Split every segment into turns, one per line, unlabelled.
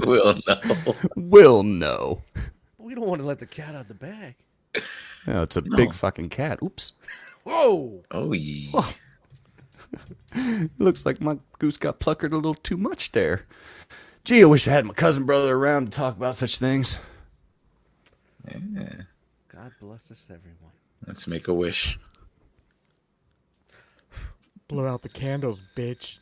we'll know.
Will no.
We don't want to let the cat out of the bag.
No, Oh, it's a big fucking cat. Oops.
Whoa!
Oh yeah.
Looks like my goose got pluckered a little too much there. Gee, I wish I had my cousin brother around to talk about such things.
yeah.
God bless us, everyone.
Let's make a wish.
Blow out the candles, bitch.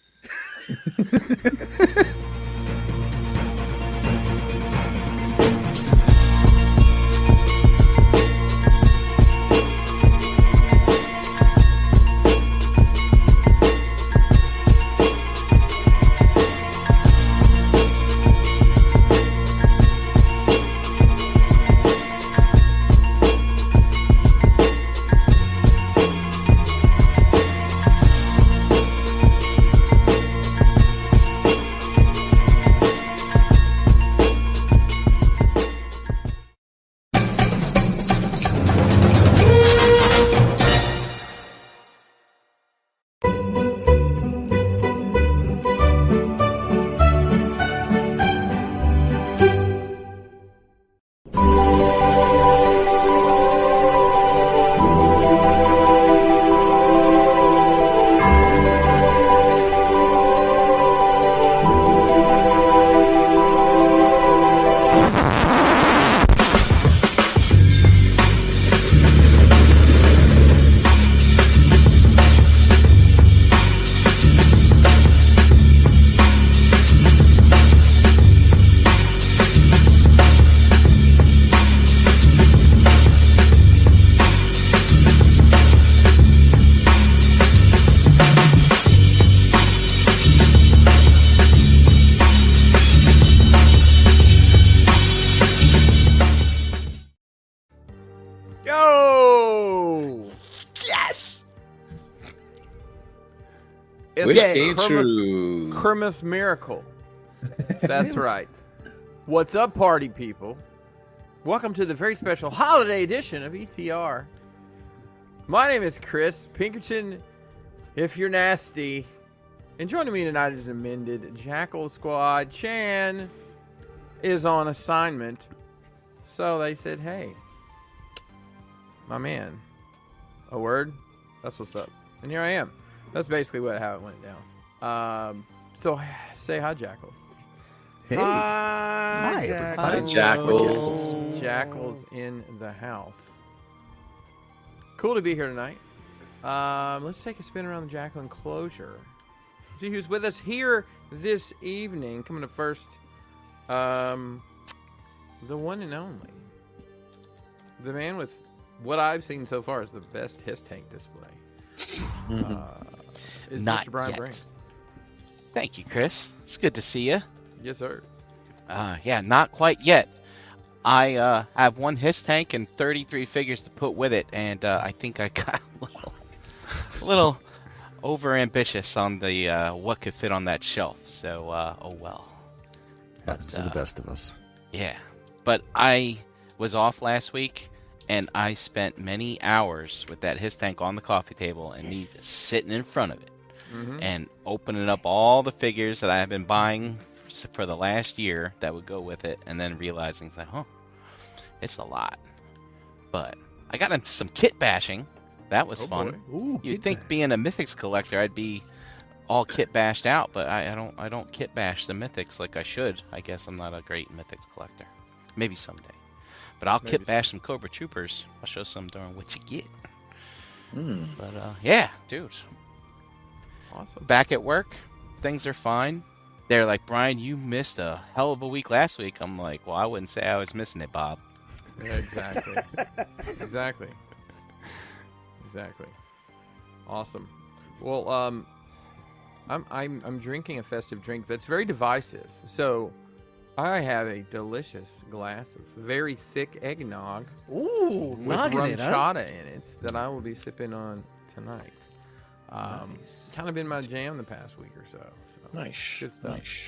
Yo! Yes!
It's
Wish
Yay.
came
Christmas-
true.
Christmas miracle. That's right. What's up, party people? Welcome to the very special holiday edition of ETR. My name is Chris Pinkerton. If you're nasty, and joining me tonight is amended Jackal Squad. Chan is on assignment, so they said, "Hey, my man, a word." That's what's up, and here I am. That's basically what how it went down. Um, so say hi, Jackals.
Hey.
Hi,
everybody.
Hi, Jackals.
Jackals in the house. Cool to be here tonight. Um, let's take a spin around the Jackal enclosure. See who's with us here this evening. Coming up first, um, the one and only, the man with what I've seen so far is the best his tank display. Uh, is
Not
Mr. Brian
yet.
Brain?
Thank you, Chris. It's good to see you.
Yes, sir.
Uh, yeah, not quite yet. I uh, have one his tank and 33 figures to put with it, and uh, I think I got a little, a little over ambitious on the uh, what could fit on that shelf. So, uh, oh well.
Happens to the best of us.
Yeah, but I was off last week, and I spent many hours with that his tank on the coffee table and me sitting in front of it
Mm-hmm.
and opening up all the figures that I have been buying s- for the last year that would go with it, and then realizing it's like, huh, it's a lot. But I got into some kit bashing. That was
Oh,
fun.
boy.
Ooh,
You'd
kid
think
bash.
being a mythics collector, I'd be all kit bashed out, but I, I don't. I don't kit bash the mythics like I should. I guess I'm not a great mythics collector. Maybe someday. But I'll
Maybe
kit bash some Cobra Troopers. I'll show some darn what you get. But uh, yeah, dude,
Awesome.
back at work, things are fine. They're like, Brian, you missed a hell of a week last week. I'm like, well, I wouldn't say I was missing it, Bob.
Yeah, exactly. exactly. Exactly. Awesome. Well, um, I'm I'm I'm drinking a festive drink that's very divisive. So, I have a delicious glass of very thick eggnog
Ooh,
with
knocking
rum
it, huh?
chata in it that I will be sipping on tonight. Um,
Nice.
kind of been my jam the past week or so. so.
Nice.
Good stuff.
Nice.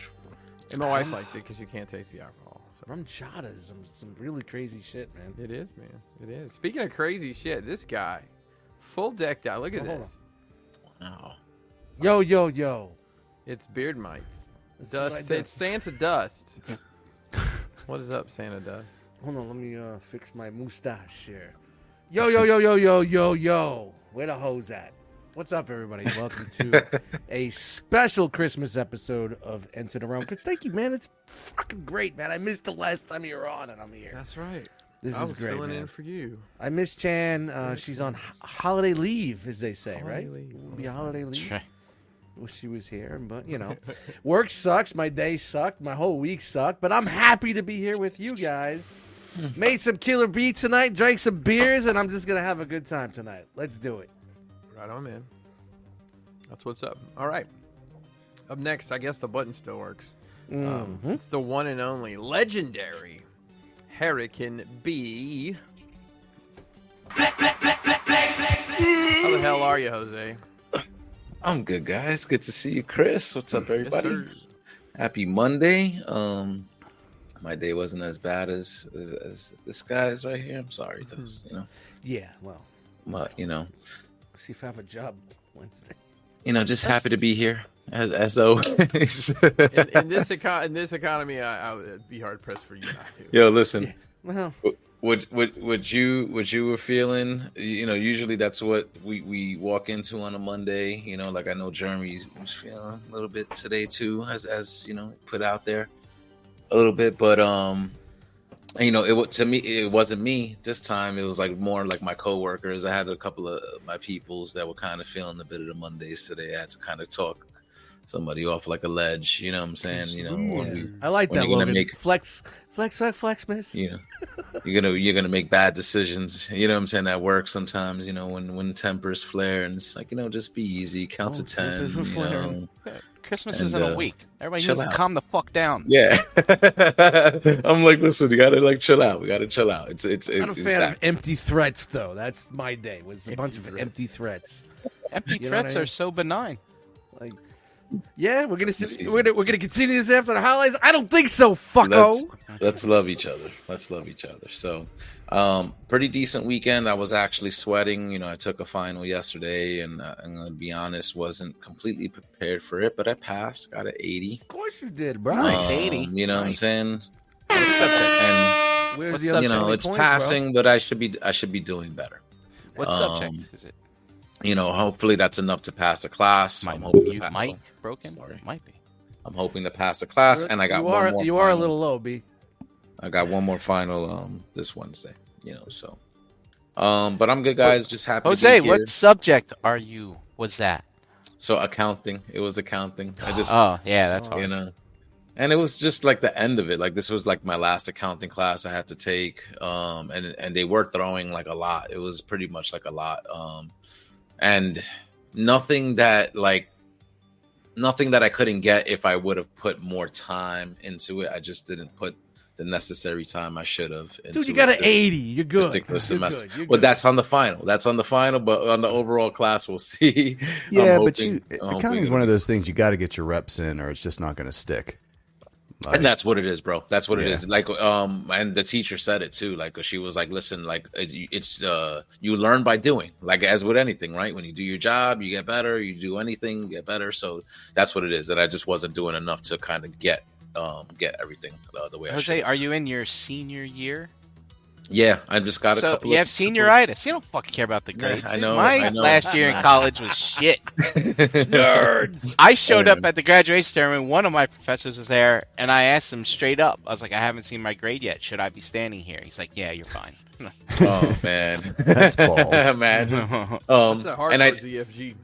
And my wife likes it because you can't taste the alcohol. So.
Rum chata is some, some really crazy shit, man.
It is, man. It is. Speaking of crazy shit, this guy, full decked out. Look at
Hold on.
this.
Wow.
Yo, yo, yo.
It's beard mites.
This is what I
Dust.
do.
It's Santa Dust. what is up, Santa Dust?
Hold on, let me uh, fix my mustache here. Yo, yo, yo, yo, yo, yo, yo. Where the hoes at? What's up, everybody? Welcome to a special Christmas episode of Enter the Realm. Chris, Thank you, man. It's fucking great, man. I missed the last time you were on, and I'm here.
That's right.
This
I
is
was
great,
filling
man.
in for you.
I miss Chan. Uh, she's on ho- holiday leave, as they say, right? It would be holiday leave.
Try-
Wish she was here, but you know, work sucks. My day sucked. My whole week sucked. But I'm happy to be here with you guys. Made some killer beats tonight, drank some beers, and I'm just gonna have a good time tonight. Let's do it.
Right on, man. That's what's up. All right. Up next, I guess the button still works. Um,
Mm-hmm.
it's the one and only legendary Hurricane B. How the hell are you, Jose?
I'm good, guys. Good to see you, Chris. What's up, everybody?
sir.
Happy Monday. Um, my day wasn't as bad as as, as this guy's right here. I'm sorry, Dust. You know,
Yeah, well,
but you know,
see if I have a job Wednesday.
you know, just happy to be here as, as always.
In, in this eco- in this economy, I, I would be hard pressed for you not to.
Yo, listen.
Well,
What what what you what you were feeling? You know, usually that's what we we walk into on a Monday. You know, like I know Jeremy was feeling a little bit today too, as as you know, put out there a little bit. But um, you know, it wa- to me it wasn't me this time. It was like more like my coworkers. I had a couple of my peoples that were kind of feeling a bit of the Mondays today. I had to kind of talk somebody off like a ledge. You know what I'm saying? You know, when we
I like
When
that
you gonna
Logan.
make-
Flex, flex, flex, flex, miss.
you know you're gonna you're gonna make bad decisions you know what i'm saying at work sometimes you know when when tempers flare and it's like you know just be easy count to
Oh,
10
tempers were
you
flaring.
know.
Christmas
And,
is in
uh,
a week. Everybody
chill
needs
out.
to calm the fuck down.
yeah i'm like listen you gotta like chill out we gotta chill out it's it's
I'm
it's,
a
it's
fan of
that.
empty threats, though. That's my day. Was a bunch of empty threats.
Empty
You know what
threats
I mean?
are so benign.
Like, yeah, we're gonna
This
sit,
season.
we're gonna, we're gonna continue this after the holidays. I don't think so, fucko.
let's, let's love each other let's love each other so um pretty decent weekend i was actually sweating you know i took a final yesterday and uh, i'm gonna be honest wasn't completely prepared for it but i passed got an 80
Of course you did, bro.
Um,
80.
you know
Nice.
what i'm saying
Good subject.
and
Where's
What's
the
up,
other
you know,
20
it's
points, bro?
passing, but I should be I should be doing better.
What
Um,
subject is it?
You know, hopefully that's enough to pass the class.
My
I'm hoping, to
mute
pass-
mic broken?
Sorry.
Might be.
I'm hoping to pass the class, and I got
you
one
are
more.
you are a
final.
little low, B.
I got one more final um this Wednesday. You know, so um, but I'm good, guys. Just happy.
Jose,
to be here.
what subject are you? Was that?
So accounting, it was accounting. I just
Oh, yeah, that's
you
hard.
know and it was just like the end of it like this was like my last accounting class i had to take um and and they were throwing like a lot it was pretty much like a lot um and nothing that like nothing that i couldn't get if i would have put more time into it i just didn't put the necessary time i should have
Dude,
into
you got
it
an 80. You're good.
particular
You're
semester.
good. You're
Well,
good.
that's on the final. That's on the final, but on the overall class, we'll see. I'm
Yeah, but
hoping-
you
I'm hoping
accounting's
it'll
one of
be-
those things you got to get your reps in, or it's just not going to stick. Like,
and that's what it is bro that's what it
Yeah.
is like um and the teacher said it too like she was like listen like it- it's uh you learn by doing like as with anything right when you do your job you get better you do anything you get better so that's what it is that i just wasn't doing enough to kind of get um get everything uh, the way i
Jose,
should
are you in your senior year?
yeah i just got a
So
couple
you
of-
have senioritis. You don't fucking care about the
Yeah,
grades.
I
dude.
know,
My
I know.
last year in college was shit.
nerds
I showed up
Anyway.
at the graduation ceremony. One of my professors was there, and I asked him straight up. I was like, "I haven't seen my grade yet. Should I be standing here?" He's like, "Yeah, you're fine."
oh man
That's balls.
man
That's
um
That's a hard
and i
ZFG.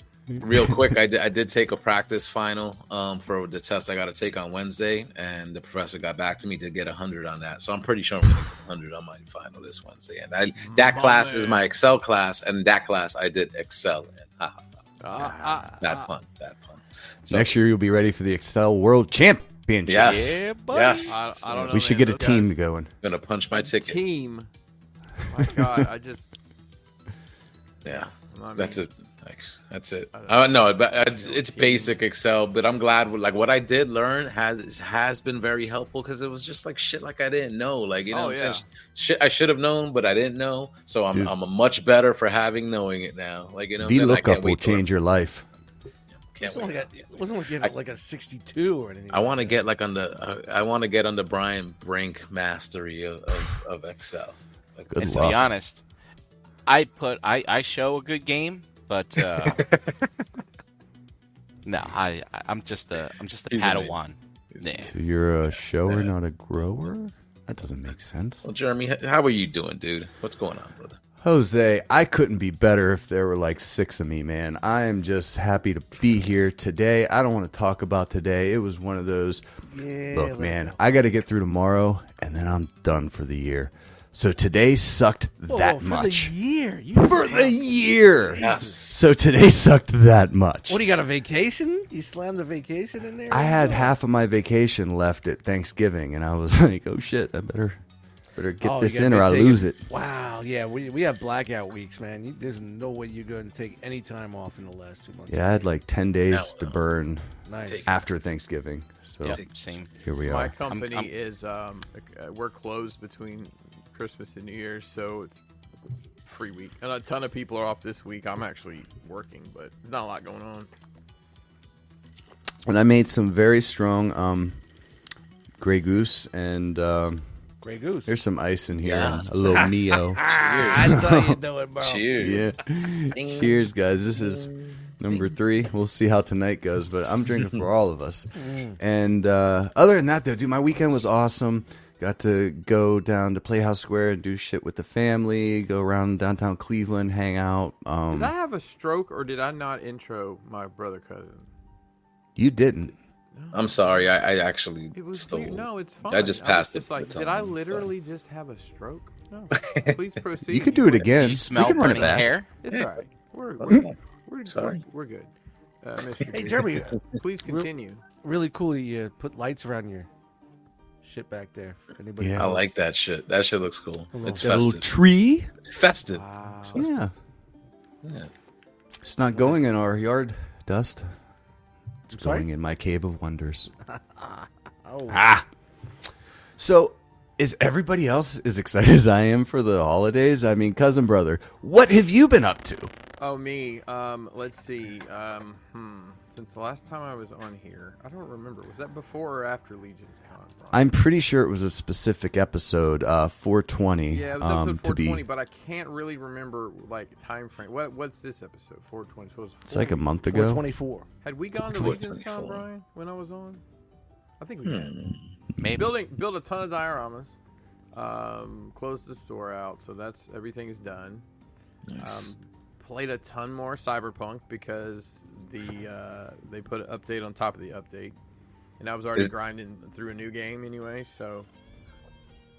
real quick I did, I did take a practice final um, for the test i got to take on wednesday and the professor got back to me to get 100 on that so i'm pretty sure i'm going to get 100 on my final this wednesday and I, that class is my excel class and that class i did excel in Ha, ha,
Ah, ah,
bad
ah.
pun bad pun So-
Next year you'll be ready for the Excel World Championship.
yes
Yeah, buddy.
yes
I- I don't know.
we should
man,
get a
those
team
guys-
going.
i'm going to punch my ticket
Team. My God, I just.
yeah
I mean,
That's it. Thanks. That's it. Uh, no, but uh, it's, it's basic Excel. But I'm glad, with- like what I did learn has has been very helpful because it was just like shit, like I didn't know, like you know,
Oh,
what I'm saying?
yeah.
shit I should have known, but I didn't know. So I'm
Dude.
I'm a much better for having knowing it now. Like you know, what I'm
The
saying? I can't
lookup will
wait to learn.
change your life.
can't
wasn't
wait.
like a, it wasn't like, you had, like a 62 or anything.
I
like
want to
that.
get like under. I- I want to get under Brian Brink mastery of, of, of Excel. Like,
Good
and to
luck.
be honest, I put I, I show a good game, but uh, no, I I- I'm just a I'm just a
He's a man.
Padawan. Nah.
So you're a
Uh,
shower, not a grower? That doesn't make sense.
Well, Jeremy, h- how are you doing, dude? What's going on, brother?
Jose, I couldn't be better if there were like six of me, man. I am just happy to be here today. I don't want to talk about today. It was one of those, look, man, I got to get through tomorrow and then I'm done for the year. So today sucked
Whoa,
that
whoa, Oh, for
much.
the year. You
For the year.
Yes.
So today sucked that much.
What do you got a vacation? You slammed a vacation in there?
I had half of my vacation left at Thanksgiving, and I was like, "Oh shit, I better better get
Oh, you
this
gotta
in,
be
or I
taking-
lose it."
Wow, yeah, we, we have blackout weeks, man. You, there's no way you're going to take any time off in the last two months.
Yeah, I had like ten days
Hell
to
no.
burn
nice.
after Thanksgiving, so
Yep, same.
here we
My
are.
company
I'm-
is um, uh, we're closed between Christmas and New Year's, so it's free week, and a ton of people are off this week. I'm actually working, but not a lot going on.
And I made some very strong um, Grey Goose, and um,
Grey Goose.
there's some ice in here,
Yes.
and a little Neo.
Ah, I saw you do it, bro.
Oh,
Cheers.
yeah. Cheers, guys. This is number three. We'll see how tonight goes, but I'm drinking for all of us. And uh, other than that, though, dude, my weekend was awesome. Got to go down to Playhouse Square and do shit with the family. Go around downtown Cleveland, hang out.
Did
Um,
I have a stroke, or did I not intro my brother cousin?
you didn't.
I'm sorry. I, I actually
It was
stole.
weird. No, it's fine.
I just
was
passed
just
it.
Like,
the
did I
time, so.
literally just have a stroke? No. Please proceed.
You could do it again.
You smell
we can run it
burning
back.
hair.
It's all right. We're, we're,
Okay.
we're,
Sorry.
we're, we're good. Uh, Mr.
Hey,
Green,
Jeremy,
please continue.
really cool you put lights around your shit back there. If Anybody
Yeah.
I like that shit. That shit looks cool. It's
A little
festive.
tree.
It's festive.
Wow.
Yeah,
Yeah.
it's not going in our yard, Dust. It's
sorry?
going in my cave of wonders.
Oh,
Ah. So, is everybody else as excited as I am for the holidays? I mean, cousin brother, what have you been up to?
Oh me. Um, let's see. Um, hmm. Since the last time I was on here, I don't remember. Was that before or after Legion's Con? Ron?
I'm pretty sure it was a specific episode, uh, 420.
yeah, it was episode
um, to
420,
be.
but I can't really remember like time frame. What what's this episode? 420. So it was
It's like a month ago.
424.
Had we gone to
Four
Legion's Con,
twenty-four. Hmm,
Brian, when I was on? I think we did.
Maybe.
Building built a ton of dioramas. Um, closed the store out, so that's everything's done. Um, played a ton more Cyberpunk because the uh, they put an update on top of the update, and I was already
Is-
grinding through a new game anyway. So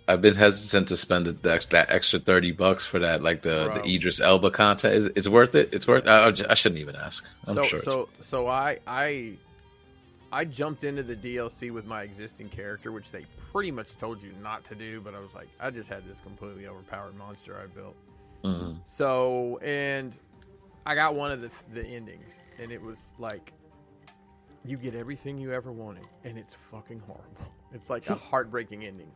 I've been hesitant to spend the, the, that extra thirty bucks for that, like the,
Bro.
the Idris Elba content. Is it's worth it? It's worth. I, I j- I shouldn't even ask. I'm
so
sure. it's-
so so I I I jumped into the DLC with my existing character, which they pretty much told you not to do, but I was like, I just had this completely overpowered monster I built.
Mhm.
So and I got one of the the endings, and it was like you get everything you ever wanted, and it's fucking horrible. It's like a heartbreaking ending.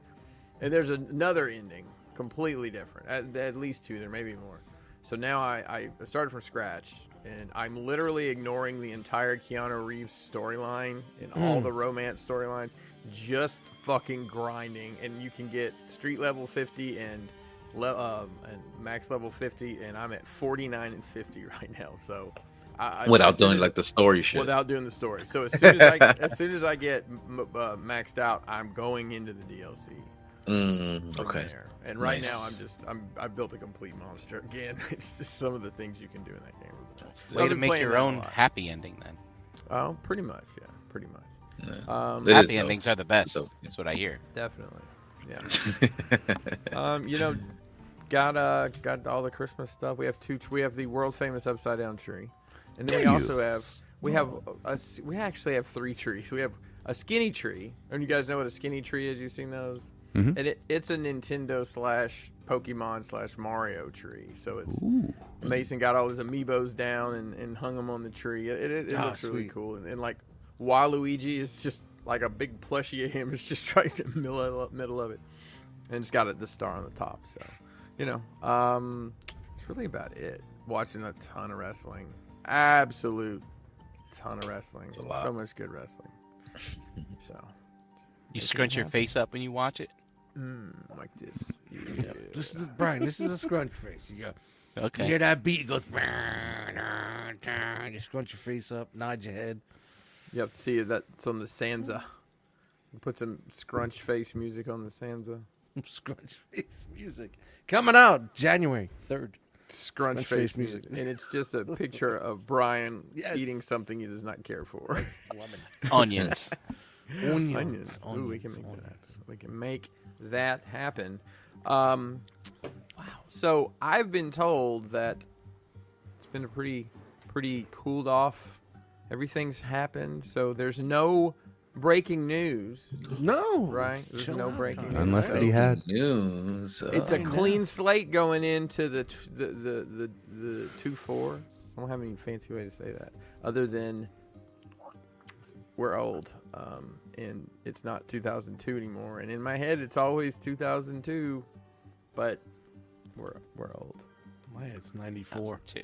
And there's another ending, completely different. At, at least two, there may be more. So now I, I started from scratch, and I'm literally ignoring the entire Keanu Reeves storyline and
Hmm.
all the romance storylines, just fucking grinding. And you can get street level 50 and, le- um, and max level 50, and I'm at 49 and 50 right now. So I, I,
without
as soon
doing
as-
like the story shit.
without doing the story. So as soon as I as soon as I get m- uh, maxed out, I'm going into the DLC.
Mm,
from
okay.
There. And right
Nice.
now, I'm just I'm I built a complete monster again. It's just some of the things you can do in that game.
That's
I've
Way to
been
make
playing
your
that a
own
lot.
happy ending then.
Oh, pretty much, yeah, pretty much. Um,
It is
happy
dope.
endings are the best.
dope.
That's what I hear.
definitely, yeah. um, you know, got uh got all the Christmas stuff. We have two. We have the world famous upside down tree, and then we also have we have a, a- we actually have three trees. We have a skinny tree, and you guys know what a skinny tree is. You've seen those,
Mm-hmm.
and it, it's a Nintendo slash Pokemon slash Mario tree. So it's Mason got all his amiibos down and, and hung them on the tree. It, it, it
Ah,
looks really
sweet.
cool, and, and like Waluigi is just like a big plushie of him is just right in the middle middle of it and it's got it, the star on the top. So, you know, um, it's really about it. Watching a ton of wrestling, absolute ton of wrestling.
It's a lot.
So much good wrestling. So,
You scrunch your face up when you watch it.
mm, like this.
This is Brian. This is a scrunch face. You go. You
Okay.
hear that beat? It goes. "Brr, brr, brr," You scrunch your face up, nod your head.
You have to see that's on the Sansa. Put some scrunch face music on the Sansa.
Scrunch face music coming out January third.
Scrunch,
Scrunch
face,
face
music.
music.
And it's just a picture of Brian
Yes.
eating something he does not care for.
Onions.
Onions.
Onions. Ooh, we can
onions,
make that
onions.
happen. We can make that happen. Um, wow. So I've been told that it's been a pretty, pretty cooled off. Everything's happened. So there's no breaking news,
No,
right?
it's
There's
chill
no
out
breaking.
time. Oh,
None
news.
left to
So-
be had.
News. uh,
It's a clean slate going into the t- the the the, the two four. I don't have any fancy way to say that other than we're old, um, and it's not 2002 anymore. And in my head, it's always 2002, but we're we're old.
Man, it's ninety four.
Two.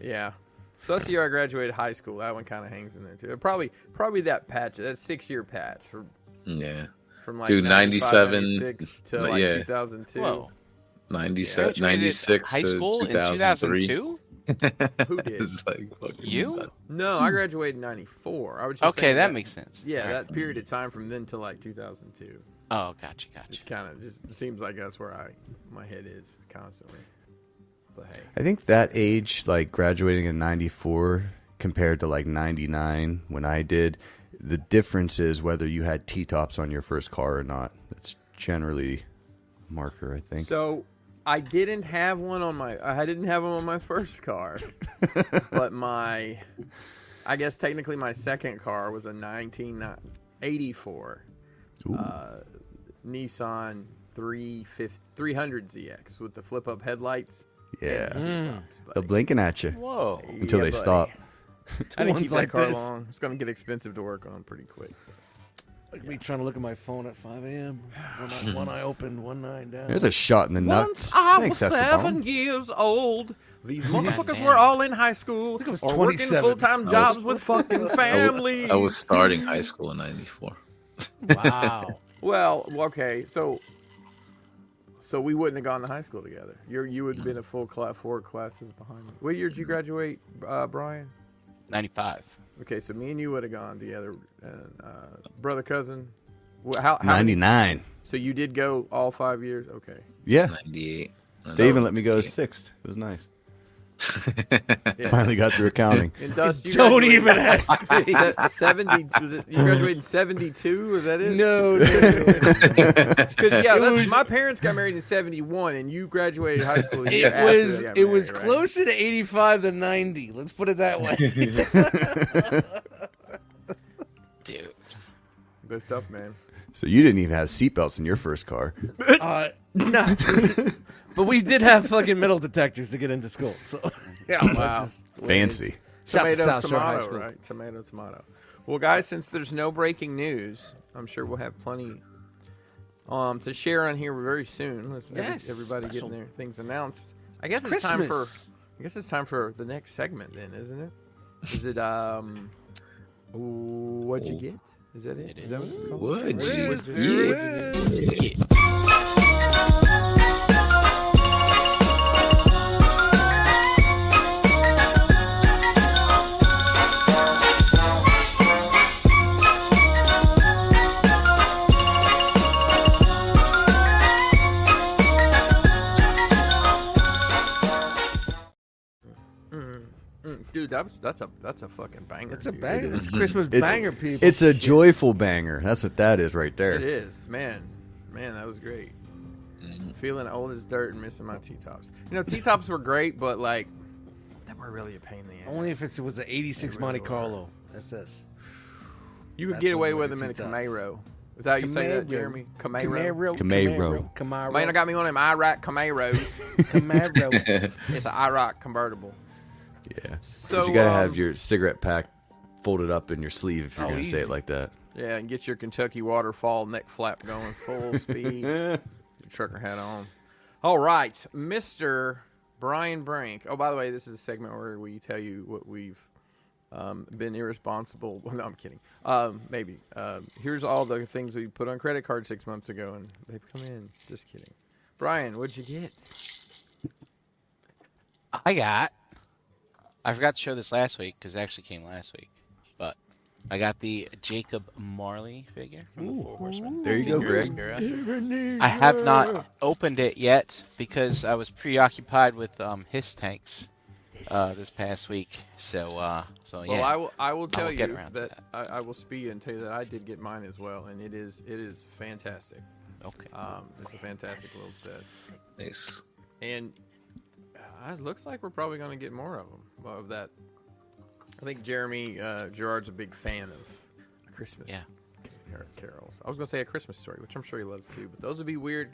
Yeah. So that's the year I graduated high school. That one kind of hangs in there too. Probably probably that patch, that six year patch from
yeah.
from like
Dude,
95,
97,
96 to like
yeah.
2002.
Whoa.
97,
Graduated
96
high
to
school in
2003.
2002?
Who did?
It's like fucking
You?
No, I graduated in '94. I was just
Hmm. Okay,
saying
that, makes sense.
yeah
All right.
that period of time from then to like 2002.
Oh, gotcha, gotcha.
Just kind of just it seems like that's where I my head is constantly. But hey,
I think that age, like graduating in 94 compared to like 99 when I did, the difference is whether you had T tops on your first car or not. That's generally a marker, I think.
so I didn't have one on my I didn't have one on my first car, but my I guess technically my second car was a 1984
Ooh.
uh, Nissan 350 300 ZX with the flip up headlights.
yeah.
T-tops,
They're
buddy.
blinking at you
Whoa.
until
Yeah,
they
buddy.
stop.
I didn't
ones
keep that
like
car
this.
long. It's gonna get expensive to work on pretty quick.
Like me trying to look at my phone at five a.m. One eye, one eye open, one eye down.
There's a shot in the nuts.
Once I
Thanks,
was
Sesabon.
seven years old. These motherfuckers
man.
were all in high school
think I was
or working
27.
full time
was-
jobs with fucking families.
I was starting high school in 94.
wow.
Well, okay, so so we wouldn't have gone to high school together. You you would have been a full class, four classes behind me. What year did you graduate, uh, Brian?
95.
Okay, so me and you would have gone together, and uh, brother cousin. Wh- How, how
99.
So you did go all five years. Okay,
Yeah.
98.
They even let me go sixth. It was nice.
yeah.
Finally got through accounting.
and Dust, you
Don't
graduated-
even ask me.
Se- seventy. Was it, you graduated in seventy-two? Is that it?
no, dude.
because yeah,
It
that's,
was-
my parents got married in seventy-one, and you graduated high school. a year
It
after
was
they got
it was
married, right?
closer to eighty five than ninety. Let's put it that way.
Dude.
Good stuff, man.
So you didn't even have seatbelts in your first car.
Uh, no, but we did have fucking metal detectors to get into school. So yeah, wow,
Fancy.
Shout out to
tomato,
South Shore High
tomato,
School.
right? Tomato, tomato. Well, guys, since there's no breaking news, I'm sure we'll have plenty um, to share on here very soon. Let's every-
Yes,
everybody
special.
getting their things announced. I guess it's time for.
Christmas.
I guess it's time for the next segment, then, isn't it? Is it um? ooh, What'd you get? Is that it?
It
that
is.
what it's called?
Would you?
What'd you get?
Yeah.
Mm, Dude, that's that's a that's a fucking banger.
It's a
dude.
banger. It's Christmas
It's-
banger, people.
It's a joyful banger. That's what that is right
It
there.
is, man. Man, that was great. Feeling old as dirt and missing my t tops. You know, t tops were great, but like, they were really a pain in the ass.
only if it's, it was an eighty six
They really
Monte
were.
Carlo. That's this.
you could
that's
get
when
away
we
with
were
them in a
T-tops.
Camaro. Is that how you say that,
Camaro.
Jeremy? Camaro.
Camaro.
Camaro, Camaro, Camaro,
Man, I got me one of them IROC Camaros.
Camaro.
it's an IROC convertible.
Yeah.
So
but you gotta
um,
have your cigarette pack folded up in your sleeve if you're
Oh,
gonna say
easy.
it like that.
Yeah, and get your Kentucky waterfall neck flap going full speed. your trucker hat on. All right, Mr. Brian Brink. Oh, by the way, this is a segment where we tell you what we've um, been irresponsible. Well, no, I'm kidding. Um, maybe. Um, here's all the things we put on credit card six months ago, and they've come in. Just kidding. Brian, what'd you get?
I got. I forgot to show this last week because it actually came last week, but I got the Jacob Marley figure from the Four Horsemen.
There you go,
Figure
Greg.
Oscura. I have not opened it yet because I was preoccupied with um, his tanks uh, this past week. So, uh, so yeah.
Well, I will. I will tell
will
you
get around
that,
to
I, I will speed and tell you that I did get mine as well, and it is it is fantastic.
okay.
Um, it's a fantastic little set,
Nice.
and uh, it looks like we're probably going to get more of them of that. I think Jeremy uh, Gerard's a big fan of Christmas.
Yeah.
car- Carols. I was going to say a Christmas story, which I'm sure he loves too, but those would be weird.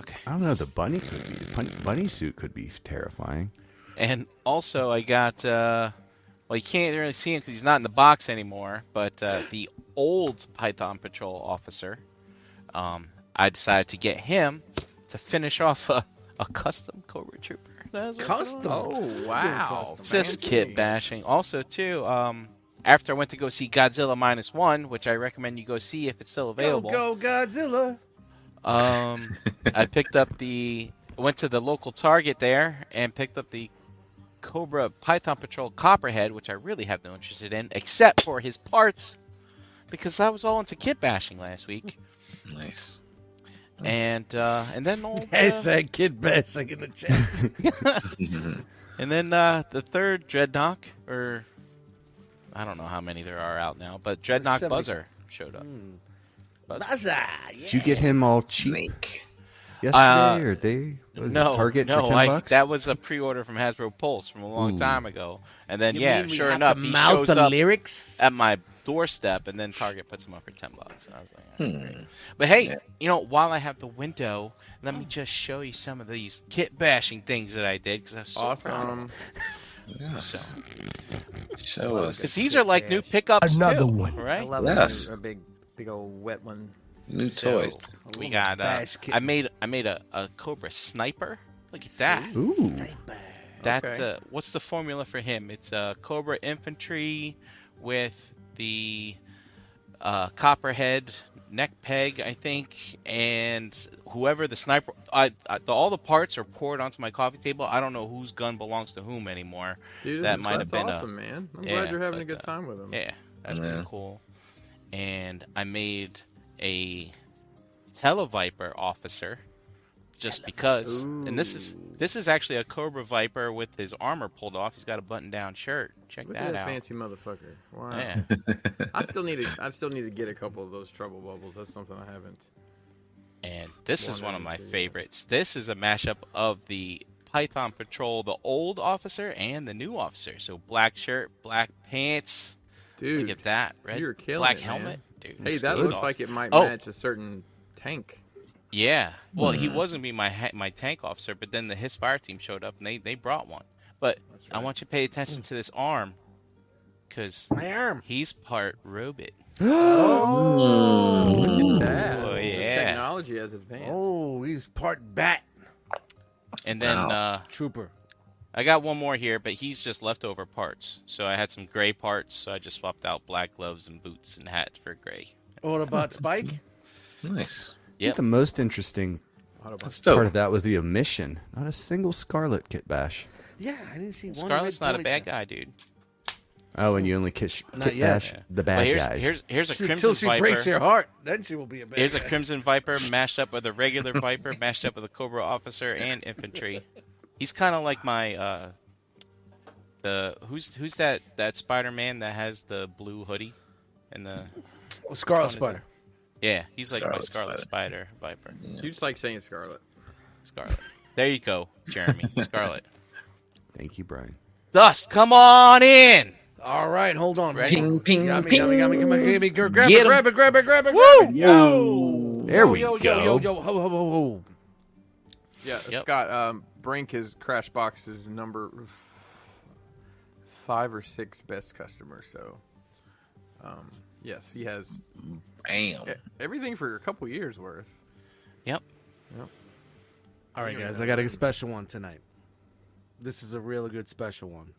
Okay.
I don't know. The bunny could be the pun- bunny suit could be terrifying.
And also, I got. Uh, well, you can't really see him because he's not in the box anymore. But uh, the old Python Patrol officer, um, I decided to get him to finish off a, a custom Cobra Trooper. That was what-
Custom.
Oh wow!
It's just
Fancy.
kit bashing. Also, too, um, after I went to go see Godzilla minus one, which I recommend you go see if it's still
Go,
available.
go Godzilla.
Um, I picked up the went to the local Target there and picked up the Cobra Python Patrol Copperhead, which I really have no interest in, except for his parts, because I was all into kit bashing last week.
Nice.
And uh, and then old, uh,
Hashtag kid bashing in the chat.
and then uh, the third Dreadnought, or I don't know how many there are out now, but Dreadnought
Seventy-
Buzzer showed up.
Hmm.
Buzzer.
Huzzah,
Did you get him all cheap
Snake.
yesterday or day? What is it,
No,
Target
no,
for ten
I,
bucks.
that was a pre-order from Hasbro Pulse from a long time ago, and then
You
yeah,
mean we
sure
have
enough,
to
he
mouth
shows
the
up
lyrics.
at my doorstep, and then Target puts him up for ten bucks. And I was like, "All right,
Hmm.
great." but hey, you know, while I have the window, let me just show you some of these kit bashing things that I did because I was so proud. of 'em.
Awesome.
Yes. Show us.
'Cause these are like new pickups.
Another
too,
one.
right?
love
Yes.
a big, big old wet one.
New
So,
toys.
We got. Uh,
bash
I
kitten.
made. I made a, a Cobra Sniper. Look at that.
Ooh,
That's
Okay.
uh, what's the formula for him? It's uh, Cobra Infantry with the uh, Copperhead neck peg, I think, and whoever the sniper. I, I the, all the parts are poured onto my coffee table. I don't know whose gun belongs to whom anymore.
Dude,
That
that's-
might
that's
have been a-
awesome, man. I'm
Yeah,
glad you're having a
but,
good
uh,
time with them.
Yeah, that's
Yeah.
pretty cool. And I made a Televiper officer just because. And this is this is actually a Cobra Viper with his armor pulled off. He's got a button-down shirt. Check
Look
that
at that
out.
fancy motherfucker! Wow.
Yeah.
I still need to. I still need to get a couple of those trouble bubbles. That's something I haven't.
And this is
One
one of
and
my
two.
favorites. This is a mashup of the Python Patrol, the old officer and the new officer. So black shirt, black pants.
Dude,
Look at that. Red,
you're killing
black
it, man.
helmet. Dude,
hey,
this
that
is
looks
awesome.
like it might
Oh.
match a certain tank.
Yeah. Well,
Hmm.
he was gonna be my ha- my tank officer, but then the his fire team showed up and they they brought one. But I want you to pay
Hmm.
attention to this arm, because
My arm.
he's part robot.
Yeah.
Oh,
the
yeah.
Technology has advanced.
Oh, he's part bat
And then
Wow.
uh,
trooper.
I got one more here, but he's just leftover parts. So I had some gray parts, so I just swapped out black gloves and boots and hats for gray.
Autobot Spike.
Nice.
I think the most interesting
That's
part
dope.
of that was the omission. Not a single Scarlet kit bash.
Yeah, I didn't see one.
Scarlet's
red
not a bad
ponytail.
guy, dude.
Oh, and you only kiss,
Not
kit
yet.
bash the bad
but here's,
guys.
here's here's a
She-
crimson
Until she
viper.
breaks your heart, then she will be a bad
Here's a
guy.
Crimson Viper mashed up with a regular Viper, mashed up with a Cobra officer and infantry. He's kind of like my uh, the who's who's that that Spider Man that has the blue hoodie and the
Oh, Scarlet
Which one is
Spider.
yeah, he's like my
Scarlet
Scarlet Spider, Viper,
You just like saying Scarlet.
Scarlet. There you go, Jeremy, Scarlet.
Thank you, Brian.
Dust, come on in.
All right, hold on. Ready?
Ping, ping,
Yummy,
ping.
yummy, yummy, yummy, yummy. Gr- Grab
Get 'em.
it, grab it, grab it, grab it, grab it. Yo!
There we
yo,
go.
Yo, yo, yo, ho, ho, ho, ho.
Yeah,
Yep.
Scott. Um, Brink is Crashbox is number f- five or six best customer. So, um, yes, he has
Bam.
e- everything for a couple years worth.
Yep.
All right, guys, I got a special one tonight. This is a really good special one.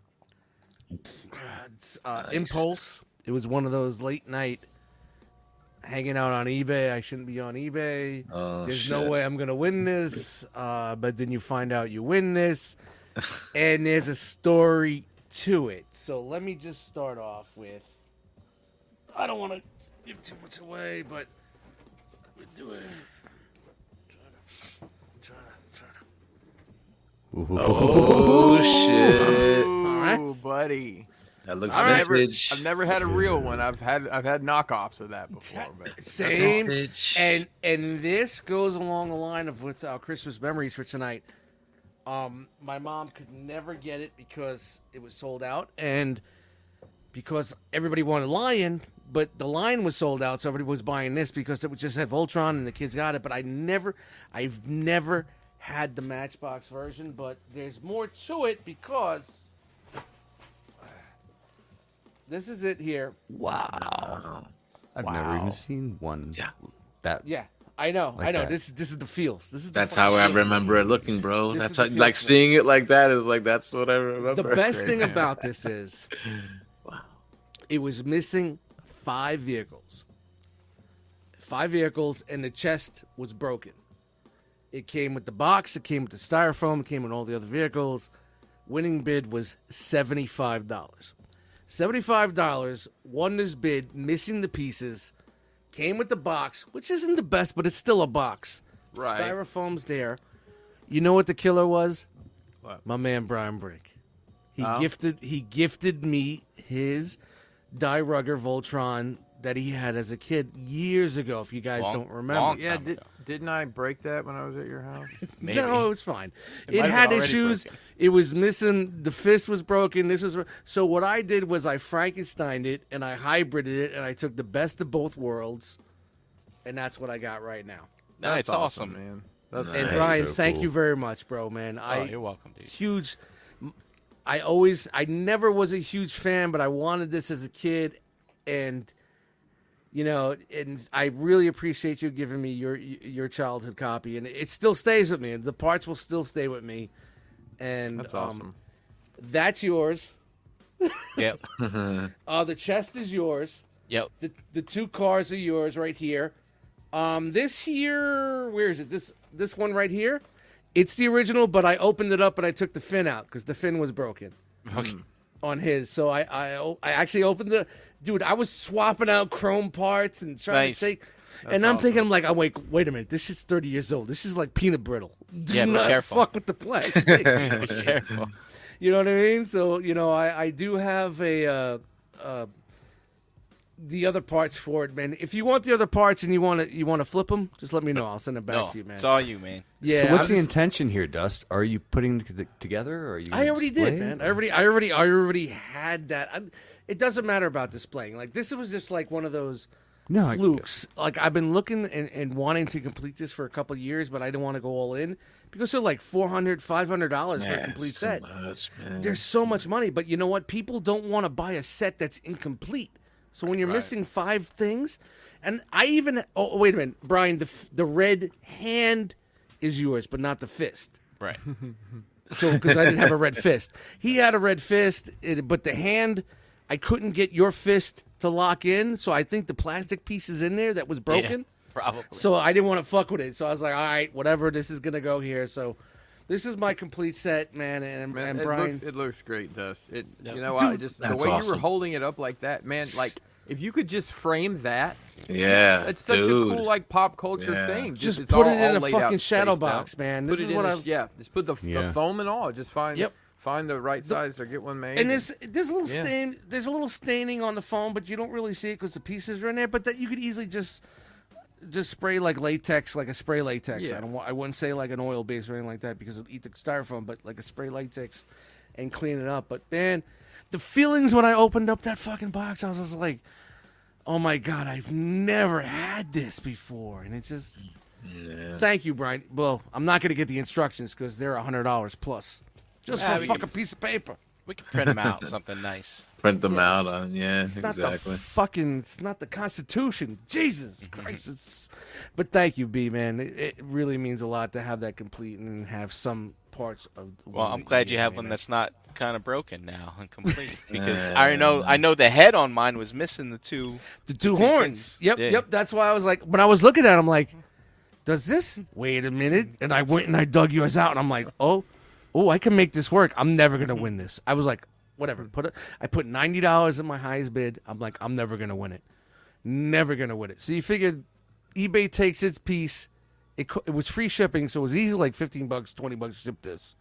It's uh, Impulse. It was one of those late night hanging out on eBay. I shouldn't be on eBay.
Oh,
There's
shit.
no way I'm gonna win this. Uh, but then you find out you win this, and there's a story to it. So let me just start off with. I don't want to give too much away, but we do it. Try to, try to, try to.
Oh shit!
right.
Ooh, buddy.
That looks
I've never,
vintage.
I've never had a real one. I've had I've had knockoffs of that before, but
Same.
Vintage.
And and this goes along the line of with our Christmas memories for tonight. Um, my mom could never get it because it was sold out, and because everybody wanted Lion, but the Lion was sold out, so everybody was buying this because it would just had Voltron and the kids got it. But I never, I've never had the Matchbox version, but there's more to it because this is it here.
Wow. I've never even seen one.
Yeah.
That
Yeah, I know,
Like
I know.
that.
This this is the feels. This is the
That's
fucking
how I
feels.
remember it looking, bro.
This
that's
is
how,
the
like
feels, man.
seeing it like that is like that's what I remember.
The best thing about this is, it was missing five vehicles. Five vehicles, and the chest was broken. It came with the box. It came with the styrofoam. It came with all the other vehicles. Winning bid was seventy five dollars. Seventy five dollars. Won this bid, missing the pieces. Came with the box, which isn't the best, but it's still a box.
Right.
Styrofoam's there. You know what the killer was?
What?
My man Brian Brink. He gifted he gifted me his Die Rugger Voltron that he had as a kid years ago. If you guys
Long-
don't remember,
long
yeah,
Time
did,
ago.
didn't I break that when I was at your house?
Maybe.
No, it was fine. It,
might have
had
been already
issues.
broken.
It was missing. The fist was broken. This was so. What I did was I Frankensteined it and I hybrided it and I took the best of both worlds, and that's what I got right now.
No, it's awesome.
man. That's
And
Nice.
Brian,
So
thank
cool.
you very much, bro, man.
Oh,
I
you're welcome, dude.
huge. I always, I never was a huge fan, but I wanted this as a kid, and you know, and I really appreciate you giving me your your childhood copy, and it still stays with me. The parts will still stay with me, and
that's
um,
awesome.
That's yours.
Yep.
Uh, the chest is yours.
Yep.
The the two cars are yours right here. Um, this here, where is it? This this one right here. It's the original, but I opened it up and I took the fin out because the fin was broken. Mm.
Okay.
on his. So I I, I actually opened the dude. I was swapping out chrome parts and trying
Nice.
to take. and I'm
awesome.
thinking, I'm like, I'm like, wait a minute, this shit's 30 years old. This is like peanut brittle. Do
Yeah, be
not
careful.
fuck with the place.
Be careful.
you know what I mean? So you know, I I do have a. Uh, uh, the other parts for it, man. If you want the other parts and you want to you want to flip them, just let me know. I'll send it back
No,
to you, man.
it's all you, man.
yeah,
so what's the
I'm just-
intention here, Dust? Are you putting t- together? Or are you?
I
gonna
already
display
did, man.
it?
I already, I already, I already had that. i it doesn't matter about displaying. Like this was just like one of those
No, I-
flukes. like I've been looking and, and wanting to complete this for a couple of years, but I didn't want to go all in because they're like 400 500 dollars for a complete set. There's so much money, but you know what? People don't want to buy a set that's incomplete. So when you're missing five things, and I even oh wait a minute, Brian, the f- the red hand is yours, but not the fist
Right.
so because I didn't have a red fist. He had a red fist, it, but the hand I couldn't get your fist to lock in, so I think the plastic piece is in there that was broken.
Yeah, probably.
So I didn't want to fuck with it. So I was like, all right, whatever. This is gonna go here. So this is my complete set, man. And,
Man,
and
it
Brian,
looks it looks great, Dust. It
Yep.
you know I
Dude,
just the
that's
way you were
awesome.
holding it up like that, man. Like if you could just frame that,
Yeah,
it's such
dude.
a cool like pop culture
Yeah.
thing.
Just
it's
put
all-
it in
all
a
laid out,
fucking shadow
spaced
box,
out.
man.
Put
This
it
is
in
what
a-
I-
yeah. Just put the,
Yeah.
the foam and all. Just find
Yep.
find the right size or get one made.
and this there's a little
Yeah.
stain, there's a little staining on the foam, but you don't really see it because the pieces are in there. But that you could easily just just spray like latex, like a spray latex.
Yeah.
I don't. wa- I wouldn't say like an oil base or anything like that because it'll eat the styrofoam, but like a spray latex and clean it up. But man, the feelings when I opened up that fucking box, I was just like, oh my god, I've never had this before, and it's just. Thank you, Brian. Well, I'm not going to get the instructions because they're hundred dollars plus, just for a fucking piece of paper.
We can print them out. something nice.
Print them out on yeah,
It's not
exactly.
the fucking. It's not the Constitution. Jesus
Mm-hmm.
Christ! It's. But thank you, B man. It, it really means a lot to have that complete and have some parts of.
Well, I'm glad you have one
that's.
that's not kind of broken now and complete because I
Uh.
know I know the head on mine was missing the two.
The two
Two
horns.
things.
Yep,
Yeah.
yep. That's why I was like, when I was looking at him, like, does this? Wait a minute. And I went and I dug yours out, and I'm like, oh, oh, I can make this work. I'm never gonna win this. I was like, whatever. Put it. I put ninety dollars in my highest bid. I'm like, I'm never gonna win it. Never gonna win it. So you figured eBay takes its piece. It co- it was free shipping, so it was easy, like fifteen bucks, twenty bucks. to Ship this.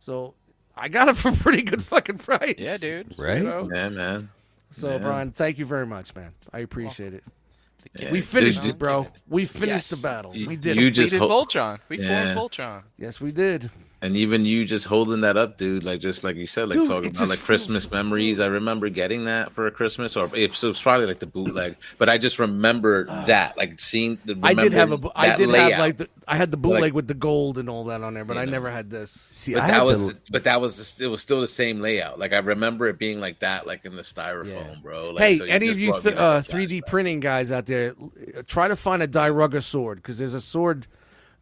So I got it for pretty good fucking price.
Yeah, dude.
Right?
You know?
Yeah, man.
So Brian, thank you very much, man. I appreciate it.
Yeah.
We finished
Did-
it, bro. We finished
Yes.
the battle.
You-
We did.
you
it.
We
just
did
ho-
Voltron. We
Yeah.
formed Voltron.
yes, we did.
And even you just holding that up, dude, like just like you said, like
Dude,
talking
it
about
just
like
feels-
Christmas memories. I remember getting that for a Christmas, or it was, it was probably like the bootleg, but I just remember that, like seeing. The,
I did have a.
remembering
bo- I
that
did
layout.
have like the. I had the bootleg
Like-
with the gold and all that on there, but
You
I
know.
never had this.
See,
but
I
that
had
was,
the-
the- but that was, the, it was still the same layout. Like I remember it being like that, like in the styrofoam,
Yeah.
bro. Like,
Hey,
so
any
just
of you
brought
th-
me, like,
uh,
a
3D
flashback.
printing guys out there, l- uh, try to find a Dirugga sword because there's a sword.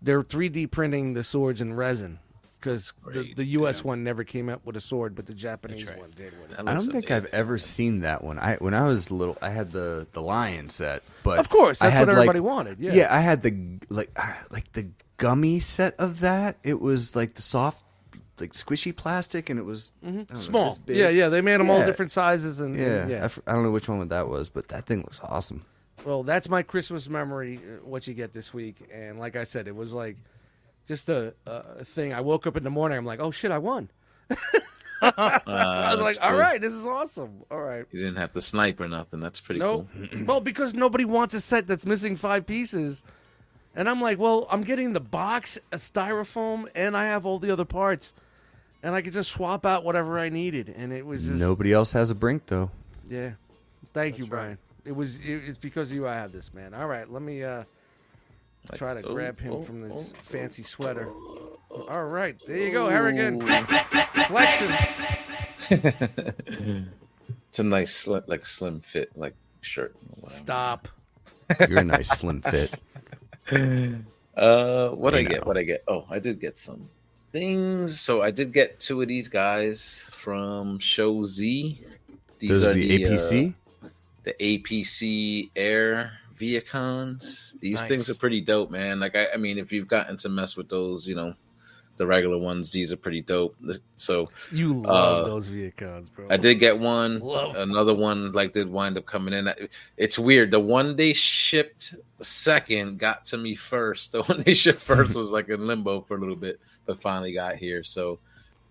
They're 3D printing the swords in resin because the,
Great,
the U.S. one never came out with a sword, but the Japanese
right.
one did. With it.
That
I don't
looks
think
amazing.
I've ever seen that one. I when I was little, I had the the lion set, but
Of course,
I
that's
had,
what everybody
like-
wanted, yeah.
yeah, I had the like ah, like the gummy set of that. It was like the soft, like squishy plastic, and it was I don't know,
Mm-hmm. Small.
this big.
Yeah, yeah. They made them all
Yeah.
different sizes and
Yeah,
and-
I, f- I don't know which one that was, but that thing looks awesome.
Well, that's my Christmas memory. uh, What you get this week, and like I said, it was like just a, a thing. I woke up in the morning. I'm like, oh shit, I won. I was like, all right, this is awesome. All right,
Uh, You didn't have to snipe or nothing. That's pretty
no,
cool.
well, because nobody wants a set that's missing five pieces, and I'm like, well, I'm getting the box, a styrofoam, and I have all the other parts, and I could just swap out whatever I needed, and it was just
Nobody else has a brink though.
yeah. Thank you, Brian. It was it, it's because of you I had this, man. All right, let me uh try to
oh,
grab him
oh,
from
oh,
this fancy sweater. All right, there you go, Harrigan. Flexing.
It's a nice slim, like slim fit, like shirt. Wow.
Stop.
You're a nice slim fit.
Uh, what I
You
get?
know.
What I get? Oh, I did get some things. So I did get two of these guys from Show Z. These
Those
are
are the
uh,
APC.
the APC Air Viacons. These
Nice.
things are pretty dope, man. Like I, I mean, if you've gotten to mess with those, you know, the regular ones, these are pretty dope. So
You love
Uh,
those Viacons, bro.
I did get one.
Love.
Another one like did wind up coming in. It's weird. The one they shipped second got to me first. The one they shipped first was like in limbo for a little bit, but finally got here. So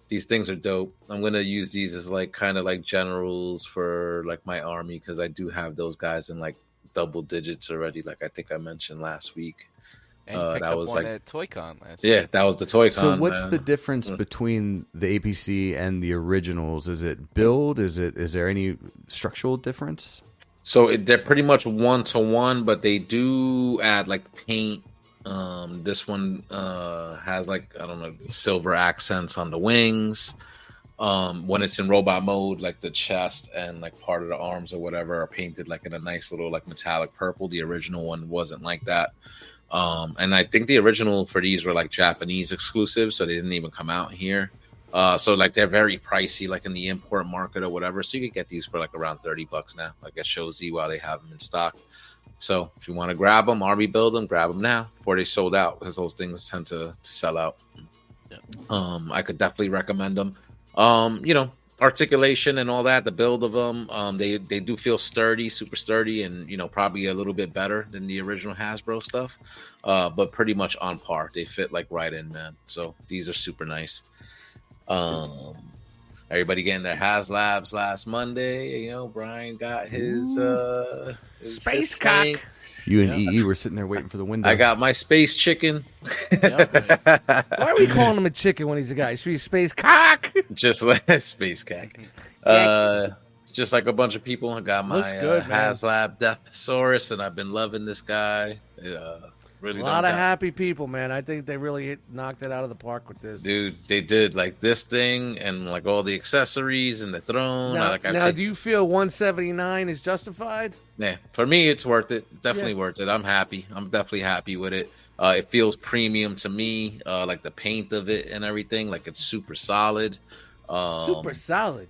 these things are dope. I'm gonna use these as like kind of like generals for like my army because I do have those guys in like double digits already. Like I think I mentioned last week.
And you
Uh,
picked
that
up
was
one
like-
at ToyCon last
Yeah, that was the toy con.
So what's
man.
the difference
Mm.
between the APC and the originals? Is it build? Is it is there any structural difference?
So it, they're pretty much one to one, but they do add like paint. Um, this one uh, has like I don't know silver accents on the wings. Um, when it's in robot mode, like the chest and like part of the arms or whatever are painted like in a nice little like metallic purple. The original one wasn't like that. Um, and I think the original for these were like Japanese exclusive, so they didn't even come out here. Uh, so like they're very pricey, like in the import market or whatever. So you could get these for like around thirty bucks now, like at Show Z while they have them in stock. So if you want to grab them, or rebuild them, grab them now before they sold out, because those things tend to, to sell out. Um, I could definitely recommend them. Um, you know, articulation and all that, the build of them, um, they they do feel sturdy, super sturdy, and you know probably a little bit better than the original Hasbro stuff, uh, but pretty much on par. They fit like right in, man. So these are super nice. Um, everybody getting their Haslabs last Monday. You know, Brian got his uh, his-
Space
his
cock.
thing.
You and EE were sitting there waiting for the window.
I got my space chicken.
Why are we calling him a chicken when he's a guy? He should be a space cock.
just like space cack. Uh, just like a bunch of people, I got my
Looks good,
uh,
man.
Haslab Deathosaurus, and I've been loving this guy. Uh, Really,
a lot
don't doubt.
of happy people, man. I think they really hit, knocked it out of the park with this.
Dude, they did like this thing and like all the accessories and the throne.
now,
like I
now,
said,
do you feel 179 is justified?
nah, for me, it's worth it. Definitely worth it. I'm happy. I'm definitely happy with it. Uh, it feels premium to me. Uh, like the paint of it and everything, like it's super solid. Um,
Super solid.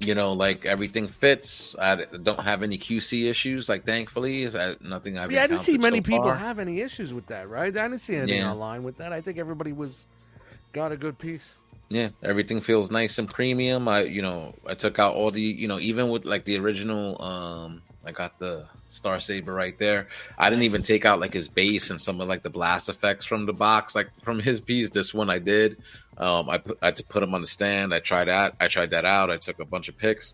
you know, like everything fits. I don't have any QC issues. Like, thankfully, is I, nothing I've.
Yeah, I didn't see
encountered
many
so
people
far.
have any issues with that, right? I didn't see anything
Yeah.
online with that. I think everybody was got a good piece.
Yeah, everything feels nice and premium. I, you know, I took out all the, you know, even with like the original. um I got the Star Saber right there. I didn't even take out like his base and some of like the blast effects from the box, like from his piece. This one I did. Um, I put I put him on the stand. I tried that. I tried that out. I took a bunch of pics.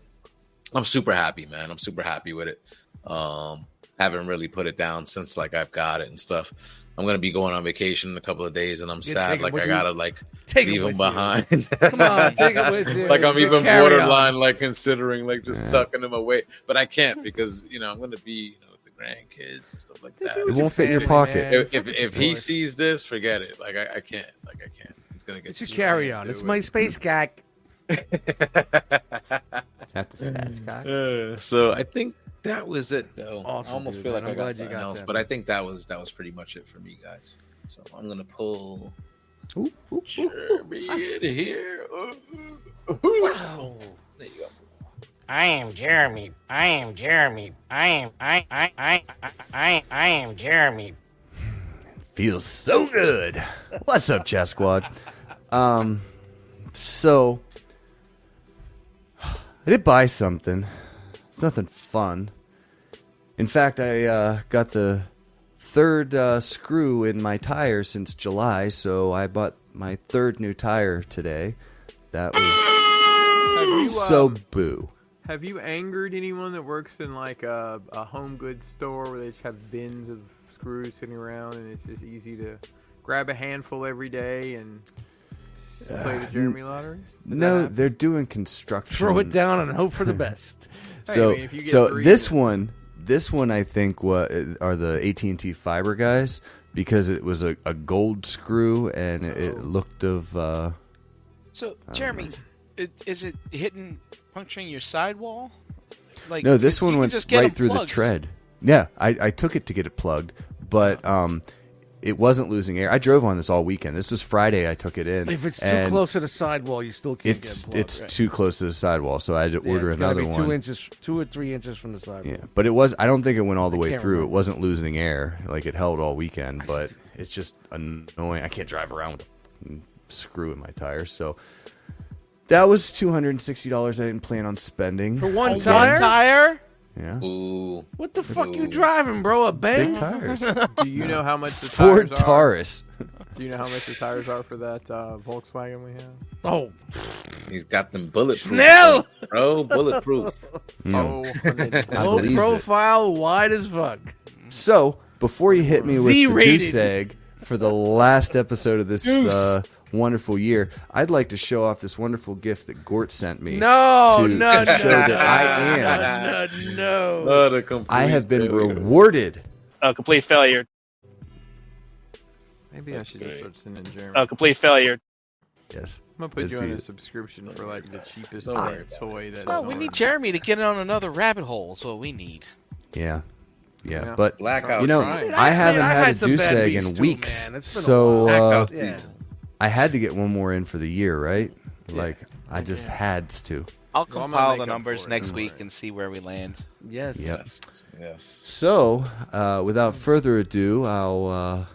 I'm super happy, man. I'm super happy with it. Um, haven't really put it down since like I've got it and stuff. I'm gonna be going on vacation in a couple of days, and I'm
Yeah, take
sad.
it
Like
with
I
you.
gotta like
Take it
leave
with
him
you.
behind.
Come on, take it with you.
like I'm
Your
even
carry-on.
borderline, like considering like just tucking him away, but I can't because you know I'm gonna be you know, with the grandkids and stuff like
Take
that.
it
It
with
won't fit in your
family,
pocket.
man.
If
Fuck
if,
the
if he
toy.
sees this, forget it. Like I, I can't. Like I can't. It's gonna get
It's your
too
carry on.
into
It's
it.
my space gag.
At the spat.
Uh, so I think that was it though.
Awesome,
I almost
dude,
feel
man.
like
I'm
I got
glad you
something
got
else,
that.
but I think that was that was pretty much it for me, guys. So I'm gonna pull Jeremy in here. Wow. There you go.
I am Jeremy. I am Jeremy. I am I I I I I, I am Jeremy.
Feels so good. What's up, Chat Squad? Um, so I did buy something. It's nothing fun. In fact, I uh, got the third uh, screw in my tire since July, so I bought my third new tire today. That was
Have you,
so
um,
boo.
have you angered anyone that works in like a, a home goods store where they just have bins of screws sitting around and it's just easy to grab a handful every day and play the Jeremy lottery? Does that
Uh, No,
happen?
they're doing construction.
Throw it down and hope for the best.
Hey,
So,
I mean, if you get
so
three,
this
then-
one, this one, I think, wa- uh, are the AT and T fiber guys because it was a, a gold screw and it, it looked of. Uh,
So,
Uh,
Jeremy, it, is it hitting, puncturing your sidewall? Like
no, this
'cause you
one
can
went
just get
right
them
through
plugs.
the tread. Yeah, I, I took it to get it plugged, but um, it wasn't losing air. I drove on this all weekend. This was Friday. I took it in.
If it's too
and
close to the sidewall, you still can't
it's
get blood.
it's too close to the sidewall, so I had to
Yeah,
order
it's gotta
another
be
one.
two inches, two or three inches from the sidewall.
Yeah, but it was. I don't think it went all the
I
way
can't
through.
remember.
It wasn't losing air like it held all weekend, but it's just annoying. I can't drive around with a fucking screw in my tire. So that was two hundred and sixty dollars. I didn't plan on spending.
For one
One
tire?
tire?
Yeah,
Ooh.
What the fuck you
Ooh.
driving, bro? A
big
Benz?
tires.
do you know how much the
Ford
tires are?
Taurus.
Do you know how much the tires are for that uh, Volkswagen we have?
Oh,
He's got them bulletproof.
Snell!
Bro, bulletproof.
Oh,
I
low
believe it.
profile, wide as fuck.
So before you hit me with
Z-rated.
the goose egg for the last episode of this uh, wonderful year, I'd like to show off this wonderful gift that Gort sent me.
No,
to
no, no,
show
no,
that I am.
no, no, no.
Not a Oh, complete
I have been
failure.
rewarded.
A complete failure.
maybe I should just
great.
start sending Jeremy.
A complete failure.
Yes.
I'm gonna put
Let's
you on
see.
a subscription for like the cheapest
Don't worry
toy that. is
No, Oh, we
on-
need Jeremy to get on another rabbit hole. Is what we need.
Yeah. Yeah.
Yeah.
But
Blackout.
you know, uh,
Right.
I haven't
I've
had,
had
a
some
goose
bad
egg
beefs
in
too,
weeks.
man. It's been a
so
while.
uh,
Blackout
Yeah.
season.
I had to get one more in for the year, right? Like I just had to.
I'll
Well, I'm gonna
compile
make
the
up for
numbers
it,
next
don't
week
worry.
and see where we land.
Yes.
Yep.
Yes.
So, uh, without further ado, I'll uh,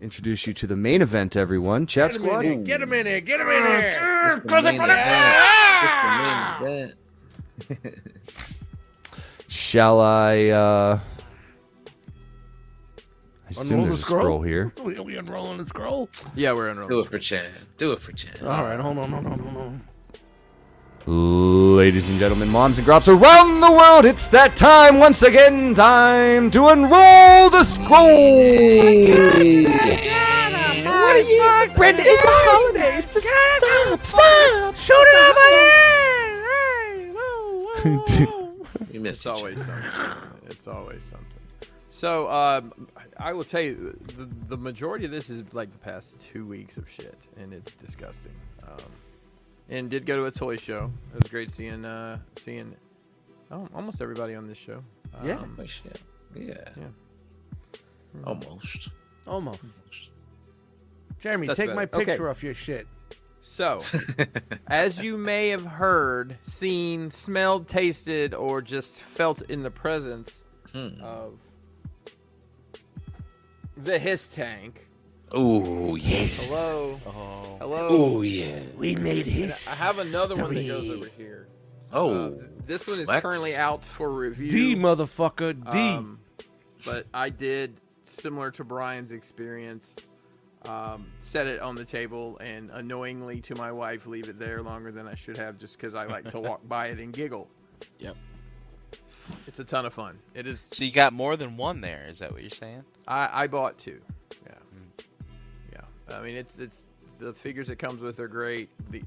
introduce you to the main event, everyone. Chat
Get him in
squad.
here. Get him in here. Get him in here.
It's the main event. It's the main event.
Shall I? Uh, I assume
Unroll
there's a
the scroll?
scroll here.
Are we, are we unrolling the scroll?
Yeah, we're
Do
enrolled.
it for Chan. Do it for Chan.
All right, hold on, hold on, hold on.
Ladies and gentlemen, moms and grops around the world, it's that time once again. Time to enroll the scroll. What are you, Brenda? It's the holidays. Just stop, stop. Shoot it out my
You missed
It's always something. isn't it? It's always something. So um, I will tell you, the, the majority of this is like the past two weeks of shit, and it's disgusting. Um, and did go to a toy show. It was great seeing uh, seeing oh, almost everybody on this show.
Yeah.
Um,
Oh, shit. Yeah. Hmm.
Yeah.
Almost.
Almost. Jeremy,
That's
take
better.
my
Okay.
picture off your shit.
So, as you may have heard, seen, smelled, tasted, or just felt in the presence of the Hiss Tank.
Oh yes.
Hello. Hello.
Oh yeah.
We made his.
I have another one that goes over here.
Oh.
Uh, this one is
Lex.
currently out for review.
D motherfucker. D.
Um, but I did similar to Brian's experience. Um, set it on the table and annoyingly to my wife, leave it there longer than I should have, just because I like to walk by it and giggle.
Yep.
It's a ton of fun. It is.
So you got more than one there. Is that what you're saying?
I, I bought two. Yeah.
Mm.
Yeah. I mean, it's it's the figures it comes with are great. The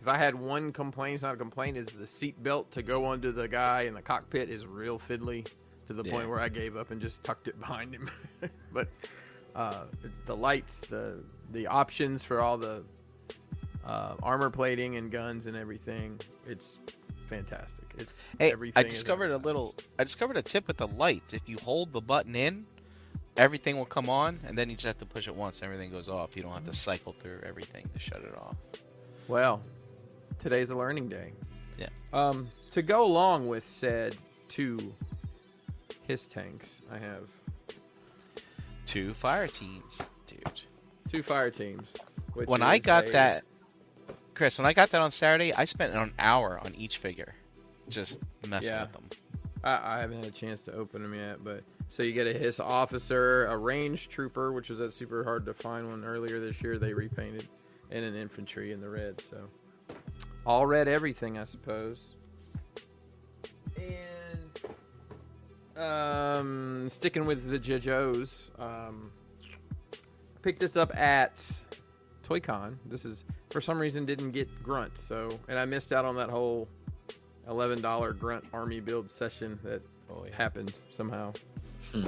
if I had one complaint, it's not a complaint. Is the seat belt to go onto the guy in the cockpit is real fiddly to the point
Yeah.
where I gave up and just tucked it behind him. but uh, it's the lights, the the options for all the uh, armor plating and guns and everything, it's fantastic. It's
Hey,
everything
I
is
discovered a
advertised.
little. I discovered a tip with the lights. If you hold the button in, everything will come on, and then you just have to push it once. Everything goes off. You don't have to cycle through everything to shut it off.
Well, today's a learning day.
Yeah.
Um, to go along with said two his tanks, I have
Two fire teams, dude.
two fire teams. Which
When I
is
got
a-
that, Chris, when I got that on Saturday, I spent an hour on each figure, just messing
Yeah.
with them.
I, I haven't had a chance to open them yet, but so you get a his officer, a range trooper, which was that super hard to find one earlier this year. They repainted, and an infantry in the red. So all red everything, I suppose. And um, sticking with the JoJo's, um, picked this up at ToyCon. This is for some reason didn't get grunt, so and I missed out on that whole eleven dollar grunt army build session that
Oh,
happened somehow.
Hmm.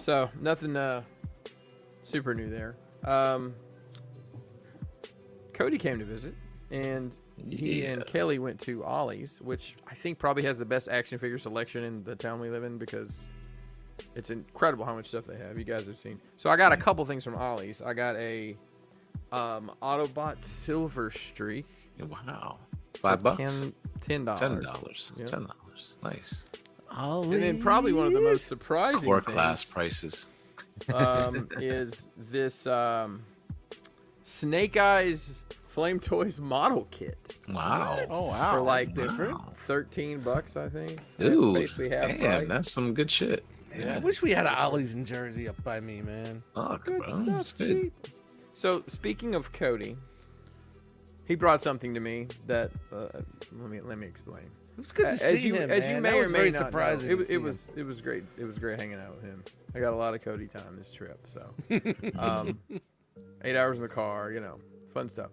So nothing uh, super new there. Um, Cody came to visit, and he
Yeah.
and Kelly went to Ollie's, which I think probably has the best action figure selection in the town we live in because it's incredible how much stuff they have. You guys have seen. So I got a
Hmm.
couple things from Ollie's. I got a um, Autobot Silver Streak.
Uh,
Wow. Five bucks.
Ten, ten dollars.
Ten dollars.
Yeah.
Ten dollars. Nice.
And then probably one of the most surprising
Core class
things,
prices.
um, is this um, Snake Eyes Flame Toys model kit
Wow.
Oh wow!
for like
that's
different
wow.
thirteen bucks, I think.
Dude.
basically half
damn,
price.
that's some good shit.
Man, I wish we had an Ollie's in Jersey up by me, man.
Fuck,
Good
bro.
stuff,
It's good.
cheap. So speaking of Cody, he brought something to me that uh, let me let me explain.
It was good to
as
see
you,
him, man.
as you
That
may or
was
may
very
not know,
surprising. to
it, was-
see
it
him.
was it was great. It was great hanging out with him. I got a lot of Cody time this trip. So, um, eight hours in the car, you know, fun stuff.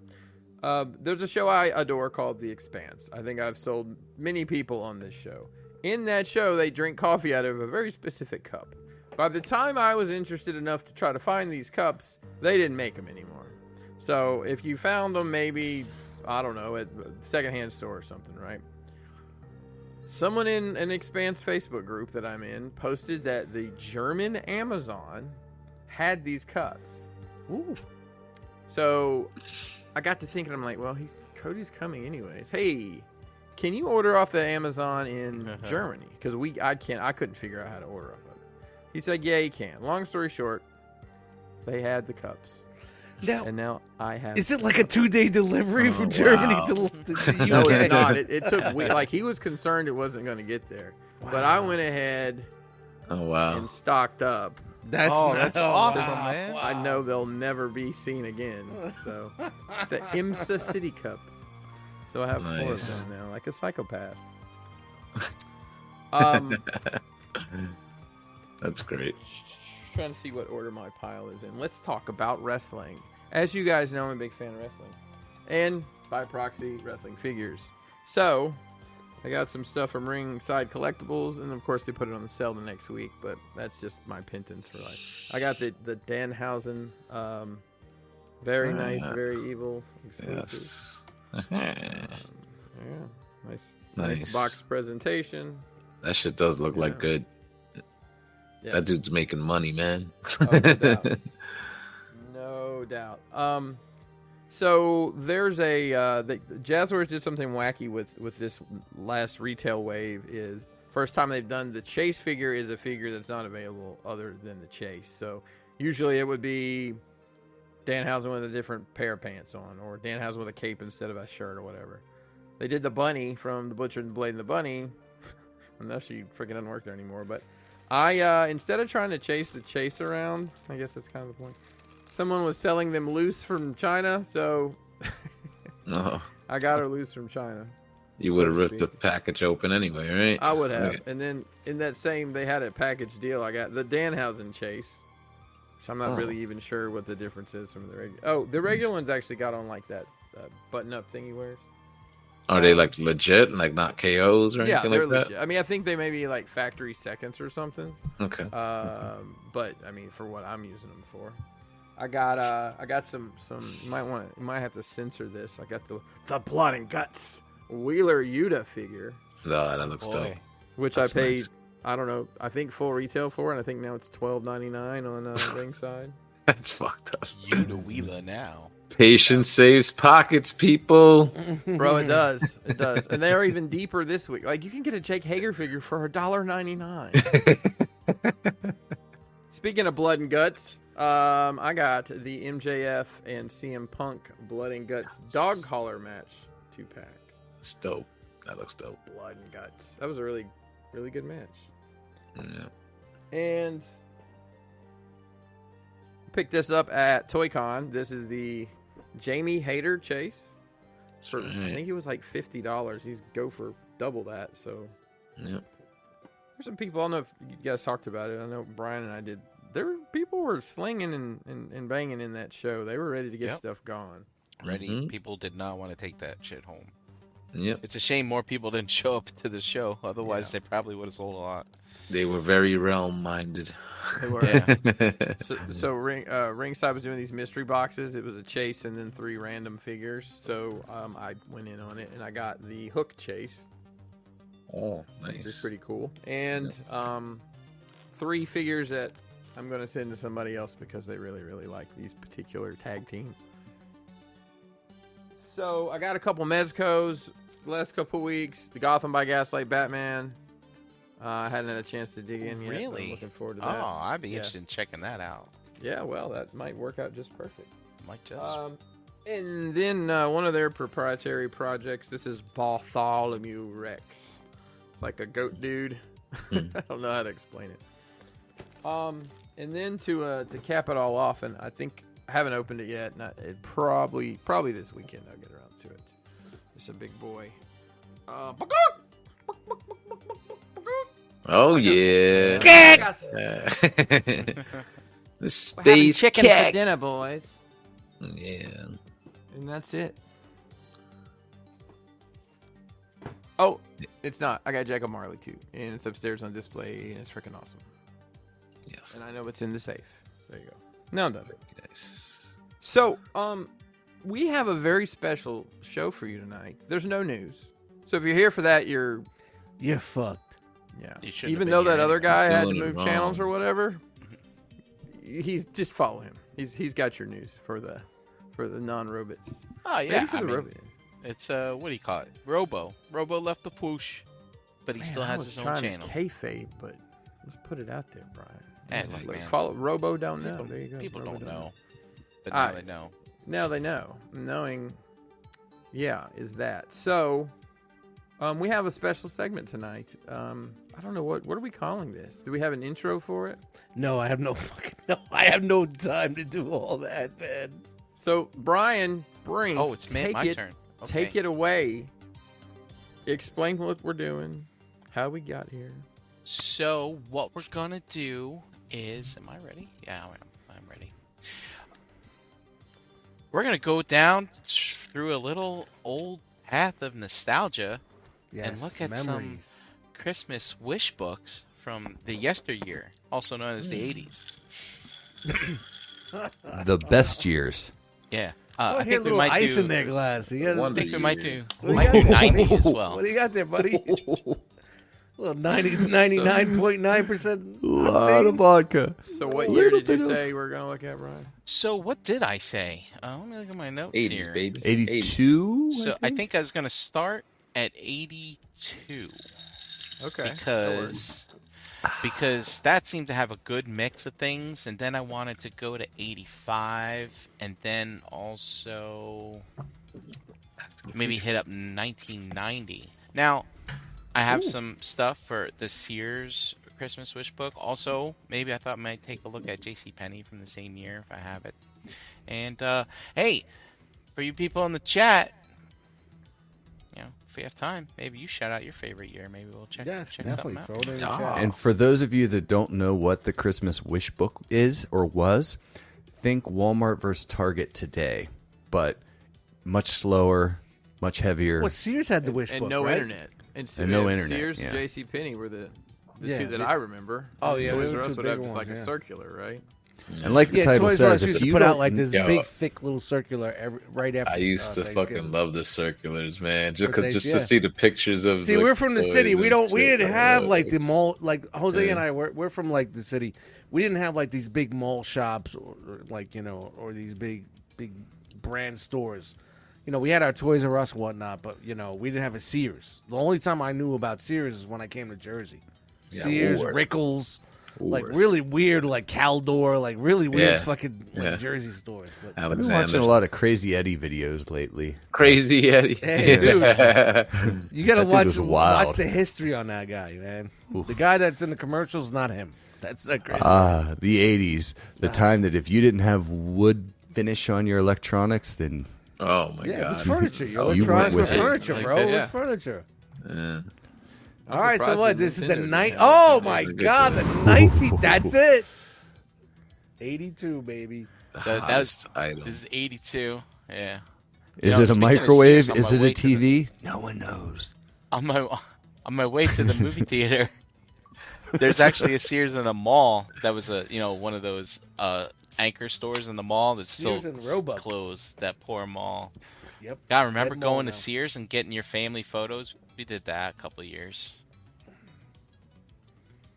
Um, there's a show I adore called The Expanse. I think I've sold many people on this show. In that show, they drink coffee out of a very specific cup. By the time I was interested enough to try to find these cups, they didn't make them anymore. So if you found them, maybe I don't know at a secondhand store or something, right? Someone in an Expanse Facebook group that I'm in posted that the German Amazon had these cups.
Ooh.
So I got to thinking, I'm like, well, he's Cody's coming anyways. Hey, can you order off the Amazon in Germany? Because we, I can't, I couldn't figure out how to order off of it. He said, yeah, you can. Long story short, they had the cups,
Now,
and now I have.
is it like a two-day delivery from
Oh,
Germany
wow.
to, to the UK?
no, it's not. It, it took we, like he was concerned it wasn't going to get there, but I went ahead
Oh wow.
and stocked up.
That's
Oh,
not,
that's
oh,
awesome,
wow.
man.
Wow.
I know they'll never be seen again. So it's the IMSA City Cup. So I have four of
Nice.
them now, like a psychopath. Um,
That's great.
trying to see what order my pile is in. Let's talk about wrestling. As you guys know, I'm a big fan of wrestling, and by proxy, wrestling figures. So I got some stuff from Ringside Collectibles, and of course they put it on the sale the next week. But that's just my pittance for life. I got the the Danhausen, um, very nice, very evil exclusive.
Yes.
Yeah, nice, nice,
nice.
box presentation.
That shit does look like
Yeah.
good.
Yeah.
That dude's making money, man.
Oh, no doubt. No doubt. Um, so there's a uh, the, Jazzwares did something wacky with with this last retail wave. Is first time they've done the chase figure is a figure that's not available other than the chase. So usually it would be Danhausen with a different pair of pants on, or Danhausen with a cape instead of a shirt or whatever. They did the bunny from the Butcher and the Blade and the Bunny. and now she freaking doesn't work there anymore, but. I uh, instead of trying to chase the chase around, I guess that's kind of the point. Someone was selling them loose from China, so
no,
I got her loose from China.
Oh, you
So
would have
to
ripped the
speak.
package open anyway, right?
I would have.
Okay.
And then in that same, they had a package deal. I got the Danhausen chase, which I'm not
Oh.
really even sure what the difference is from the regular. Oh, the regular ones actually got on like that uh, button-up thing he wears.
Are they like legit, like not KOs or
Yeah,
anything
they're
like
legit. I mean, I think they may be like factory seconds or something.
that? Okay.
Um, but I mean, for what I'm using them for, I got uh, I got some some. You might want to, you might have to censor this. I got the the blood and guts Wheeler Yuta figure,
No, that looks dope.
Boy.
which
That's
I paid.
nice.
I don't know. I think full retail for, and I think now it's twelve ninety nine on uh, ringside.
That's fucked up.
You the wheeler now.
Patience saves pockets, people.
Bro, it does, it does, and they are even deeper this week. Like you can get a Jake Hager figure for a dollar ninety nine. Speaking of blood and guts, um, I got the MJF and CM Punk blood and guts dog collar match two pack.
That's dope. That looks dope.
Blood and guts. That was a really, really good match.
Yeah.
And picked this up at Toy Con. This is the Jamie Hader chase. For, I
Right.
think it was like fifty dollars. He's go for double that. So
Yep.
There's some people. I don't know if you guys talked about it. I know Brian and I did. There, were- people were slinging and, and, and banging in that show. They were ready to get
Yep.
stuff gone.
Ready?
Mm-hmm.
Mhm.
People did not want to take that shit home.
Yep.
It's a shame more people didn't show up to the show. Otherwise, they probably would have sold a lot.
They were very realm minded.
They were.
Yeah.
So, so ring, uh, ringside was doing these mystery boxes. It was a chase and then three random figures. So um, I went in on it and I got the hook chase,
oh,
which is
nice.
pretty cool, and um, three figures that I'm going to send to somebody else because they really really like these particular tag teams. So I got a couple Mezcos the last couple weeks. The Gotham by Gaslight Batman. Uh, I hadn't had a chance to dig in yet. but I'm
Really?
looking forward to
Oh,
that.
I'd be
Yeah.
interested in checking that out.
Yeah, well, that might work out just perfect.
Might just.
Um, and then uh, one of their proprietary projects. This is Bartholomew Rex. It's like a goat dude. I don't know how to explain it. Um, and then to uh, to cap it all off, and I think I haven't opened it yet. Not it probably probably this weekend I'll get around to it. It's a big boy. Uh,
Oh, yeah.
I got some-
Uh, the
we're having
space
chicken for
cat.
dinner, boys.
Yeah.
And that's it. Oh, it's not. I got Jacob Marley too. And it's upstairs on display and it's freaking awesome.
Yes.
And I know it's in the safe. There you go. Now I'm done.
Nice.
So, um, we have a very special show for you tonight. There's no news. So if you're here for that, you're
You're fucked.
yeah.
You
Even
shouldn't have been
though
here
that other
anyway.
guy had to
Doing it
move channels or
wrong.
whatever, he's just follow him. He's he's got your news for the for the non-robots.
oh
Maybe
yeah,
for
I
the
mean,
robot.
it's uh, what do you call it? Robo. Robo left the whoosh, but he still
Man, I
has
was
his own
trying to
channel.
Kayfabe, but let's put it out there, Brian.
Hey, look,
let's
man.
follow Robo. Don't know.
people
there you go.
people
Robo Uh,
don't know, but
All
now
right.
they know.
Now they know. Knowing, yeah, is that so? Um, we have a special segment tonight. Um, I don't know what what are we calling this? Do we have an intro for it?
No, I have no fucking no. I have no time to do all that, man.
So Brian, bring.
Oh, it's ma-
take
my
it,
turn. Okay.
Take it away. Explain what we're doing, how we got here.
So what we're gonna do is, am I ready? Yeah, I am. I'm ready. We're gonna go down th- through a little old path of nostalgia
Yes,
and look at some-
memories.
Christmas wish books from the yesteryear, also known as
Hmm.
the 80s.
The best years.
Yeah. Uh,
Oh,
I
I
think we
little
might
ice
do,
in their glass. You got-
I
Wonder
think we might do,
years.
What do
might
you
do
got there?
90 as well.
What do you got there, buddy? little 99.9 percent.
A lot of vodka.
So what year
Little
did you
bit of-
say you were going to look at, Brian?
So what did I say? Uh, let me look at my notes
Eighties,
here.
baby.
82?
So I think I was gonna start at 82
Okay.
because because that seemed to have a good mix of things, and then I wanted to go to 85, and then also maybe hit up 1990. Now I have some stuff for the Sears Christmas wish book. Also, maybe I thought I might take a look at J.C. Penney from the same year if I have it. And uh, hey, for you people in the chat, you know, if we have time, maybe you shout out your favorite year. Maybe we'll check,
Yes,
check
definitely.
something out.
Throw it in the
Ah.
chat.
And for those of you that don't know what the Christmas wish book is or was, think Walmart versus Target today, but much slower, much heavier.
What Sears had the wish
and
book,
no
right?
internet. And, Se-
And no
uh,
internet,
Sears,
yeah.
J.C. Penney were the the
Yeah,
two that
they-
I remember.
Oh, yeah,
Toys
those
R
were
Us
the
would have
big
just like
ones,
a
yeah.
circular, right?
and like the
Yeah,
title
Toys R Us
says,
used
if
to
you
put out
don't-
like this
Yeah.
big, thick little circular every, right after.
I used
uh,
to
Thanksgiving.
fucking love the circulars, man. Just,
Thanks,
cause, just
yeah.
to see the pictures of.
See,
the
we're from the
toys
city. We
and
don't. We
shit.
didn't
I
have
love
like
it.
the mall. Like Jose
Yeah.
and I, we're, we're from like the city. We didn't have like these big mall shops or, or like you know or these big big brand stores. You know, we had our Toys R Us and whatnot, but you know we didn't have a Sears. The only time I knew about Sears is when I came to Jersey.
Yeah,
Sears,
Woolworth.
Rickles, like
Woolworth.
really weird, like Caldor, like really weird
Yeah.
fucking like,
Yeah.
Jersey stores. But
I've been watching a
Alexander,
lot of Crazy Eddie videos lately.
crazy Eddie.
Hey, dude. You gotta
That dude
watch
was wild.
watch the history on that guy, man. The guy that's in the commercials, not him. That's not great.
Ah, the 80s.
Ah.
The time that if you didn't have wood finish on your electronics, then
oh my
yeah, it was
god.
furniture. Yo,
You
you
went
were
with it.
furniture, bro. It
Yeah.
was furniture.
Yeah.
I'm
All right, so
surprised
what?
they
This is the
didn't do
night.
that.
Oh my
Good
god, the nineteen. That's it. Eighty-two, baby.
That, that was
item.
this is 82. Yeah.
is
Yeah,
it a
speaking of
microwave?
Sears, on
Is
my
it
way
a
to the-
TV? No one knows.
On my on my way to the movie theater, there's actually a Sears in a mall that was a you know one of those uh, anchor stores in the mall that's still
Sears and Roebuck.
closed. That poor mall.
Yep.
God, I remember
Dead mall
going
now.
to Sears and getting your family photos? We did that a couple of years.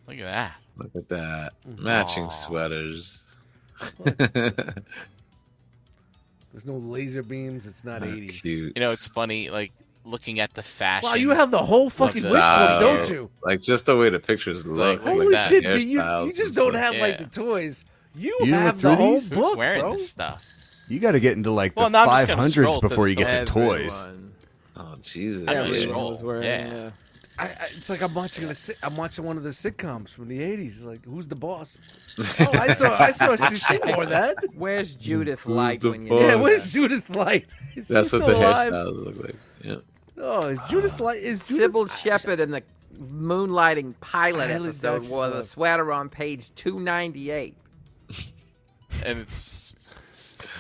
Look at that.
Look at that. Matching
Aw.
sweaters.
There's no laser beams. It's not
How
eighties.
cute.
You know, it's funny, like looking at the fashion.
Wow, you have the whole fucking
Looks
wish book,
like-
don't you?
like just the way the pictures look.
like-
like
Holy
the
shit, dude, you
hairstyles
you just
and
don't
stuff.
have like the
Yeah.
toys. You,
You went
have
through
the whole
these?
Who's
book,
wearing
bro.
this stuff?
You got to get into like the
Well, no, I'm just gonna
500s
scroll to
before you
the-
get to toys.
Everyone.
Oh Jesus!
That's
yeah.
what
Everyone
roll.
was wearing,
Yeah.
uh,
I, I, it's like I'm watching a si- I'm watching one of the sitcoms from the '80s. Like, who's the boss? oh, I saw I saw she, she wore that.
Where's Judith like
the
when you?
boss?
did
Yeah,
Oh,
where's Judith Light? Is she
That's what uh,
still
the
alive?
hairstyles look like. Yeah.
Oh, is Judith Light? Is Judith
Sybil Shepherd in the moonlighting pilot
Pilot
episode
Duchess
wore the
Love.
sweater on page 298.
And it's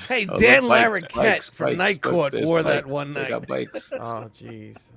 Hey,
Oh,
Dan
look, bikes,
Larroquette
bikes,
from
bikes,
Night
look,
Court
there's
wore that
bikes.
one
They
night.
got bikes.
Oh, jeez.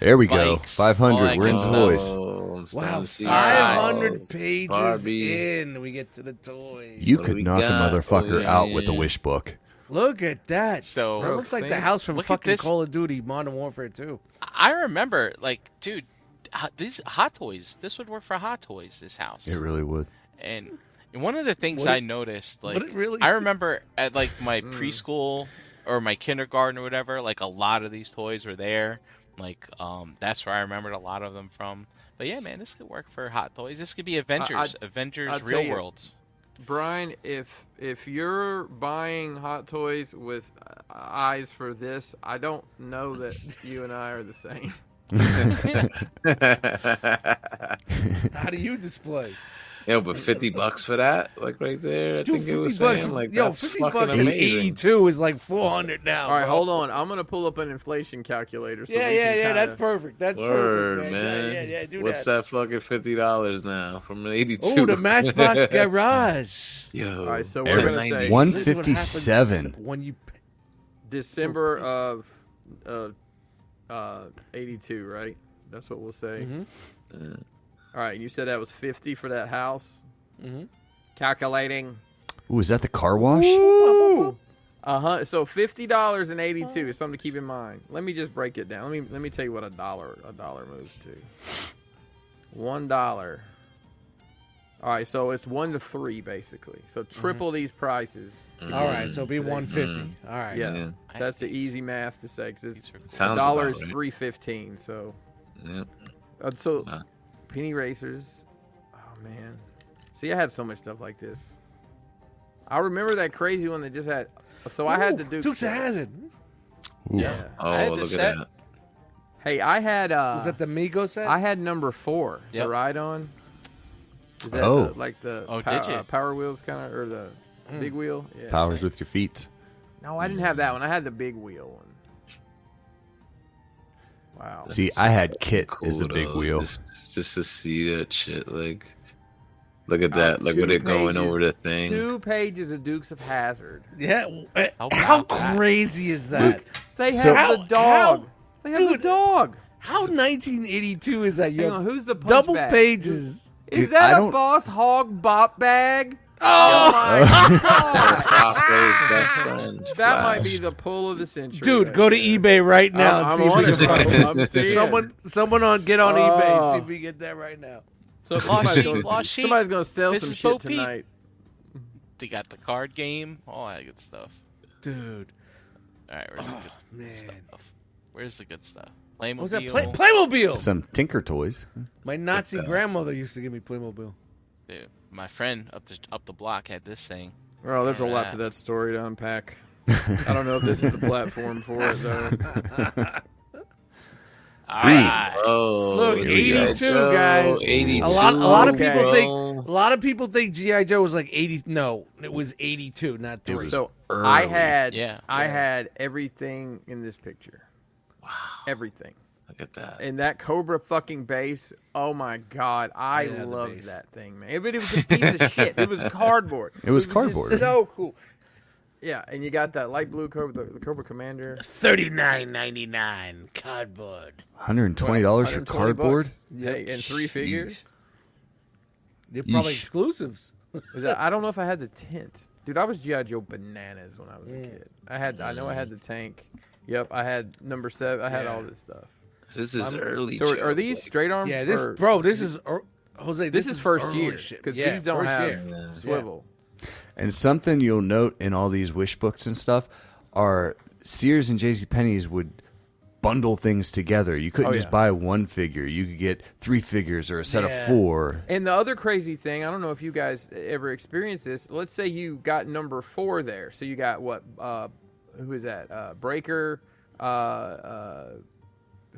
There we go.
Bikes, all
500.
that
We're in
good stuff.
toys.
Oh, I'm starting
Wow,
to see
500
dolls,
pages
Barbie.
in, we get to the toys.
You
What do
could
we
knock
got?
a motherfucker
Oh, yeah,
out
yeah,
with a
yeah.
wish book.
Look at that.
So-
that looks like the
Thing.
house from
Look at
fucking
this.
Call of Duty Modern Warfare 2.
I remember, like, dude, hot- these Hot Toys. This would work for Hot Toys. This house.
It really would.
and and one of the things
Would it-
I noticed, like,
would it really? Mm.
I remember at like my preschool or my kindergarten or whatever, like a lot of these toys were there. Like, um, that's where I remembered a lot of them from. But yeah, man, this could work for Hot Toys. This could be Avengers, Avengers,
I'll tell
Real
you-
World.
Brian, if if you're buying hot toys with uh, eyes for this, I don't know that you and I are the same.
eh? How do you display?
Yo, but fifty bucks for that, like right there. I
Dude,
think it was
50
saying,
bucks.
like
yo,
that's
50
fucking
bucks in
amazing.
82 is like 400 now.
All right,
bro.
hold on. I'm gonna pull up an inflation calculator. So
Oh, yeah,
we
yeah,
can
yeah.
kinda-
That's perfect. That's
Word,
perfect,
man.
Yeah, yeah, yeah. Do
What's
that?
that fucking fifty dollars now from an eighty-two?
Oh, the Matchbox Garage.
Yo,
All right, so
Air
we're gonna
90.
say
One-
This is what happens
57.
When you
December of uh, uh, 82, right? That's what we'll say.
Mm-hmm.
Mm,
All right, you said that was 50 for that house.
Mhm.
Calculating.
Ooh, is that the car wash?
Uh huh. So fifty dollars and
Uh.
eighty-two is something to keep in mind. Let me just break it down. Let me let me tell you what a dollar a dollar moves to. One dollar. All right, so it's one to three basically. So
Mm-hmm.
triple these prices.
mm,
All right, so it'll be 150. All right.
Mm-hmm. Yeah,
Yeah.
that's the
These-
easy math to say because
these are-
a
mm. Sounds
dollar
about
is
right.
three fifteen. So
Yeah.
uh, so
Wow.
penny racers. Oh man, see, I had so much stuff like this. I remember that crazy one that just had. So I had
Ooh,
to do.
Dukes of Hazard.
Yeah.
Oh,
had
look
this
at
set.
that.
Hey, I had uh,
Was that the Migo set?
I had number four
Yep.
the ride on. Is that
Oh.
the, like the
Oh,
pow-
did Hmm. you?
uh, power wheels kind of or the big wheel? Yeah.
Powers with your feet.
No, I didn't have that one. I had the big wheel one. Wow.
See, I had Kit as the
Cool,
big
though,
wheel.
Just, just to see that shit, like, look at
Uh,
that, like,
two
where they're going
pages-
over the thing.
Two pages of Dukes of Hazard.
yeah. w- uh,
How about
How
that?
crazy is that?
They
So-
have the
How-
dog.
how-
they have
dude.
the dog.
How 1982 is that? You
Hang
have
on, who's the punch
double
bag?
pages.
Is
Dude, I
that a
don't-
boss hog bop bag? Oh, my god!
Roscoe's best friend.
That
Flash.
might be the pull of the century.
Dude,
right
go to
there.
eBay right now
I'm,
and see
I'm on
if you
it,
can find it.
bro. I'm seeing.
Someone, someone on get on eBay.
Oh.
See if we get that right now.
so
Law
somebody's,
sheet,
gonna,
law sheet.
somebody's gonna sell
This
some
is
shit
Bo Peep.
tonight.
They got the card game, all that good stuff.
Dude,
All right, where's the
Oh, man,
good stuff? Where's the good stuff? Playmobil.
what was that Play- Playmobil?
Some Tinker Toys.
My Nazi grandmother used to give me Playmobil.
Dude, my friend up the up the block had this thing.
Well, there's a lot to that story to unpack. I don't know if this is the platform for it though.
All
Green.
right.
Oh,
Look,
here we go.
82,
Joe,
guys.
82.
A lot, a lot of people
Okay.
think, a lot of people think GI Joe was like 80. No, it was 82, not three.
So I had,
Yeah.
I had everything in this picture. Wow, everything.
Look at that.
And that Cobra fucking base, oh my god, I
Yeah, the
loved
base.
that thing, man. But it was a piece of shit. It was cardboard.
It was
just
cardboard.
so cool. Yeah, and you got that light blue Cobra, the, the Cobra Commander.
39.99 cardboard.
$120 for
120
cardboard?
bucks. Hey, and three
Jeez.
figures.
They're probably
Yeesh.
exclusives.
Was that- I don't know if I had the tent, dude. I was GI Joe bananas when I was a kid. I had, I know I had the tank. Yep, I had number seven. I had all this stuff.
This is early.
So are,
Joe.
are these straight arm?
Yeah, this
or-
bro, this is er, Jose.
This,
This,
is first
early
year
shit.
because
yeah,
these don't
first
have
year.
swivel.
And something you'll note in all these wish books and stuff are Sears and J.C. Penney's would bundle things together. You couldn't
Oh,
just
yeah.
buy one figure. You could get three figures or a set
Yeah.
of four.
And the other crazy thing, I don't know if you guys ever experienced this. Let's say you got number four there. So you got what? Uh, who is that? Uh, Breaker. Uh, uh,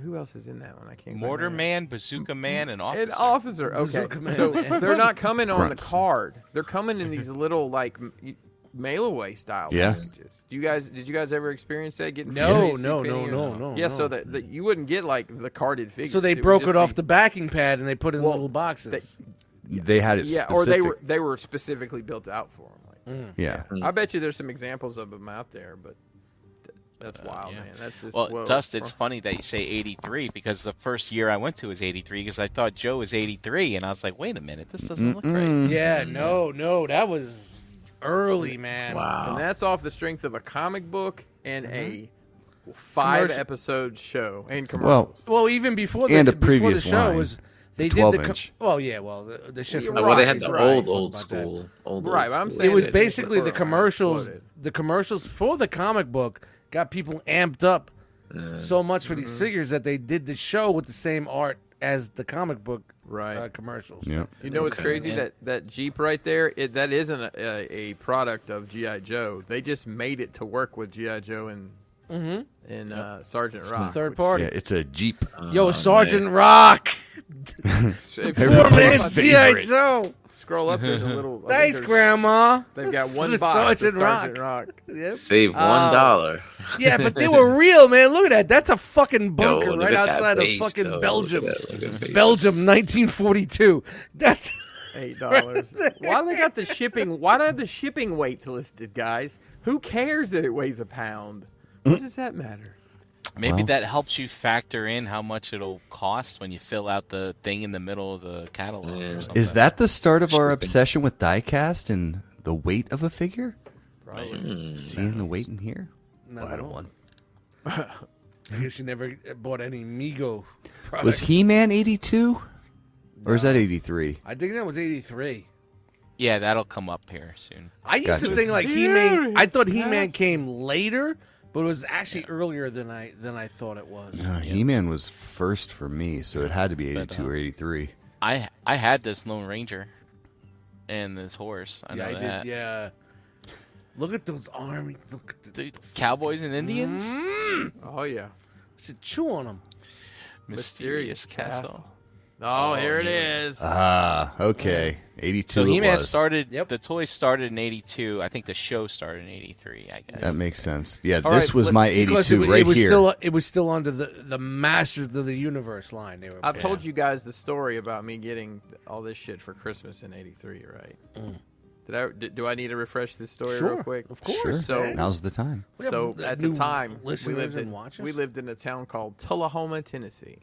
who else is in that one? I can't. remember.
Mortar Man, Bazooka Man, and Officer.
An officer. Okay.
Bazooka man.
So they're not coming on the
Grunts.
card. They're coming in these little like m- y- mail away style
Yeah.
packages. Do you guys did you guys ever experience that getting
No,
from
no,
JCPenney
no,
or-
no, no,
Yeah, so
no.
that, that you wouldn't get like the carded figure.
So they broke it off
the.
the backing pad and they put it in
Well,
little boxes.
They had it
Yeah,
specific.
or they were they were specifically built out for them. Like,
Yeah.
I bet you there's some examples of them out there, but th- that's wild,
Uh, yeah.
man. That's just
Well,
whoa.
Dust, it's funny that you say 83 because the first year I went to was 83 because I thought Joe was 83 and I was like, wait a minute, this doesn't look
Mm.
right.
yeah, no, no, that was early, man.
and
Wow.
that's off the strength of a comic book and
Mm-hmm.
a five episode show and
Well,
commercials.
Well, even before the
And a
before the
previous
show
line,
was
the
they did
12
the
inch.
well, yeah, well, the, the shit from
Well,
Oh, well, they
right,
had the
right.
old,
Fuck
old
about
school. Old,
Right,
old
but
school.
that.
I'm
It
saying
was
Disney
basically the
Photoline
commercials.
exploded.
The commercials for the comic book got people amped up so much for
Mm-hmm.
these figures that they did the show with the same art as the comic book
Right.
uh, commercials.
yeah.
You know what's crazy
Yeah.
that that Jeep right there it, that isn't a, a, a product of GI Joe. They just made it to work with GI Joe and
Mm-hmm.
and uh, Sergeant Rock.
Third
which-
party.
Yeah, it's a Jeep.
Oh,
Yo, Sergeant Rock.
if
Poor
you
Everybody's
man, G.I.
favorite.
Joe.
Scroll up. There's a little. I think
Thanks,
there's-
Grandma.
They've got one
The
box of
Sergeant Rock.
Sergeant Rock.
Yep.
Save one dollar.
Yeah, but they were real, man. Look at that. That's a fucking
Yo,
bunker
look
right
at that
outside
face,
of fucking
though. Look at
Belgium.
that, look at that face.
Belgium, 1942. That's
Eight dollars. why they got the shipping? Why do they have the shipping weights listed, guys? Who cares that it weighs a pound? What does that matter?
Maybe
Well.
that helps you factor in how much it'll cost when you fill out the thing in the middle of the catalog.
Yeah.
Or something.
Is that the start of our
Sure.
obsession with diecast and the weight of a figure?
Probably.
Hmm.
Seeing the weight in here?
No,
I don't want.
I guess you never eh, bought any Migo. Products.
Was He Man 82? Or is that 83?
I think that was '83.
Yeah, that'll come up here soon.
I used
Gotcha.
to think like He Man. I thought He Man came later, but it was actually earlier than I than I thought it was.
No, He Man Uh, was first for me, so it had to be 82 or 83.
I I had this Lone Ranger and this horse. I
yeah,
know
I
that.
did. Yeah. Look at those army. Look at the.
Dude, cowboys and Indians?
Oh yeah.
Should chew on them.
Mysterious Castle.
Oh, here it is.
Ah, okay. 82
So
it
He-Man
was.
started,
Yep.
the toy started in 82. I think the show started in 83, I guess.
That makes sense. Yeah,
All
this
right,
was
let-
my
Because
82
it,
right
it was
here.
still it was still under the the Masters of the Universe line. They were.
I've told you guys the story about me getting all this shit for Christmas in '83, right? Did I? Did, do I need to refresh this story real
Mm. Sure,
quick?
of course.
sure.
So-
Now's the time.
We have
so
the
at the
new
time, we
listeners
lived
and
in
watchers.
we lived in a town called Tullahoma, Tennessee.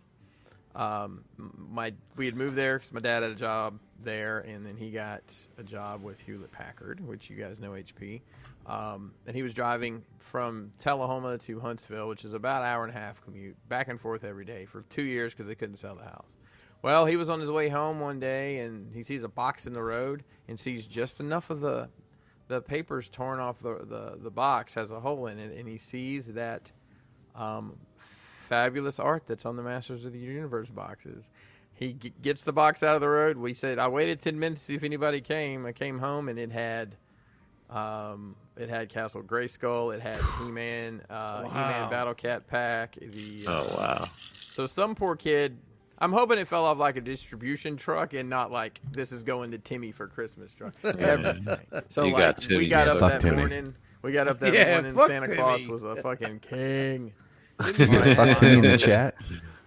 Um, m- my we had moved there 'cause my dad had a job there, and then he got a job with Hewlett Packard, which you guys know HP. Um, and he was driving from Tullahoma to Huntsville, which is about an hour and a half commute, back and forth every day for two years because they couldn't sell the house. Well, he was on his way home one day, and he sees a box in the road, and sees just enough of the the paper's torn off the, the, the box has a hole in it and he sees that um, fabulous art that's on the masters of the universe boxes he g- gets the box out of the road we said i waited 10 minutes to see if anybody came i came home and it had um, it had castle grayskull it had he-man uh, he-man battle cat pack the uh,
Oh wow.
so some poor kid. I'm hoping it fell off like a distribution truck and not like this is going to Timmy for Christmas truck. Everything. So
You
like,
got Timmy,
we got
yeah.
up
Fuck
that
Timmy.
morning. We got up that
Yeah,
morning.
fuck
Santa Claus
Timmy.
was a fucking king.
Fuck Timmy in the chat.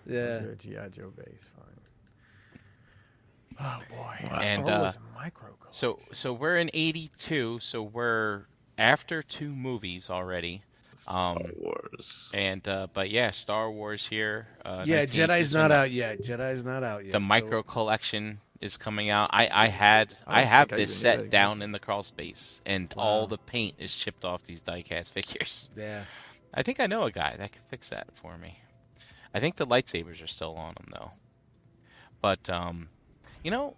Yeah.
Good GI Joe base, fine. Oh boy.
And,
Star
uh,
Wars micro.
So so we're in 82, so we're after two movies already. Um
Wars.
and uh but yeah, Star Wars here. Uh
Yeah,
19th
Jedi's
is
not
when
out yet. Jedi's not out yet.
The
so-
micro collection is coming out. I I had
I
I,
don't
have
think I
this
even knew that
set down in the crawl space and all the paint is chipped off these diecast figures.
Yeah.
I think I know a guy that can fix that for me. I think the lightsabers are still on them though. But um, you know,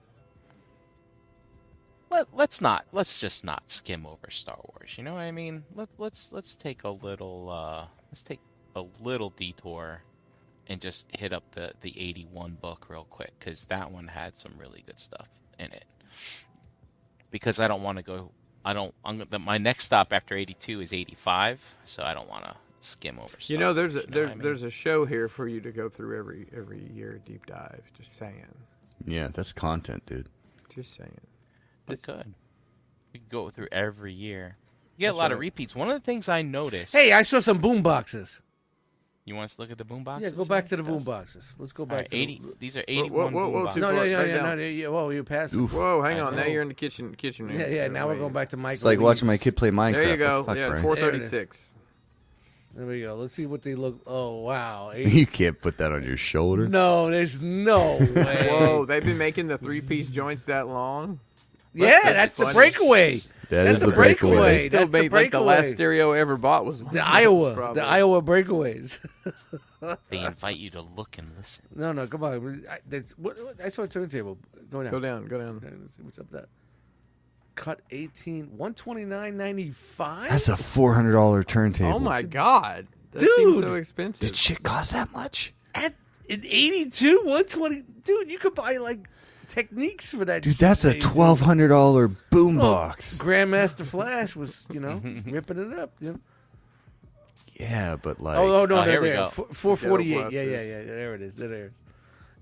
let let's not let's just not skim over Star Wars. You know what I mean? Let let's let's take a little uh, let's take a little detour and just hit up the the 81 book real quick cuz that one had some really good stuff in it. Because I don't want to go I don't I'm, gonna- my next stop after 82 is 85, so I don't want to skim over stuff.
You know, there's a there,
what I mean?
there's a show here for you to go through every every year deep dive. Just saying.
Yeah, that's content, dude.
Just saying.
But
This-
good. We can go through every year. You get a lot of repeats. One of the things I noticed.
Hey, I saw some boom boxes.
you want us to look at the boom boxes?
Yeah, go back to the
Yes.
boom boxes. Let's go
All
back
right,
to
eighty. These are
whoa,
eighty-one boom
whoa,
boxes.
two
The... No,
Right
no, yeah,
down.
yeah, no, yeah, yeah. Whoa, you passed. it.
Whoa, hang on. Now
know.
you're in the kitchen kitchen.
Yeah, yeah. Now we're going back to micro.
It's like watching my kid play Minecraft.
There you go.
What the fuck,
yeah,
Brian?
four thirty six.
There we go. Let's see what they look. Oh wow.
You can't put that on your shoulder.
no, there's no way.
Whoa, they've been making the three piece joints that long.
Yeah, that's the
funny.
breakaway.
That
That's
is
the
the breakaway.
breakaway.
They still
that's the
made like the last
breakaway.
stereo I ever bought was one
The
of those,
Iowa,
probably.
the Iowa breakaways.
They invite you to look and listen.
no, no, come on. I, that's, what, what- I saw a turntable. Go down.
Go down, go down.
Okay, Let's see what's up with that. Cut 18, 129.95.
That's a four hundred dollar turntable.
Oh my god, that seems
Dude.
so
Did
expensive.
shit cost that much?
At, in 82, 120. Dude, you could buy like techniques for that.
Dude,
shit Oh,
that's a
in 82.
twelve hundred dollar boom box.
Grandmaster Flash was, you know, ripping it up. You know?
Yeah, but like
Oh, oh no,
Oh,
no,
here we
there,
go.
Four- 448.
Yeah,
Yeah,
watch
yeah,
this.
yeah. There it is. There it is.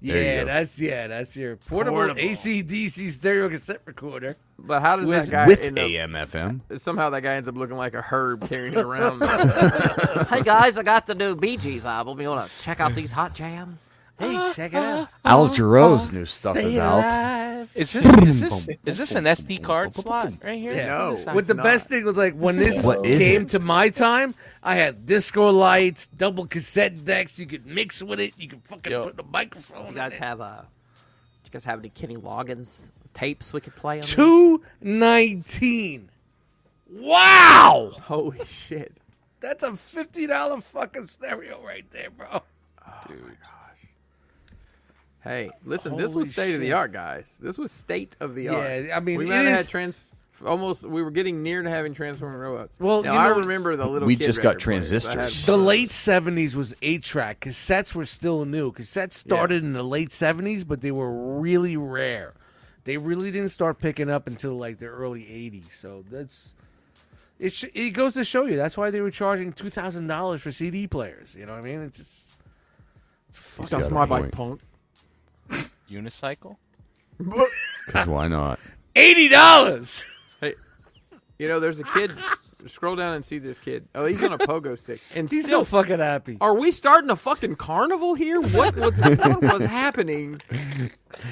There you
Yeah,
go.
that's yeah, that's your portable,
Portable.
AC/DC stereo cassette recorder.
But how does that
With-
guy
with
end up?
AM/FM.
Somehow that guy ends up looking like a herb carrying it around.
Hey guys, I got the new Bee Gees album. You wanna check out these hot jams?
Hey, check it out.
Al Jarreau's new stuff
Stay
is out.
alive.
Is this is this, is this an SD card slot right here?
Yeah.
No.
This sounds-
What the
not.
best thing was like when this
What is
came
it?
to my time, I had disco lights, double cassette decks. You could mix with it. You could fucking
Yo.
put the microphone.
You
in
guys
it.
have uh, you guys have any Kenny Loggins tapes we could play on? this?
two nineteen. Wow,
Holy shit.
that's a fifty dollar fucking stereo right there, bro.
Dude.
Hey, listen, this
Holy
was state of the
shit.
art, guys. This was state of the art.
Yeah, I mean,
we
it
might have
is-
had trans almost we were getting near to having transforming robots.
Well,
now,
you
I
know-
remember the little
We
kid
just got
record players. I
transistors.
had
The
one of
late
those.
seventies was eight track. Cassettes were still new. Cassettes started in the late seventies, but they were really rare. They really didn't start picking up until like the early eighties. So that's it. Sh- it goes to show you that's why they were charging two thousand dollars for CD players. You know what I mean? It's just it's a fucking
got
That's
a
my
point.
bike punk.
Unicycle?
Because why not?
eighty dollars.
You know, there's a kid scroll down and see this kid. Oh, he's on a pogo stick. And
He's
still
so fucking happy.
Are we starting a fucking carnival here? What was what was happening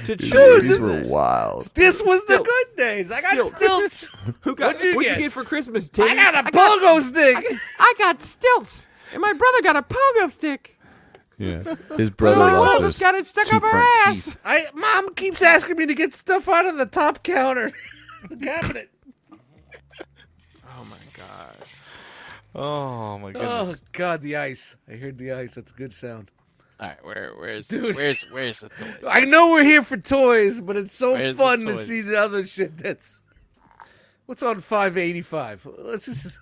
to children?
These were wild.
This was the
Stilts.
good days. I got
Stilts.
stilts.
Who got
What'd you
what'd
get?
you get for Christmas, Timmy?
I got a pogo stick.
I got stilts, and my brother got a pogo stick.
Yeah, his brother
my
lost
mom
his
got it stuck
two
up her
front
ass.
teeth.
I mom keeps asking me to get stuff out of the top counter, the cabinet.
Oh my god!
Oh my
Oh
goodness.
God, the ice! I heard the ice. That's a good sound.
All right, where where's
Dude.
where's where's the toy?
I know we're here for toys, but it's so
Where's the
fun to
toys?
see the other shit. That's what's on five eighty five. Let's just.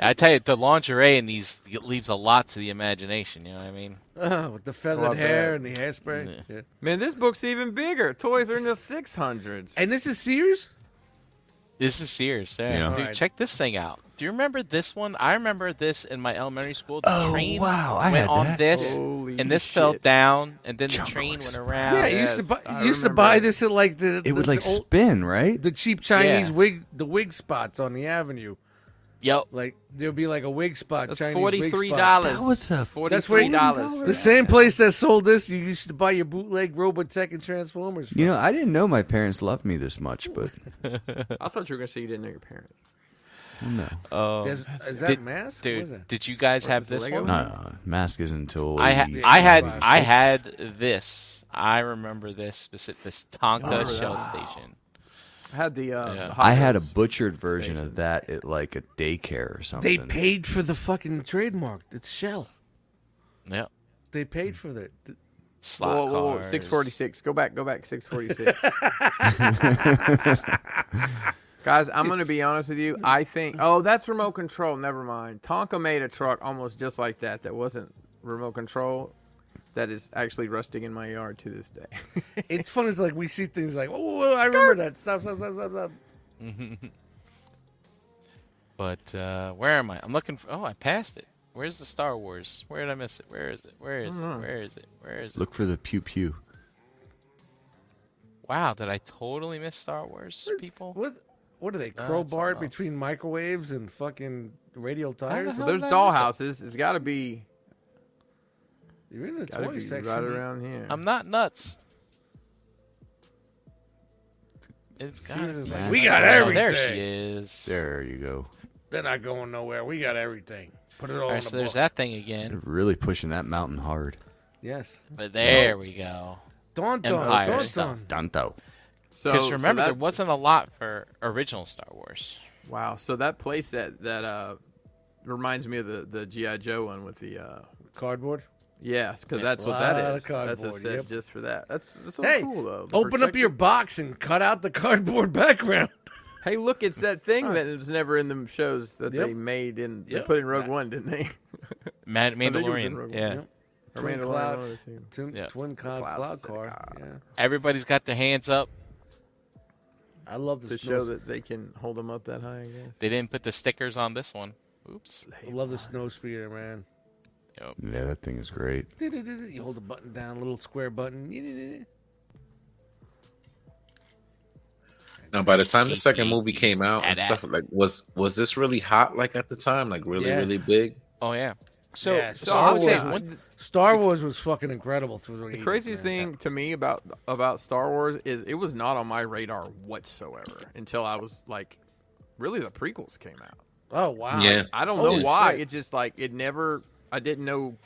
I tell you, the lingerie in these leaves a lot to the imagination. You know what I mean?
Oh, with the
Oh,
feathered
I
hair
bet.
and the hairspray. Yeah.
Man, this book's even bigger. Toys are in the six hundreds.
And this is Sears.
This is Sears. Yeah.
Yeah.
Dude,
Alright.
check this thing out. Do you remember this one? I remember this in my elementary school. The
Oh,
train
wow, I
went
had
on
that.
this,
Holy
and this fell
shit.
down, and then
Jungle
the train went
Express.
around.
Yeah, you used to buy.
yes, I
You used to
remember
buy
that.
this at like the.
It
the-
would
the
like
old-
spin, right?
the cheap Chinese
Yeah.
wig, the wig spots on the avenue.
Yo,
Like there'll be like a wig spot.
That's
Chinese
forty
wig
three
spot.
dollars.
That was a
That's where
forty-three
you-
dollars.
The same place that sold this, you used to buy your bootleg Robotech and Transformers. From.
You know, I didn't know my parents loved me this much, but
I thought you were gonna say you didn't know your parents.
no, Oh,
um,
There's- is that
did-
mask? What is
dude,
that?
did you guys have
is it
this
Lego?
one?
no, no, mask is until
I had,
we-
I had,
five,
I
six.
had this. I remember this specific this Tonka
Oh,
Remember
shell
that.
station.
I had the. Uh,
Yeah.
the hot
I had a
dogs.
butchered version of that at like a daycare or
They
something.
paid for the fucking trademark. It's Shell.
Yep.
They paid for that.
Slot
Whoa, whoa, whoa.
cars.
Six forty six. Go back. Go back. Six forty six. Guys, I'm gonna be honest with you. I think. Oh, that's remote control. Never mind. Tonka made a truck almost just like that. That wasn't remote control. That is actually rusting in my yard to this day.
It's funny. It's like we see things like, oh, I remember that. Stop, stop, stop, stop, stop.
But uh, where am I? I'm looking for. Oh, I passed it. Where's the Star Wars? Where did I miss it? Where is it? Where is it?
Hmm.
Where is it? Where is it?
Look for the pew pew.
Wow, did I totally miss Star Wars, people?
What? What are they
it's
crowbarred
something else.
between microwaves and fucking radial tires?
hell-
Well, there's
did I
dollhouses. It's got to be.
You're in the
Got to
toy
be
section.
right around here.
I'm not nuts. It's gotta
Sears is
be-
like,
Mask
we got
is
Oh,
everything.
there she is.
There you go.
They're not going nowhere. We got everything. Put it all
All
in
right,
the
so there's
book.
that thing again.
They're really pushing that mountain hard.
Yes.
But there we go.
Dawn, dawn,
Empire
dawn,
stuff.
dawn.
Danto.
So
Because
so
remember,
that-
there wasn't a lot for original Star Wars.
Wow. So that place that that uh reminds me of the the GI Joe one with the uh
Cardboard.
yes, because that's
Lot
what that
of
is. That's a
cardboard,
set
yep.
just for that. That's that's so
Hey,
cool though. The
open up your
perspective-
box and cut out the cardboard background.
Hey, look, it's that thing that was never in the shows that
Yep.
they made in they
Yep.
put in Rogue One, didn't they?
Mad-
think it was in
Mandalorian.
Rogue
Yeah.
One, Or
Twin
Mandalorian,
cloud.
one of the two.
Tim,
Yeah.
Twin cloud,
Clouds
cloud
to the
car. Yeah.
Everybody's got their hands up.
I love the
To
snow.
show that they can hold them up that high, I guess.
They didn't put the stickers on this one. Oops.
I love the snow speeder, man.
Yeah, that thing is great.
You hold the button down, little square button.
Now, by the time the second movie came out and
Badass.
stuff, like was was this really hot? Like at the time, like really,
Yeah.
really big.
Oh yeah. So,
Yeah,
so I
Star,
would
Wars
say
was,
one-
Star Wars was fucking incredible.
The craziest thing to me about about Star Wars is it was not on my radar whatsoever until I was like, really the prequels came out.
Oh wow.
Yeah.
I don't
Holy
know why.
shit.
It just like it never. I didn't know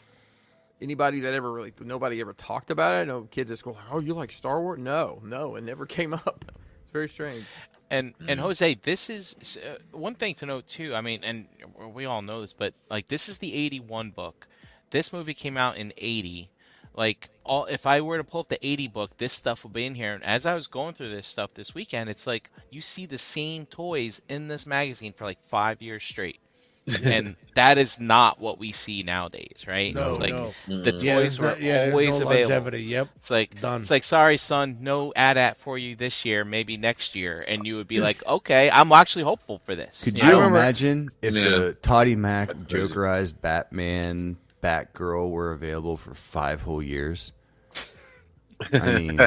anybody that ever really. Nobody ever talked about it. I know kids at school like, "Oh, you like Star Wars?" No, no, it never came up. It's very strange.
and and Jose, this is s- uh, one thing to note too. I mean, and we all know this, but like this is the '81 book. This movie came out in '80. Like all, if I were to pull up the '80 book, this stuff would be in here. And as I was going through this stuff this weekend, it's like you see the same toys in this magazine for like five years straight. and that is not what we see nowadays, right?
No,
It's like
no.
the toys
Yeah, there's
were
no- yeah, there's
always
no
available.
longevity. Yep.
It's like
Done.
it's like sorry son, no ad at for you this year, maybe next year, and you would be like, okay, I'm actually hopeful for this.
Could
Yeah.
you
I remember-
imagine if
Yeah.
the Toddy Mac
crazy.
Jokerized Batman Batgirl were available for five whole years? I mean,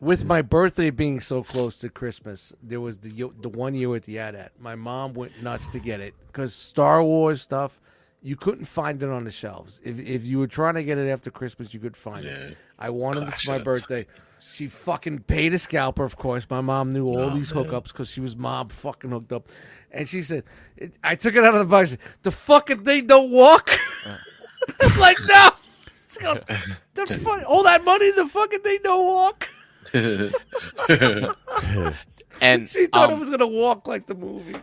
With my birthday being so close to Christmas, there was the yo- the one year at the ad at. My mom went nuts to get it because Star Wars stuff. You couldn't find it on the shelves. If if you were trying to get it after Christmas, you could find it. I wanted it for my birthday. She fucking paid a scalper, of course. My mom knew all these hookups because she was mob fucking hooked up. And she said, it, I took it out of the box. The fucking thing don't walk. I'm like, no. She goes, that's funny. All that money, the fucking thing don't walk.
And
She thought
um,
it was gonna walk like the movie.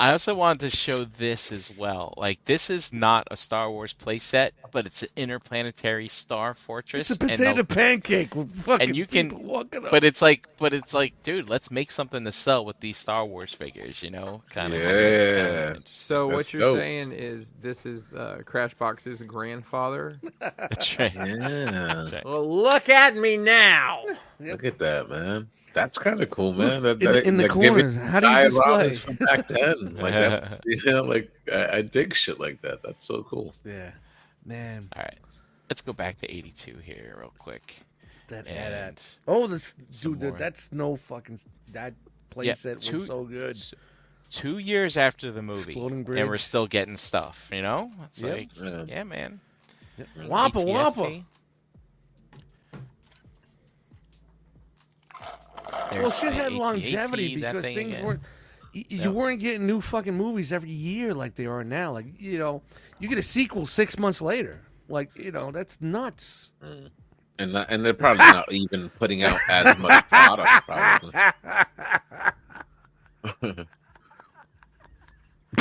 I also wanted to show this as well. Like this is not a Star Wars playset, but it's an interplanetary star fortress.
It's a
and the-
potato pancake with fucking
and you can-
people walking up.
but it's like, but it's like, dude, let's make something to sell with these Star Wars figures, you know? Kind of.
Yeah.
So
That's
what you're
dope.
saying is this is uh, Crashbox's grandfather.
That's right.
Yeah.
well, look at me now.
Look at that, man. That's kind of cool, man. That,
in-
that-
in the
that giving
corners. How do you
Guy
display?
Robbins from back then? Like that, you know, like I, I dig shit like that. That's so cool.
yeah, man,
All right, let's go back to '82 here real quick.
that ad
And
ad. Oh, this
Some
dude, that,
more.
that snow fucking that playset
Yeah, two-
was so good.
s- two years after the movie,
Exploding
and we're
bridge.
still getting stuff. You know, it's
Yep.
like,
Yeah.
yeah, man. E
Wampa wampa.
ATST.
Well,
There's
shit
the
had
AT-AT,
longevity
that
because
thing
things
again.
weren't. y- You
Yeah.
weren't getting new fucking movies every year like they are now. Like you know, you get a sequel six months later. Like you know, that's nuts.
And not, and they're probably not even putting out as much product. Probably.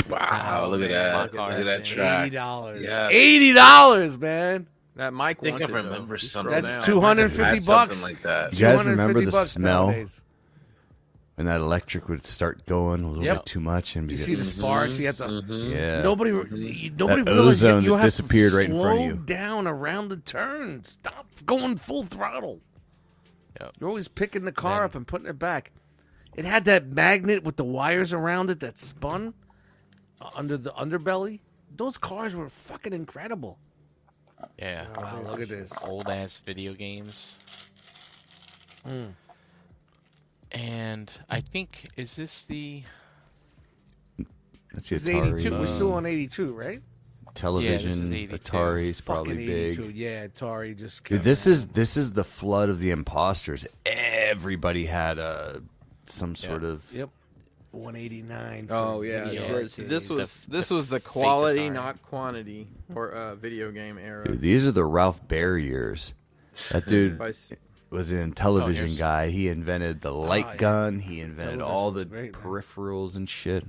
wow!
Oh,
look at
man,
that!
my
Look at that
cars.
track.
dollars.
Yes.
Eighty dollars, man.
That Mike
I think
wants
I
it, though.
remember
He's
something.
throwing
That's
down.
two
Had
hundred fifty
something
bucks.
like that.
Do you guys remember
250
the
bucks
smell?
nowadays.
and that electric would start going a little
Yep.
bit too much, and be
You see the sparks. You have to.
yeah.
Nobody, you- nobody
Mm-hmm. That
realized
ozone
you
that
have to
disappeared right in front of
slow
you.
down around the turn. Stop going full throttle.
Yep.
You're always picking the car up and putting it back. It had that magnet with the wires around it that spun uh, under the underbelly. Those cars were fucking incredible.
Yeah,
Wow, look at this.
old ass video games.
Hmm.
And I think is this the
That's the
It's
Atari.
82. We're still
um,
on 82, right?
television.
Yeah, this is 82.
Atari's probably
fucking 82.
big.
Yeah, Atari just.
Dude, this is this is the flood of the imposters. Everybody had a some sort of
Yep. 189. for
Oh yeah,
video
yeah. So this
arcade.
was
The-
this
the
was the
fake
quality,
design.
not quantity, or uh, video game era.
Dude, these are the Ralph Baer years. That dude
By s-
was an television
here's-
guy. He invented the light
Oh, yeah.
gun. He invented
Television
all
was
the
great, man.
peripherals and shit.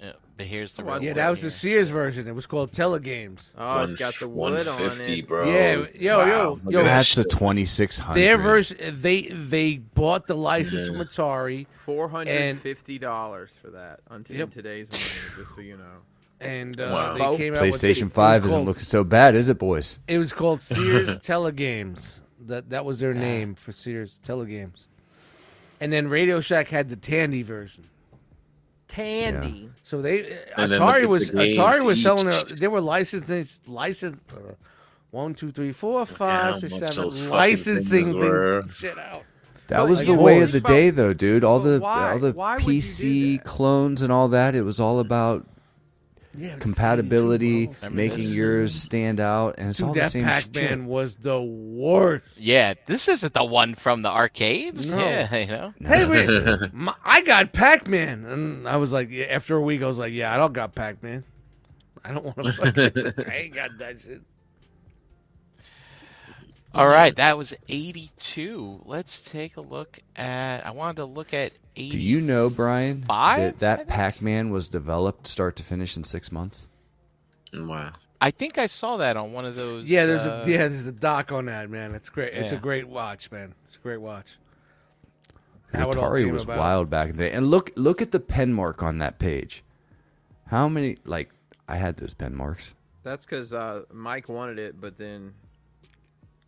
uh, but here's
Yeah,
the real
Yeah,
What's
that
one
was the
here.
Sears version. It was called Telegames.
Oh, it's got the wood on it.
bro.
Yeah, yo, yo,
Look
yo.
at that
That's a
shit.
twenty six hundred.
Their version, they they bought the license from Atari,
Four hundred fifty dollars for that on t- in
Yep.
today's money, just so you know.
and uh,
Wow.
they came out with- it
PlayStation
was
Five isn't
called-
looking so bad, is it, boys?
It was called Sears Telegames. That that was their name for Sears Telegames. And then Radio Shack had the Tandy version.
Tandy.
So they
And then look
Atari
at
was
the games
Atari was
each.
selling. A, they were licensing licensed uh, one, two, three, four,
how
five, six,
much
seven
those fucking
licensing
things
thing-
were.
shit out.
That
But
was
you
the
know
way
what?
of the
But-
day, though, dude. All
but
the
why?
all the
Why would you do
PC
that?
clones and all that. It was all about
Yeah, it's
compatibility,
Everything.
making yours stand out, and it's all
Dude,
the
that
same
Pac Man
shit.
was the worst.
Yeah, this isn't the one from the arcade.
No.
Yeah, you know.
Hey, wait, my, I got Pac Man, and I was like, yeah, after a week, I was like, yeah, I don't got Pac Man. I don't want to fucking. I ain't got that shit.
All right, that was 82. Let's take a look at. I wanted to look at 80.
Do you know, Brian, that
Five,
that Pac Man was developed start to finish in six months?
Wow.
I think I saw that on one of those.
Yeah, there's
uh,
a yeah, there's a doc on that man. It's great. It's a
Yeah.
great watch, man. It's a great watch. it all
Atari
came
was
about.
wild back in the day. And look look at the pen mark on that page. How many like I had those pen marks.
That's because uh, Mike wanted it, but then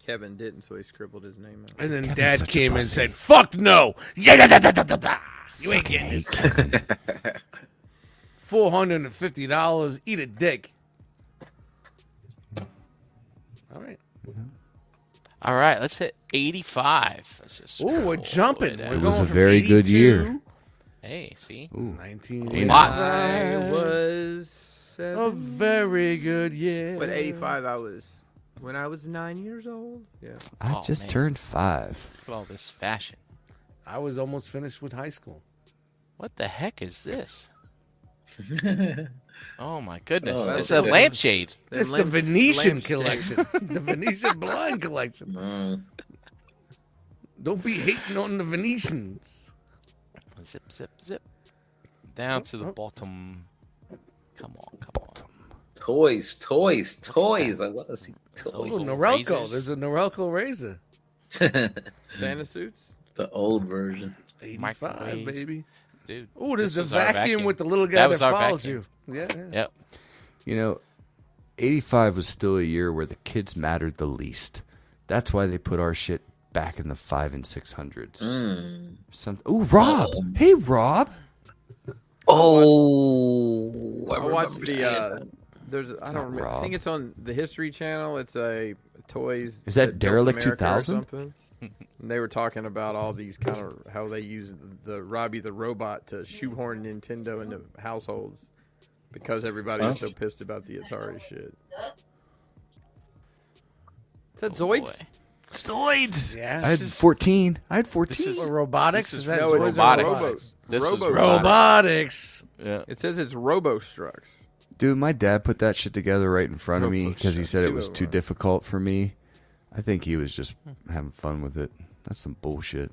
Kevin didn't, so he scribbled his name out.
And then
Kevin's
Dad
such a
came and
pussy.
said, "Fuck no, yeah, da, da, da, da, da, da. you ain't getting
Hey, Kevin.
four hundred and fifty dollars. Eat a dick." All right.
All right, let's hit 85. Let's just
Ooh, we're
scroll
jumping.
it
We're
down.
going
was a
from
very good
82
year.
Hey, see?
Ooh.
19.
Lot.
I was seven.
A very good year.
But 85, I was when I was nine years old. Yeah.
I
Aw,
just
man.
turned five.
Look at all this fashion.
I was almost finished with high school.
What the heck is this? oh my goodness.
Oh,
it's
that's
a
good.
lampshade.
Them
That's the
lamps-
Venetian
lampshades.
collection. the Venetian blind collection.
Mm.
Don't be hating on the Venetians.
Zip, zip, zip.
Oh,
Down to the bottom. Come on, come on.
Toys, toys, toys. I want to see
Oh,
toys.
Those
Norelco.
razors.
There's a Norelco razor.
the
Santa suits.
old version.
85,
Microwaves.
baby.
Dude.
Oh, there's
this
the
was our
vacuum, with the little guy
That
that,
was our
follows
vacuum.
you. Yeah, yeah.
Yep.
You know, 85 was still a year where the kids mattered the least. That's why they put our shit back in the 5 and 600s.
Mm.
Something. Ooh, Rob. Hey, Rob.
Oh,
I watched the.
remember
Uh, there's I
not
don't remember. I
Rob.
think it's on the History Channel. It's a toys.
Is that
Built
Derelict
America or
2000?
something. And they were talking about all these kind of how they use the Robbie the robot to shoehorn Nintendo into households because everybody was so pissed about the Atari shit. Is that
Oh,
Zoids?
boy.
Zoids.
Yeah.
I had 14. I had 14.
is-
Or robotics?
This is
that
no, it's
Zoids or
robotics.
robots.
This was
Robots.
Robotics.
Yeah.
It says it's Robostrucks.
Dude, my dad put that shit together right in front of me
Robo
because he
shit.
said it
Two
was
of
too
them.
difficult for me. I think he was just having fun with it. That's some bullshit.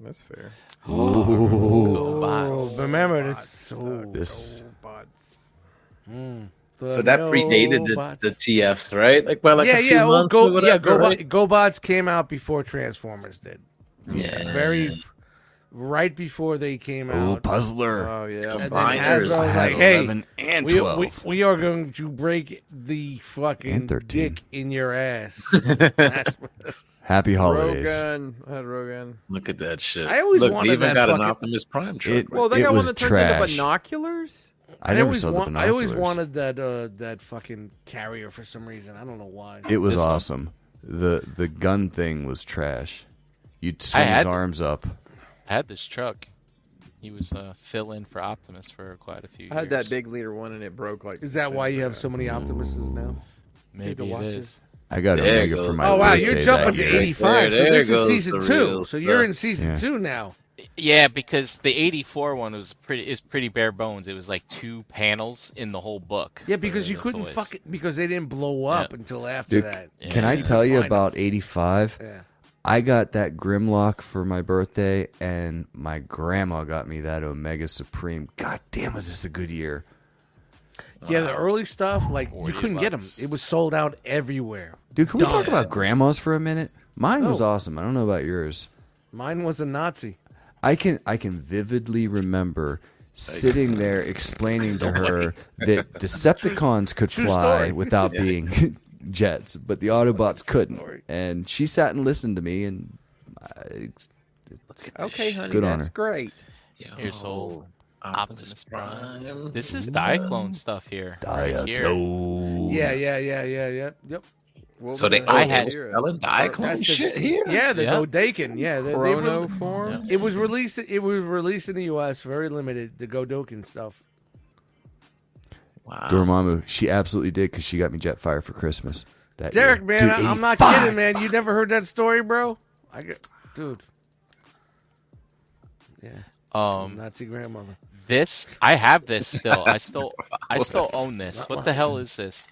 That's fair.
Robots.
Oh, remember this? So
This.
So that predated the, the TFs, right? Like by like
yeah,
a few
yeah, well,
months
Go,
or
yeah.
whatever,
Go,
right?
GoBots came out before Transformers did.
yeah.
Very, right before they came
Oh,
out.
puzzler.
Oh yeah.
And then
Miners.
Hasbro
I
was
had
like, "Hey,
11 and
we,
12.
we, we are going to break the fucking
And 13.
dick in your ass." That's what-
Happy holidays.
Rogan. I had Rogan.
Look at that shit.
I always
Look,
wanted
they even
that
got
fucking-
an Optimus Prime truck.
It-
Well, they got one
was
that turns into
trash.
binoculars.
I never
always
saw the
want-
binoculars.
I always wanted that uh, that fucking carrier for some reason. I don't know why.
It was awesome. The the gun thing was trash. You'd swing
had
his
the-
arms up.
I had this truck. He was uh, fill in for Optimus for quite a few years.
I had that big leader one and it broke like.
Is that why you have
some?
so many Optimuses now?
Maybe it is.
I got a
There
mega
it
for
goes.
my
Oh wow, you're
birthday
jumping
that
to
year.
eighty- There-
85. so
there
this is
goes
season
the
two.
real
So you're in
stuff.
season
Yeah.
two now.
Yeah, because the 84 one was pretty is pretty bare bones. It was like two panels in the whole book.
Yeah,
for
because you
the
couldn't
toys.
fuck it because they didn't blow up until after
Dude,
that.
Can I
Yeah.
tell you
Find 'em.
about 85?
Yeah.
I got that Grimlock for my birthday, and my grandma got me that Omega Supreme. God damn, was this a good year?
Yeah, the early stuff like you
40
couldn't get 'em. get
bucks.
them. It was sold out everywhere.
Dude, can we
Dumb.
talk about grandmas for a minute? Mine was
Oh.
awesome. I don't know about yours.
Mine was a Nazi.
I can I can vividly remember sitting there explaining to her that Decepticons could fly without being jets, but the Autobots couldn't. And she sat and listened to me, and I,
Okay, honey,
Good on
that's
her.
great.
Oh.
Here's old Optimus Prime.
Prime.
This is Diaclone stuff here. Right here.
Yeah, yeah, yeah, yeah, yeah. Yep.
What
So they,
was
I
that
had
year?
selling Diaclone
That's the-
shit here.
Yeah, the
Yeah.
Godaken. Yeah, they, they were-
Chronoform.
it was released. It was released in the U.S. Very limited. The Godokin stuff.
Wow.
Dormammu. She absolutely did because she got me Jetfire for Christmas. That
Derek,
year.
man,
Dude,
I, I'm not
85.
kidding, man. You never heard that story, bro? I get, dude. Yeah,
Um,
Nazi grandmother.
this I have this still. I still I still own this. What the hell is this?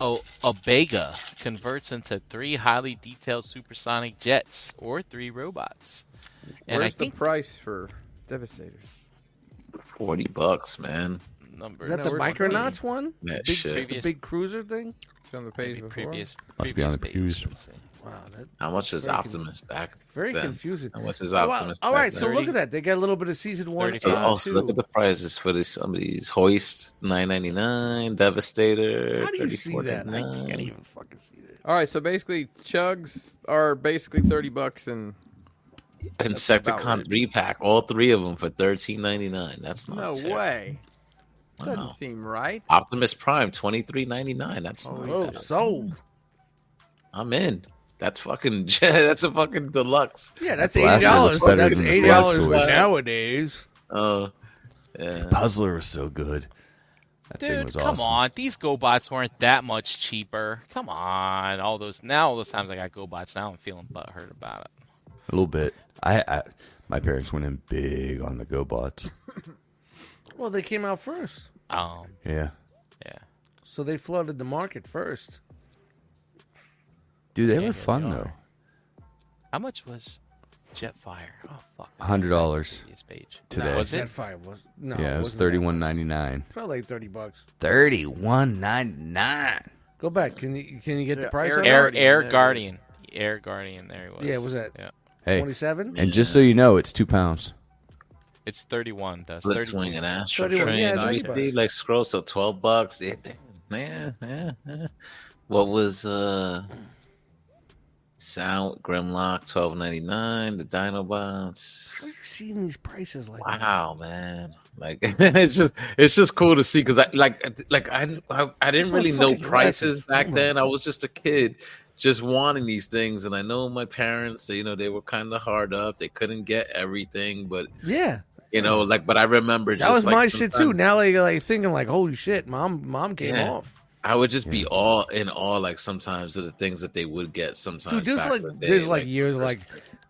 Oh, a Bega converts into three highly detailed supersonic jets or three robots. And
Where's
I think
the price for Devastator?
Forty bucks, man.
number
Is that
No,
the
we're-
Micronauts one?
That
Big,
shit.
the big cruiser thing?
It's on the page
maybe
before.
previous
Must be on
previous
the
page,
previous
let's see.
Wow, that,
How much is
Very
Optimus back?
very
then?
confusing.
How much is
Oh, wow.
Optimus?
all
back
right, so
then?
look at that. They got a little bit of season one.
Thirty
And
So
Uh,
also
two.
look at the prices for this. Somebody's hoist nine ninety nine, Devastator.
How do you see that? I
$34.99.
can't even fucking see that.
All right, so basically, chugs are basically thirty bucks, and
And
That's about
Insecticon
right.
three pack, all three of them for thirteen ninety nine. That's not
no
terrible.
way. Doesn't
Wow.
seem right.
Optimus Prime twenty three ninety nine. That's not
Oh,
bad.
sold.
I'm in. That's fucking. That's a fucking deluxe.
Yeah, that's eighty
Blaster
dollars.
looks better
That's
than the
eighty dollars
Blastoise.
nowadays.
Oh, yeah.
Puzzler was so good. That thing
Dude,
was
come
awesome.
on. These GoBots weren't that much cheaper. Come on. All those now all those times I got GoBots now I'm feeling butthurt about it.
A little bit. I, I my parents went in big on the GoBots.
Well, they came out first,
Um
Yeah.
yeah.
so they flooded the market first.
Dude, they
Yeah,
were
yeah,
fun
they
though.
How much was Jetfire? Oh fuck.
Hundred dollars
Previous page.
today.
was it?
Jetfire was no.
yeah, it was
wasn't that
thirty one
much.
ninety nine.
Probably like thirty bucks.
Thirty one ninety nine.
Go back. Can you can you get the price? on
Air
that?
Air
yeah, it
Guardian. Air Guardian, there he was.
Yeah, was that-
Yeah.
Hey,
Twenty-seven.
and just so you know, it's two pounds.
It's thirty one, Dust.
Let's
Thirty
swing an
two.
Astro
31,
Train.
yeah,
Oh, you
30
see,
bucks.
like scroll, so twelve bucks. Yeah, damn, yeah, yeah, yeah. What was uh Sound Grimlock twelve ninety nine? The
Where are
Dinobots.
you seeing these prices like that?
Wow, man! Like it's just it's just cool to see because I like like I I, I didn't
my
really know
fucking
prices
glasses.
back
Oh my
then. I was just a kid, just wanting these things, and I know my parents. You know, they were kind of hard up. They couldn't get everything, but
Yeah,
you know, like but I remember
that
just,
was
like,
my shit too.
sometimes-
Now they like thinking like, holy shit, mom, mom came
Yeah.
off.
I would just be all in awe, like sometimes of the things that they would get. Sometimes,
Dude, there's
back
like
in the day,
there's like, years
first-
like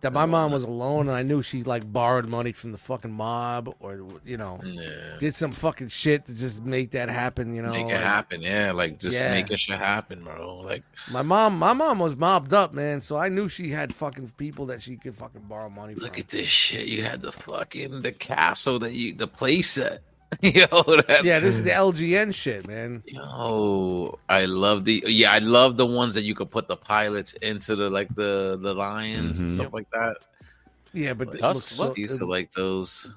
that. My mom was alone, and I knew she like borrowed money from the fucking mob, or you know,
yeah,
did some fucking shit to just make that happen. You know,
make it
like,
happen, yeah, like just
Yeah.
making shit happen, bro. Like
my mom, my mom was mobbed up, man. So I knew she had fucking people that she could fucking borrow money from.
Look at this shit. You had the fucking the castle that you the playset. yo, that,
yeah, this is the LGN shit, man.
yo, I love the yeah, I love the ones that you could put the pilots into the like the the lions and
Mhm.
stuff like that.
Yeah, but
Like,
it
Dust,
looks,
I
so,
look,
used
it
to like those.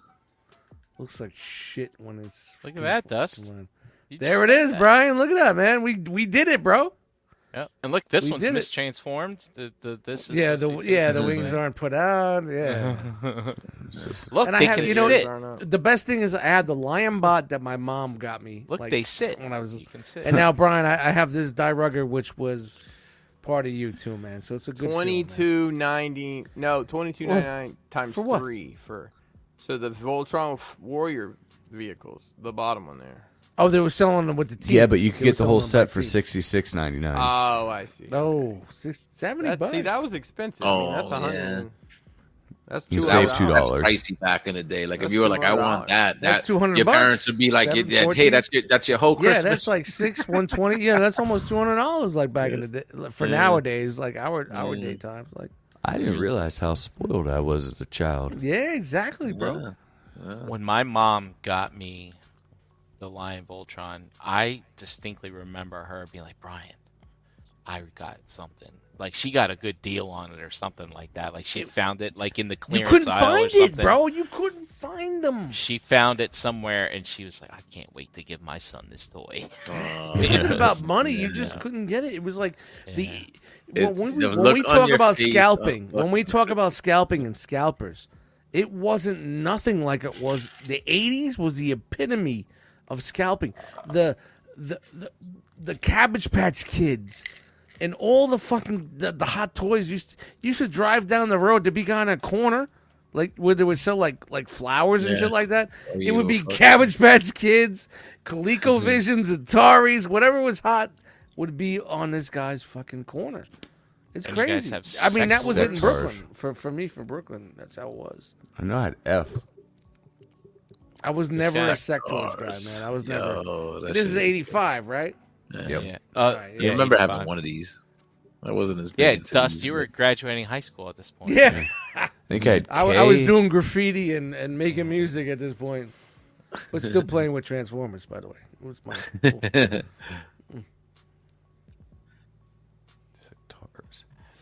looks like shit when it's.
Look at
in
that,
fucking
Dust.
line.
You
There it
just
is,
got that.
Brian. Look at that, man. We we did it, bro.
Yep. And look, this
We
one's
did it.
mistransformed. The, the, this is
yeah, the
supposed to be
yeah the
facing
wings
this way.
aren't put out. Yeah.
Look,
And I
they
have-
can
you know-
sit.
The best thing is I had the lion bot that my mom got me.
Look,
like,
they sit.
when I was,
you can sit.
and now Brian, I, I have this die rugger which was part of you too, man. So it's a good
Twenty two ninety, no, twenty two ninety nine times
for what?
three for. So the Voltron f- Warrior vehicles, the bottom one there.
Feeling, man. Oh, they were selling them with the team.
Yeah, but you could get the whole set for sixty six ninety nine.
Uh,
Oh, I see.
No, six, seventy
That-
bucks.
see, that was expensive. I mean, that's
Oh,
a hundred.
yeah.
and- That's
You
two.
saved
hours.
two
That's
dollars.
pricey back in the day. Like
That's
if you were like, I
$200.
want that.
That's
that-
200
Your
bucks.
parents would be like,
Seven,
yeah, hey,
14.
that's your that's your whole Christmas.
Yeah, that's like six one twenty. Yeah, that's almost two hundred dollars. Like back in the day, like, for
Yeah.
nowadays, like our our
Yeah.
day times. Like,
I didn't realize how spoiled I was as a child.
yeah, exactly, bro.
Yeah.
when my mom got me the Lion Voltron, I distinctly remember her being like, "Brian, I got something." Like she got a good deal on it or something like that. Like she found it like in the
You
clearance
couldn't
aisle or
find it,
something.
bro. You couldn't find them.
She found it somewhere and she was like, "I can't wait to give my son this toy."
It wasn't about money. You
Yeah.
just couldn't get it. It was like the
It's-
well, when we,
the
when
look
we
on
talk
your
about
face, uh,
scalping,
look-
when we talk about scalping and scalpers, it wasn't nothing like it was. The '80s was the epitome of scalping. The the the, the Cabbage Patch Kids. And all the fucking the, the hot toys used to, used to drive down the road to be on a corner like where they would sell like like flowers and
Yeah.
shit like that.
Oh,
It
you
would be
fuck. Mm-hmm.
Cabbage Patch Kids, Coleco Visions, Ataris, whatever was hot would be on this guy's fucking corner. It's
And you guys
crazy.
have
I mean,
sex
that was it in
cars.
Brooklyn for for me from Brooklyn. That's how it was.
I know I had F.
I was never a
sex
sex toys guy,
cars.
man. I was never.
Yo, that
This is
shit
'85, right?
Yeah.
Yeah. Uh,
Right, yeah.
I remember
yeah,
having
fine.
one of these. I wasn't as big
Yeah,
into
Dust,
these,
you were
but-
graduating high school at this point.
Yeah,
I think I had.
I, w- I was
K.
doing graffiti and, and making music at this point, but still playing with Transformers. By the way, it was my
Guitars.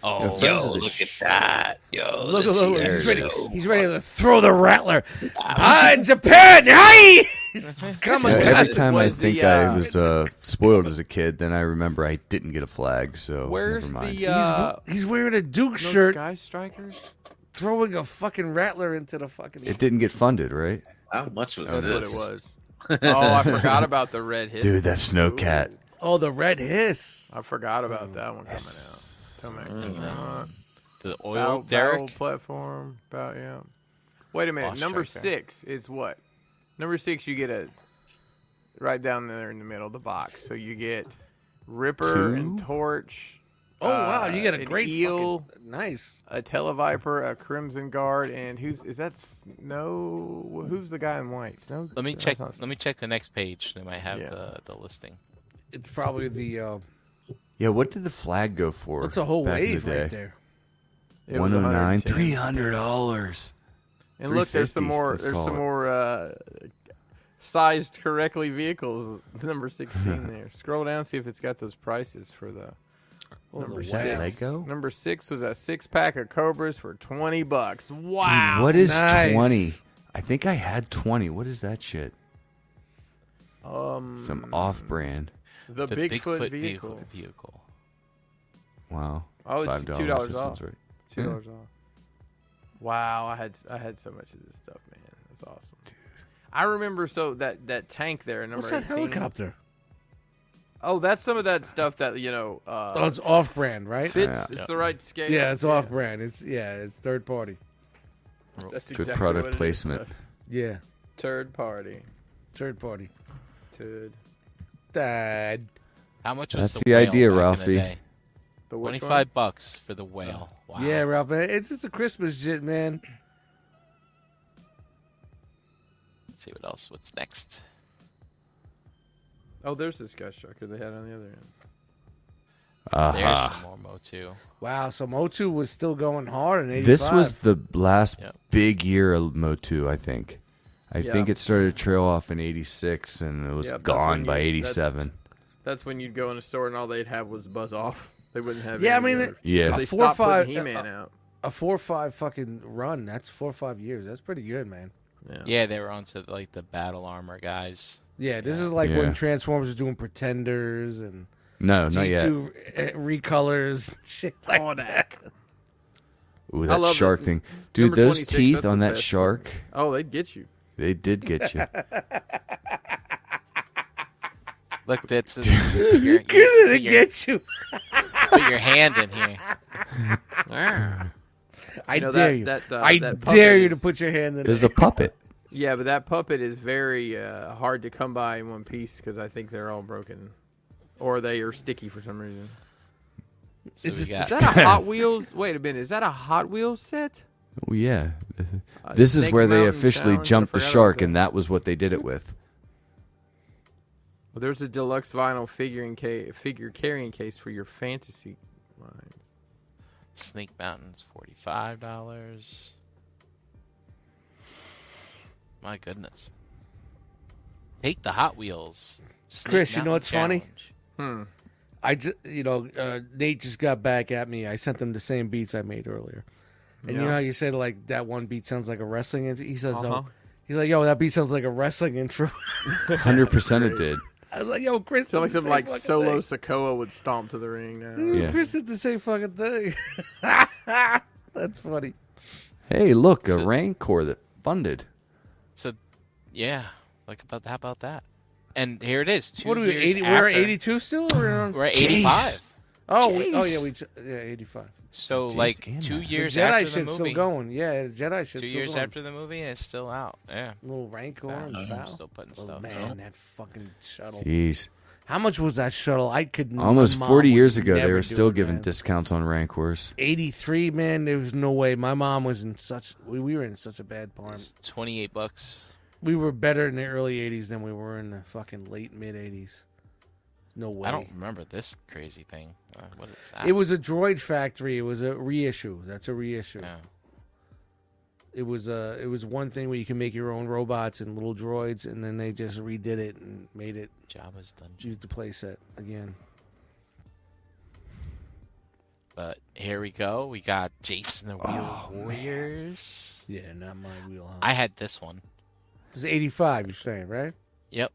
Oh,
Yo,
Yeah, Those are the
look at that. Yo,
Oh,
that's
look, look, look, he's
hilarious.
ready.
Yo.
He's ready to throw the rattler. Ah, in Japan, hi!
Oh
Come on,
Yeah,
guys.
every time I
was the,
think
uh,
I was uh, spoiled as a kid, then I remember I didn't get a flag. So
Where's
never mind.
the uh,
he's, he's wearing a Duke
those
shirt,
Sky Strikers?
throwing a fucking rattler into the fucking.
It didn't get funded, right?
How much was
That's what it
this?
was. Oh, I forgot about the red hiss.
Dude, that snow cat.
oh, the red hiss.
I forgot
Mm.
about that one coming out. Coming out.
the
Battle-
oil,
Battle
Mm. Derek.
platform. About yeah. Wait a minute.
Boss
number
Strike there.
six is what? Number six, you get a right down there in the middle of the box. So you get Ripper and
Two?
Torch.
Oh wow, you got
uh,
a
an
great
eel,
fucking- nice.
a Televiper, a Crimson Guard, and who's is that? Snow? Who's the guy in white? Snow.
Let me
that's
check.
not
Let me check the next page. They might have
Yeah.
the, the listing.
It's probably the uh,
Yeah, what did the flag go for?
it's a whole
back in the
wave right
day?
there.
It was
109
110.
300 dollars.
And look, there's some
350,
more.
let's
There's
call
some
it.
more uh, sized correctly vehicles. Number sixteen there. Scroll down, see if it's got those prices for the
Oh,
number
wow.
six.
Lego?
Number six was a six pack of Cobras for twenty bucks.
Dude, what is
nice.
20? I think I had 20. What is that shit?
Um,
Some off brand.
the,
The
Bigfoot, vehicle.
vehicle.
Wow.
Oh, it's
$5.
two dollars
That sounds
off.
right.
Two dollars off. Wow, I had I had so much of this stuff, man. That's awesome. I remember so that that tank there, number
What's that
18.
helicopter?
Oh, that's some of that stuff that you know uh,
Oh, it's off-brand, right?
fits.
Yeah.
It's the right scale.
Yeah, it's off-brand. It's yeah, it's third party.
That's
Good product
what it is.
placement.
Yeah,
Third party.
third party.
Third.
Dad.
How much was
That's
the
the
whale
idea,
back in the
Ralphie. Oh.
day?
The which one?
Twenty-five bucks for the whale. Wow.
Yeah, Ralph, man. It's just a Christmas shit, man.
Let's see what else. What's next?
Oh, there's the Sky Striker they had on the other end.
There's
Aha.
some more Motu.
Wow, so Motu was still going hard in 85.
This was the last
Yep.
big year of Motu, I think. I
Yeah.
think it started to trail off in 86 and it was
Yep, that's
gone
when
by
you-
87.
That's when you'd go in a store and all they'd have was Buzz Off. They wouldn't have.
Yeah, I
any
mean,
other-
Yeah.
they
four or
stopped putting
five-
He-Man out.
a four or five fucking run. That's four or five years. That's pretty good, man.
Yeah, they were onto like the battle armor guys.
Yeah, this is like
Yeah.
when Transformers was doing Pretenders and
No, not yet.
G2 eh, recolors, shit like that.
Ooh,
I
that
love
shark
it.
thing. Dude,
Number
those
26,
teeth
that's
on
the
that
best.
shark,
Oh, they'd get you.
they did get you.
Look, that's your,
Good to
your-
get you.
put your hand in here.
I
You
dare
know, that-
you.
that, uh,
I
that
dare
puppet
you to
is-
put your hand in
There's
it.
a puppet.
Yeah, but that puppet is very uh, hard to come by in one piece because I think they're all broken, or they are sticky for some reason.
So
It's
we
just-
got
Is that a Hot Wheels? Wait a minute, is that a Hot Wheels set?
Oh, yeah. This is
Uh, Snake
where they
Mountain
officially
Challenge, I
jumped the
forgot about
shark,
that.
and that was what they did it with.
Well, there's a deluxe vinyl figuring ca- figure carrying case for your fantasy line.
Snake Mountains, forty-five dollars. My goodness. Take the Hot Wheels. Snake
Chris, you know
Mountain
what's funny?
Challenge.
I just, you know, uh, Nate just got back at me. I sent them the same beats I made earlier. And you
Yeah.
know how you said like that one beat sounds like a wrestling intro. He says,
Uh-huh.
"Oh, he's like, yo, that beat sounds like a wrestling intro."
100% it did.
I was like, "Yo, Chris,
Sounds
did
like
the
some
same
like
fucking
solo
thing."
Sokoa would stomp to the ring now.
Dude,
Yeah.
Chris did the same fucking thing. That's funny.
Hey, look, a Rancor that funded.
So, yeah, like about how about that? And here it is. Two
what are we?
years
80, we're
after.
eighty-two still. Or
We're at eighty-five.
Oh, we, oh
Jeez.
yeah, we ch- yeah, eighty-five.
So
Jeez,
like
and
two
that.
The
years
Jedi
after the
shit's
movie,
still going. Yeah, the Jedi shit's
two
still
years
going.
after the movie, and it's still out. Yeah,
little rancor
I don't
and
know,
foul.
I'm still putting
Oh
stuff.
man,
out.
that fucking shuttle.
Jeez.
How much was that shuttle? I could my
Almost
mom
40
would
years ago, they
never
were
do
still
it,
giving
man.
discounts on Rancors.
83 man there was no way my mom was in such we, we were in such a bad part
It's twenty-eight bucks.
we were better in the early 80s than we were in the fucking late mid 80s no way
I don't remember this crazy thing. Uh, what is that?
it was a droid factory it was a reissue that's a reissue
Yeah.
it was a it was one thing where you can make your own robots and little droids and then they just redid it and made it
Jabba's dungeon.
use the playset again Mm.
But here we go. We got Jason the
Oh,
Wheel Warriors.
yeah not my wheelhouse
I had this one.
it's 85 you're saying right
Yep.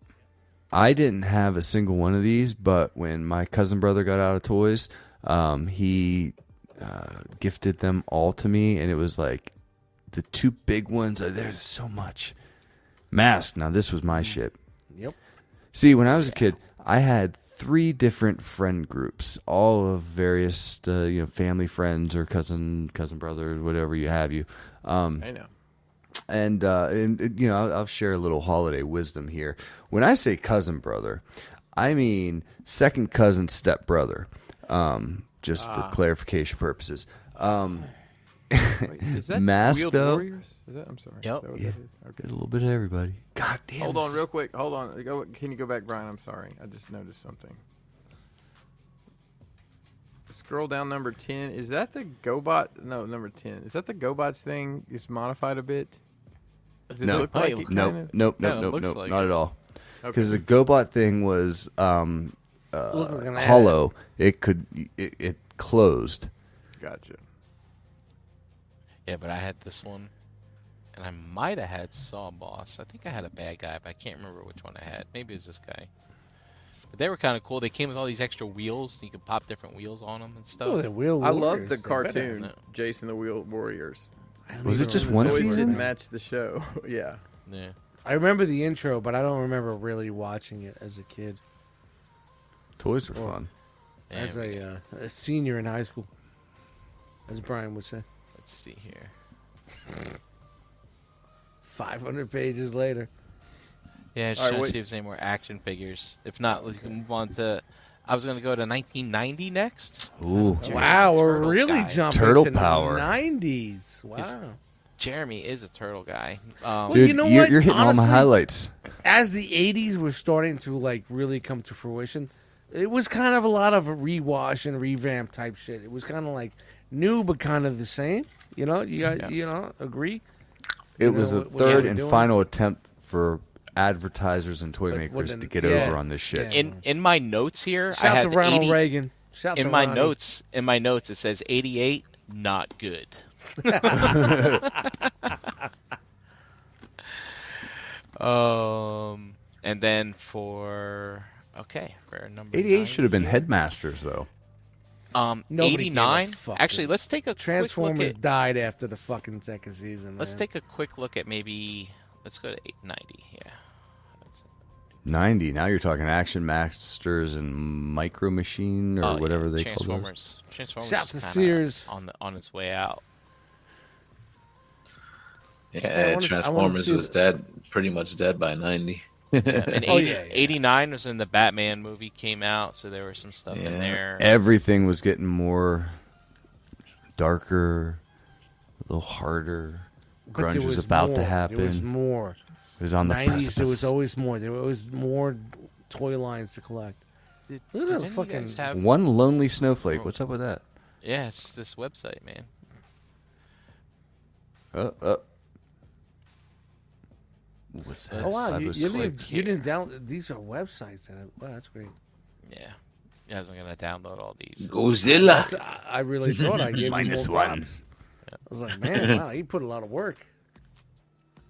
I didn't have a single one of these, but when my cousin brother got out of toys, um, he uh, gifted them all to me, and it was like the two big ones. uh, There's so much mask. Now this was my shit.
Yep.
See, when I was a kid, I had three different friend groups, all of various, uh, you know, family friends or cousin, cousin brother, whatever you have you. Um,
I know.
and uh, and and, you know, I'll, I'll share a little holiday wisdom here. When I say cousin brother, I mean second cousin step brother. Um, just for clarification purposes. Um,
Wait, is that
Mask,
Wheeled
though?
Warriors? Is that, I'm sorry. Is
Yep.
that what
Yeah.
that is?
there's
Okay.
a little bit of everybody. God damn.
Hold
this-
on, real quick. Hold on. Go, can you go back, Brian? I'm sorry. I just noticed something. Scroll down number 10. Is that the GoBot? No, number 10. Is that the GoBots thing? It's modified a bit? Does it
No.
look like it
Nope.
Nope,
kinda-
nope, nope,
Kinda
nope,
looks
nope,
like
not
it.
at all.
Okay.
Because the GoBot thing was um,
Look like an ad.
hollow. It could it, it closed.
Gotcha.
Yeah, but I had this one, and I might have had Saw Boss. I think I had a bad guy, but I can't remember which one I had. Maybe it was this guy. But they were kind of cool. They came with all these extra wheels. You could pop different wheels on them and stuff.
oh, the wheel
I love
warriors,
the
they better-
cartoon,
No.
Jason the Wheel Warriors.
I don't
Was it
even
just
remember
one
the
Always
cartoon.
season?
didn't match the show. yeah.
yeah.
I remember the intro, but I don't remember really watching it as a kid.
Toys were fun.
Yeah,
as
we
a,
got-
uh, a senior in high school, as Brian would say.
Let's see here.
500 pages later.
Yeah, just
All right,
trying
wait.
to see if there's any more action figures. If not, we can move on to. I was gonna go to 1990 next.
Ooh.
Jeremy's a
wow, we're
Turtles
really
guy.
jumping
Turtle
to the
power.
90s. Wow.
Just- Jeremy is a turtle guy. Um,
Dude,
you know
you're,
what?
you're hitting all
Honestly-
my highlights.
As the 80s were starting to like really come to fruition, it was kind of a lot of rewash and revamp type shit. It was kind of like new but kind of the same. You know, you got, you know, agree?
It
You
was
know,
the
what- what
third
they
and
doing.
final attempt for advertisers and toy
But
makers
wouldn't-
to get
yeah,
over on this shit.
yeah.
in in my notes here, I
Shout
had
to
the
Ronald
80
Reagan. Shout to
in my
Ronnie.
notes in my notes it says 88 not good um and then for okay for number
88 should have been
nine
headmasters though.
here, um
Nobody gave a
89
fuck,
actually
dude.
let's take a quick
Transformers
look at,
died after the fucking second season.
let's
man.
take a quick look at maybe let's go to 890 yeah That's-
90. Now you're talking Action Masters and Micro Machine or
oh, yeah,
whatever they call those.
Transformers Transformers
Shout
is
to
kinda
Sears.
on the on its way out
I
Yeah,
wanna- I wanna
Transformers
see
was dead, pretty much dead by ninety.
And
Oh,
80
yeah, yeah.
89 was when the Batman movie came out, so there was some stuff
Yeah.
in there.
Everything was getting more darker, a little harder.
But
Grunge
there
was, about
more.
to
There was
happen.
more.
It was on the
90s,
precipice.
there was always more. There was more toy lines to collect.
Did,
Look at
did
that
any of you
fucking-
guys have-
One lonely snowflake. What's up with that?
Yeah, it's this website, man.
Uh, uh. What's that?
Oh wow,
Five
you,
oh
you
six.
didn't, you
here.
didn't download these are websites. That wow, that's great.
Yeah. I wasn't going to download all these.
Godzilla.
That's, I, I really thought I gave
Minus
him more
one.
props. I was like, man, wow, he put a lot of work.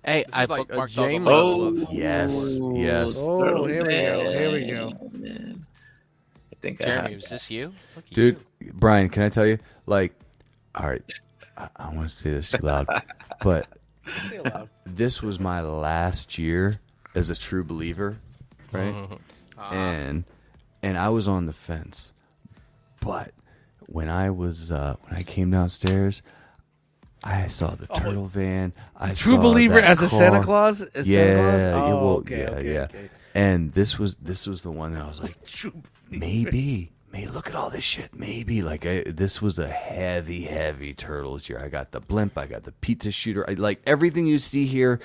Hey,
This
I
is like a
bookmarked all the
J-Mo.
ones.
Oh
Yes, yes.
Oh, here we go, here we go.
Man. I think I
Jeremy,
have
was this you? Look at
dude
you.
brian can i tell you like all right i, I don't want to say this too loud but
Say it loud.
this was my last year as a true
Uh-huh.
believer right and and i was on the fence But when I was uh, when I came downstairs, I saw the turtle van. I
Oh, True
saw
believer
that
as a Santa
car.
Claus? As
yeah,
Santa Claus?
yeah,
Oh,
well,
okay,
yeah,
okay,
yeah.
okay.
And this was this was the one that I was like,
True
maybe, maybe look at all this shit. Maybe like I, this was a heavy, heavy turtles year. I got the blimp, I got the pizza shooter, I, like everything you see here,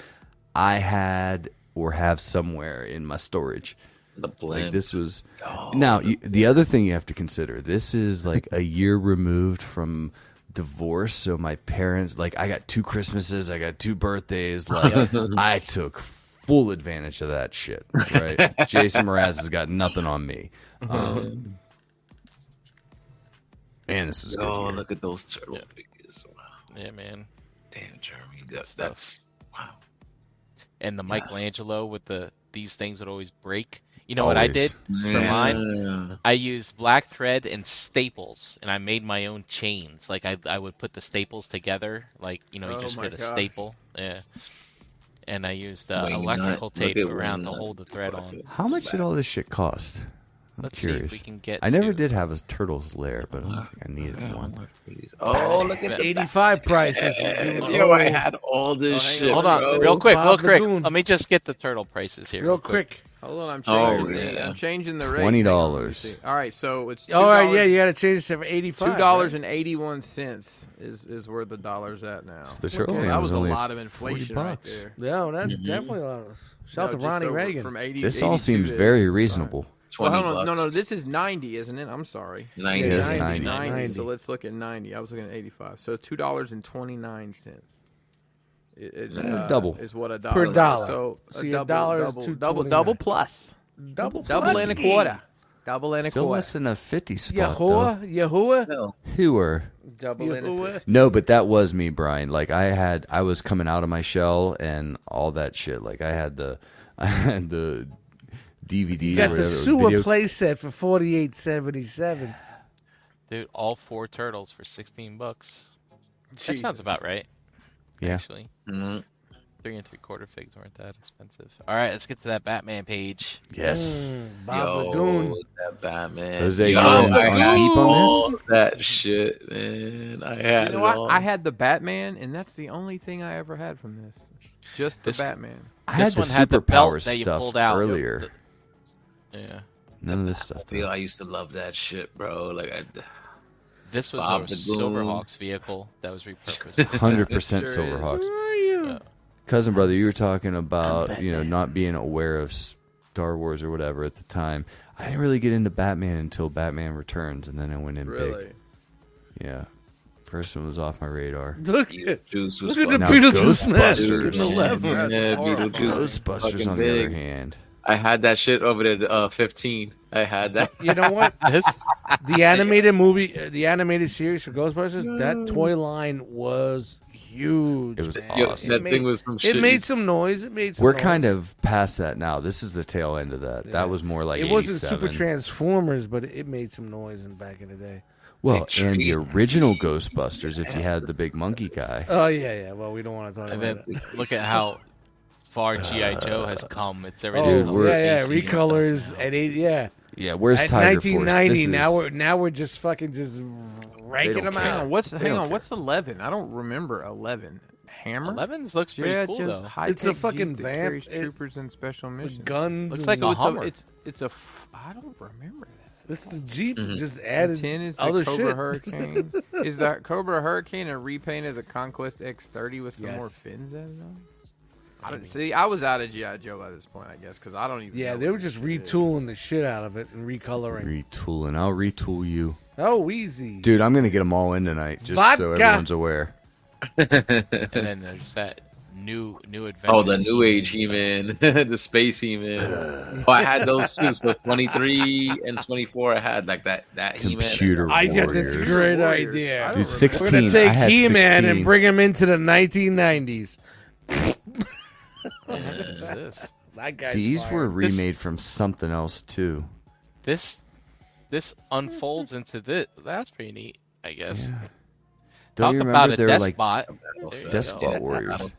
I had or have somewhere in my storage.
The
Like
blimp.
this was now you, the other thing you have to consider. This is like a year removed from divorce, so my parents like I got two Christmases, I got two birthdays. Like I took full advantage of that shit. Right, Jason Mraz has got nothing on me. Um, and this was a good.
Oh,
year.
look at those turtle figures! Wow,
Yeah, man.
damn, Jeremy,
Good
that's,
stuff.
that's wow.
And the
Yes.
Michelangelo with the these things would always break. You know what I
Always.
did? For mine, I used black thread and staples, and I made my own chains. Like I, I would put the staples together, like you know, you
Oh
just
my
get a
gosh.
staple. Yeah. And I used uh,
Wing
electrical
nut. Look
tape
at
around
wing
to
nut.
hold the thread
Fuck
on.
it.
How much did all this shit cost? I'm
Let's see if
curious.
we can get
I never
to-
did have a turtle's lair, but I don't think I needed one.
Oh, look at the
85 prices.
Yo, I had all this
Oh, hang
shit.
on.
Hold on,
bro.
real quick,
Bob
real
the
quick.
Goon.
Let me just get the turtle prices here.
Real quick.
Hold on, I'm
Oh,
changing. the,
yeah.
I'm changing the rate. Hang on, let me
$20.
see. All right, so it's $2.
All right, yeah, you had to change it for 85
Two dollars and eighty-one cents is is where the dollars at now.
The turtle
That
man
was, a
only
lot of
40
inflation right
bucks.
there.
No, that's definitely a lot. of- Shout
No,
to
just
Ronnie
over
Reagan.
From 80,
This all
82
seems
to-
very reasonable.
Well,
20
hold on. No, no,
bucks.
this is ninety, isn't it? I'm sorry.
90.
Yeah, it's
Yeah,
90.
90.
90.
So let's look at 90. I was looking at 85. So two dollars and twenty nine cents. It, it's, uh,
double.
is what a dollar
Per
is.
dollar.
So, a
So your
double,
dollar is
double, double,
$2.29.
double plus,
Double,
double and a quarter, double and a
Still
quarter.
less than a 50 spot,
Yahuwah, Yahuwah,
though. Who are?
double and a
Yahuwah.
fifth.
No, but that was me, Brian. Like I had, I was coming out of my shell and all that shit. Like I had the, I had the DVD.
You
or
got
whatever,
the sewer
video-
playset for forty eight seventy seven.
Dude, all four turtles for 16 bucks. That sounds
Jesus.
about right.
Yeah.
Actually,
Mhm.
three and three quarter figs weren't that expensive. All right, let's get to that Batman page.
Yes.
Bob
Yo,
Lagoon.
that Batman. Yo,
Jose, you on-
I
on
had
deep on
all that shit, man. I had
You know
it all.
what? I had the Batman, and that's the only thing I ever had from this. Just the
This-
Batman.
I
This
had the
one had the belt
superpower
that you
stuff
pulled out.
earlier.
Yeah.
None of this stuff.
Yo,
though.
I used to love that shit, bro. Like, I,
This was
Bob
a
the Goon.
Silverhawks vehicle that was repurposed.
Hundred percent
Sure is.
Silverhawks. Cousin brother, you were talking about you know not being aware of Star Wars or whatever at the time. I didn't really get into Batman until Batman Returns, and then I went in
Really?
big. Yeah, first one was off my radar.
Look,
Juice was
look at the
Now
fucking-
Beatles smash
Ghostbusters.
the lever.
Yeah, Beetlejuice was
Ghostbusters,
fucking
on the
big.
other hand,
I had that shit over there. Uh, fifteen. I had that.
You know what?
this,
The animated movie, uh, the animated series for Ghostbusters, that toy line was huge.
It was
man.
Yo,
that thing was some shit
It made
you-
some noise. It made. Some
we're
noise.
kind of past that now. This is the tail end of that. That was more like
It wasn't
87.
Super Transformers, but it made some noise in back in the day.
Well, and the original Ghostbusters, if you had the big monkey guy,
Oh yeah, yeah. Well, we don't want to talk
and
about
then
that.
look at how far GI Joe has come. It's everything.
Oh
Dude,
all
we're-
yeah, yeah,
spacey and stuff
recolors
now.
at eight, yeah.
yeah, where's
At
Tiger
1990,
Force? This
now
is-
we're now we're just fucking just ranking
don't
them
care.
Hang on,
out.
what's hang
don't
on?
care.
What's eleven? I don't remember eleven. Hammer.
Elevens looks pretty
Yeah,
cool
just
though.
high
It's a fucking
that
vamp.
carries
It-
troopers and special missions.
With guns.
Looks
and-
like
So
a
it's
Hummer.
a it's it's a f- I don't remember that.
this is Jeep
Mm-hmm.
just
And
added
ten is the
other
Cobra
shit.
Hurricane. is the Cobra Hurricane a repaint of the Conquest X30 with some more
Yes.
fins added on? I don't see. I was out of GI Joe by this point, I guess, because I don't even.
Yeah,
know
they
what
were
this
just
shit is.
retooling the shit out of it and recoloring.
retooling. I'll retool you,
oh, easy.
dude. I'm gonna get them all in tonight, just so
Vodka.
everyone's aware.
and then there's that new new adventure.
Oh, the New Age He Man, the Space He Man. Oh, I had those too. So twenty three and twenty four. I had like that that He Man.
Computer
I got
warriors.
this great
Warriors. I
idea.
don't
Dude,
We're
16.
gonna
I
take
had
He-Man
16.
and bring him into the 1990s.
What is this?
That guy.
These were
This-
remade from something else too.
This this unfolds into this. That's pretty neat, I guess.
Don't
Talk
you remember
about a
there were like
despot. There you
despot
go.
warriors?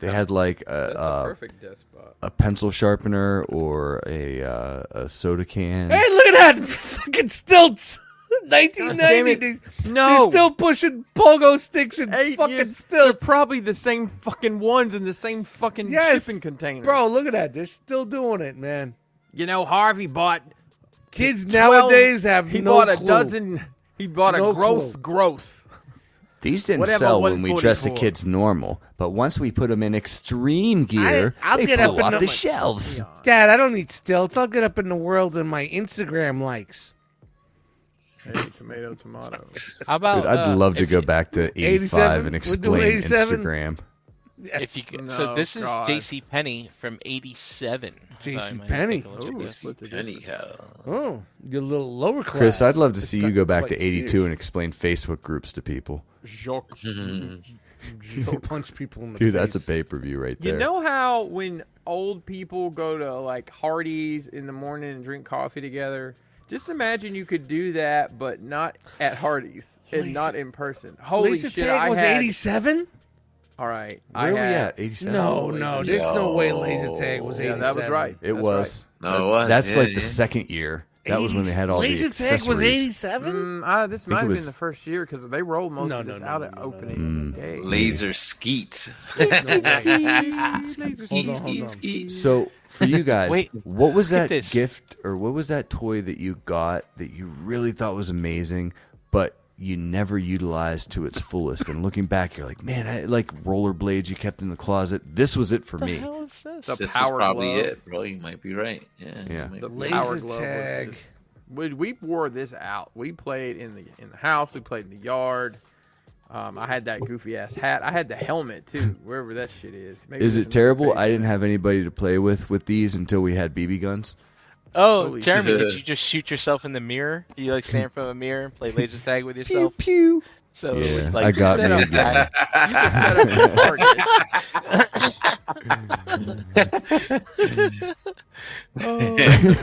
They had like a,
That's a
uh,
perfect death spot.
a pencil sharpener or a uh, a soda can.
Hey, look at that fucking stilts. 1990. dude. He's
No.
still pushing pogo sticks and
Eight
fucking
years- They're
stilts.
probably the same fucking ones in the same fucking
Yes,
shipping container.
Bro, look at that. They're still doing it, man.
you know Harvey bought
Kids
12
nowadays have
He
no
bought a
clue.
dozen. He bought
No
a gross,
clue.
gross.
These didn't
Whatever
sell when we
144.
dressed the kids normal, but once we put them in extreme gear,
I- I'll
they
get up
flew
and
off
up
the
my-
shelves.
Dad, I don't need stilts. I'll get up in the world and my Instagram likes.
Hey, tomato, tomato.
How about
Dude, I'd
uh,
love to
if
go
you-
back to 85 and
87? We're doing
explain
87?
Instagram.
If you could- so
No,
this is
God.
J.C. Penny from '87.
JCPenney.
Ooh, split the difference.
Anyhow,
Oh, you're a little lower class.
Chris, I'd love to see you
not
go back
quite
to 82
serious.
and explain Facebook groups to people.
Jacques.
Mm-hmm. Don't punch people in the
Dude, that's a
face.
pay per view right there.
You know how when old people go to like Hardee's in the morning and drink coffee together? Just imagine you could do that, but not at Hardee's and not in person. Holy
Lisa
shit!
Tank
I
was
had,
87?
All right,
where
I
are we
had-
at? 87?
No, no, there's no way Laser Tag was
Yeah,
87.
that was right.
It
That's
was.
no, it was,
That's
yeah,
like the
yeah.
second year. That was when they had all the
Laser Tag was
accessories.
87?
Right. Mm, ah, this might
it
have
was-
been the first year because they rolled most
No,
of
no,
this
no,
out
no,
at
no, Mm. no,
opening day.
laser skeet.
Hold on, hold on.
So for you guys,
Wait,
what was that
at this.
gift or what was that toy that you got that you really thought was amazing, but you never utilized to its fullest? And looking back, you're like, man, I like rollerblades you kept in the closet. This was it for
What the
me.
hell is this?
The
This
power
is probably
glove.
it, bro. You might be right. Yeah. you
Yeah.
might
The
be
Laser power
Laser
glove
tag.
was just, we, we wore this out. We played in the in the house. We played in the yard. Um, I had that goofy ass hat. I had the helmet too, wherever that shit is. Maybe
Is
there's
it
another
terrible?
face.
I didn't have anybody to play with with these until we had BB guns.
Oh,
Holy
Jeremy,
shit.
did you just shoot yourself in the mirror? Do you like stand in front of a mirror and play laser tag with
Pew
yourself?
pew.
So it
Yeah,
would,
I
like
got
set
me. a
up-
gun.
You can set up your target.
Oh.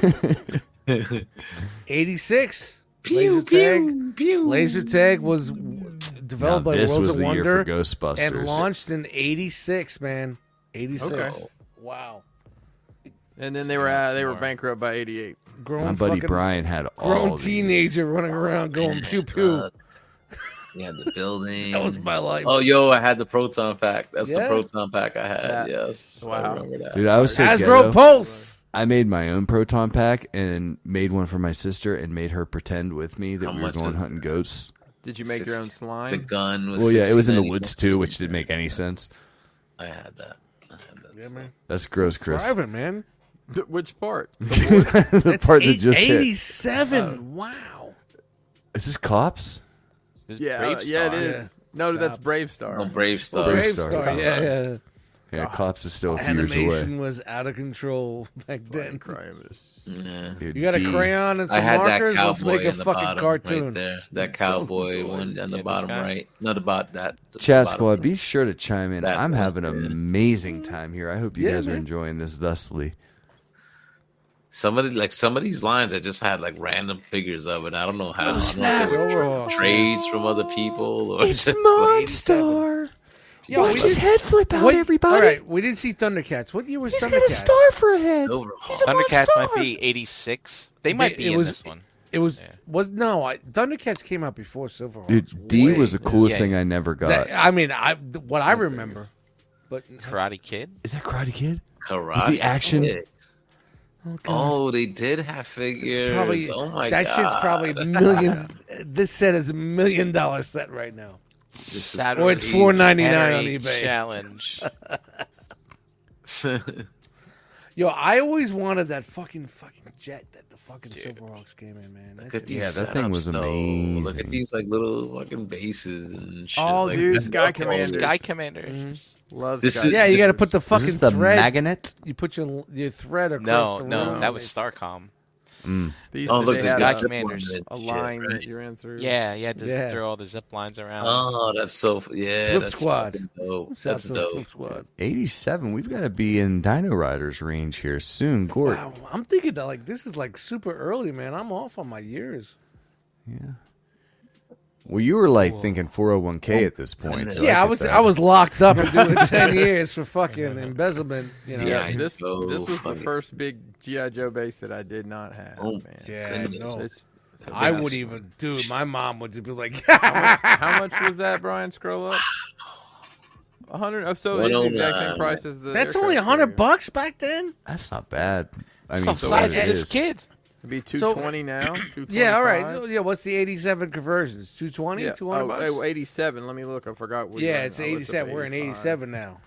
86. Laser Tag. Laser Tag was w-
Now,
developed by
this
Worlds
was
of
the year
Wonder
for Ghostbusters.
and launched in 86, man. 86.
Okay.
Wow.
And then they were uh, they were bankrupt by '88.
Grown
My buddy
fucking
Brian had all
grown
these.
teenager running around going pew pew.
Uh, we had the building.
That was my life.
Oh, yo, I had the proton pack. That's
Yeah.
the proton pack I had.
That-
yes, I
wow.
remember that.
Dude, I was so ghetto.
Hasbro Pulse.
I made my own proton pack and made one for my sister and made her pretend with me that
How
we were
much
going
is
hunting ghosts.
Did you make your own
the
slime?
gun was.
Well, yeah, it was in the
1690.
woods too, which didn't make any sense.
I had that. I had that.
Yeah,
stuff.
man.
That's gross, Chris.
Driving, man.
D- Which part?
the
That's
part that
eight-
just hit. Uh,
87. wow.
Is this cops?
This
Yeah,
Brave
yeah, it
Star.
is. No, that's Brave Star.
Oh, Brave Star.
Brave
Brave
Star,
Star.
come
Yeah,
on.
yeah.
Yeah, cops is still a few years away.
Animation was out of control back then.
Yeah.
Dude,
You got a
D.
crayon and
I
some
had
markers.
that cowboy
Let's make a
in the
fucking
bottom
cartoon.
right there. That cowboy one on
Yeah,
the
this
bottom
guy.
right. Not about that. the
Chat
bottom.
squad, be sure to chime in.
That
I'm
one,
having an
yeah.
amazing time here. I hope you
Yeah,
guys are
man.
enjoying this thusly.
Some of the, like some of these lines, I just had like random figures of it. I don't know how. I don't know if they were
Overall.
Trades from other people, or just like-
Monstar.
Yo, we did-
head flip out,
what- All right, we didn't see Thundercats. What year was Thundercats?
for a head.
Overhaul.
Thundercats might be 86. They might
It-
be
it
in
was-
this one.
It was was no. I, Thundercats came out before Silverhawks.
Dude, D
Way-
was the coolest
Yeah.
thing I never got.
That- I mean, I what I remember, but
Karate Kid.
Is that Karate Kid?
Karate
The action.
Kid. Oh, they did have figures.
probably
oh my
that
god,
shit's probably millions. this set is a million dollar set right now.
Saturday,
Or it's $4.99 on
Saturday
eBay.
Challenge.
Yo, I always wanted that fucking fucking jet that the fucking Silverhawks came in, man. That's-
Look at these
Yeah, that thing
setups,
was
though. Look
amazing.
at these like little fucking bases and shit.
Oh,
like,
dude,
that's
Sky
all
Commander.
folders.
Sky Commander.
Love
This
Sky.
is-
yeah, you got to put the
Is
fucking
this the
thread.
magnet?
you put your your thread across
No,
the
no,
room.
that was Starcom.
These
Oh, look,
they
this
had
guy
Sky
a-
Commanders.
a line that you ran through.
Yeah, yeah, to
Yeah.
throw all the zip lines around.
Oh, that's so yeah.
Flip
that's
Squad.
fucking Dope.
Shout out
That's
to the
dope.
Snoop Squad.
87. We've got to be in Dino Riders range here soon. Gort.
Wow, I'm thinking that like this is like super early, man. I'm off on my years.
Yeah. Well, you were like thinking 401k at this point. so
yeah, I
could
was
say-
I was locked up and doing ten years for fucking embezzlement. You know,
Yeah,
this
so
this was the
funny.
first big GI Joe base that I did not have.
Oh,
man.
yeah,
goodness.
no.
It's-
I would even, dude. My mom would be like,
How much was that, Brian? Scroll up. A hundred. Oh, so it's the exact same
109.
price as the.
"That's only a
aircraft
hundred
carrier.
bucks back then."
That's not bad. I
It's
mean,
the
for
size
what
of
it
this
is.
kid.
It'd be two twenty now. 225.
Yeah, all right. Yeah, what's the eighty-seven conversions? 220?
Yeah.
200
oh,
bucks?
oh, 87. Let me look. I forgot. We were
yeah,
in. oh,
it's
I looked up
eighty-seven. We're in
85.
eighty-seven now.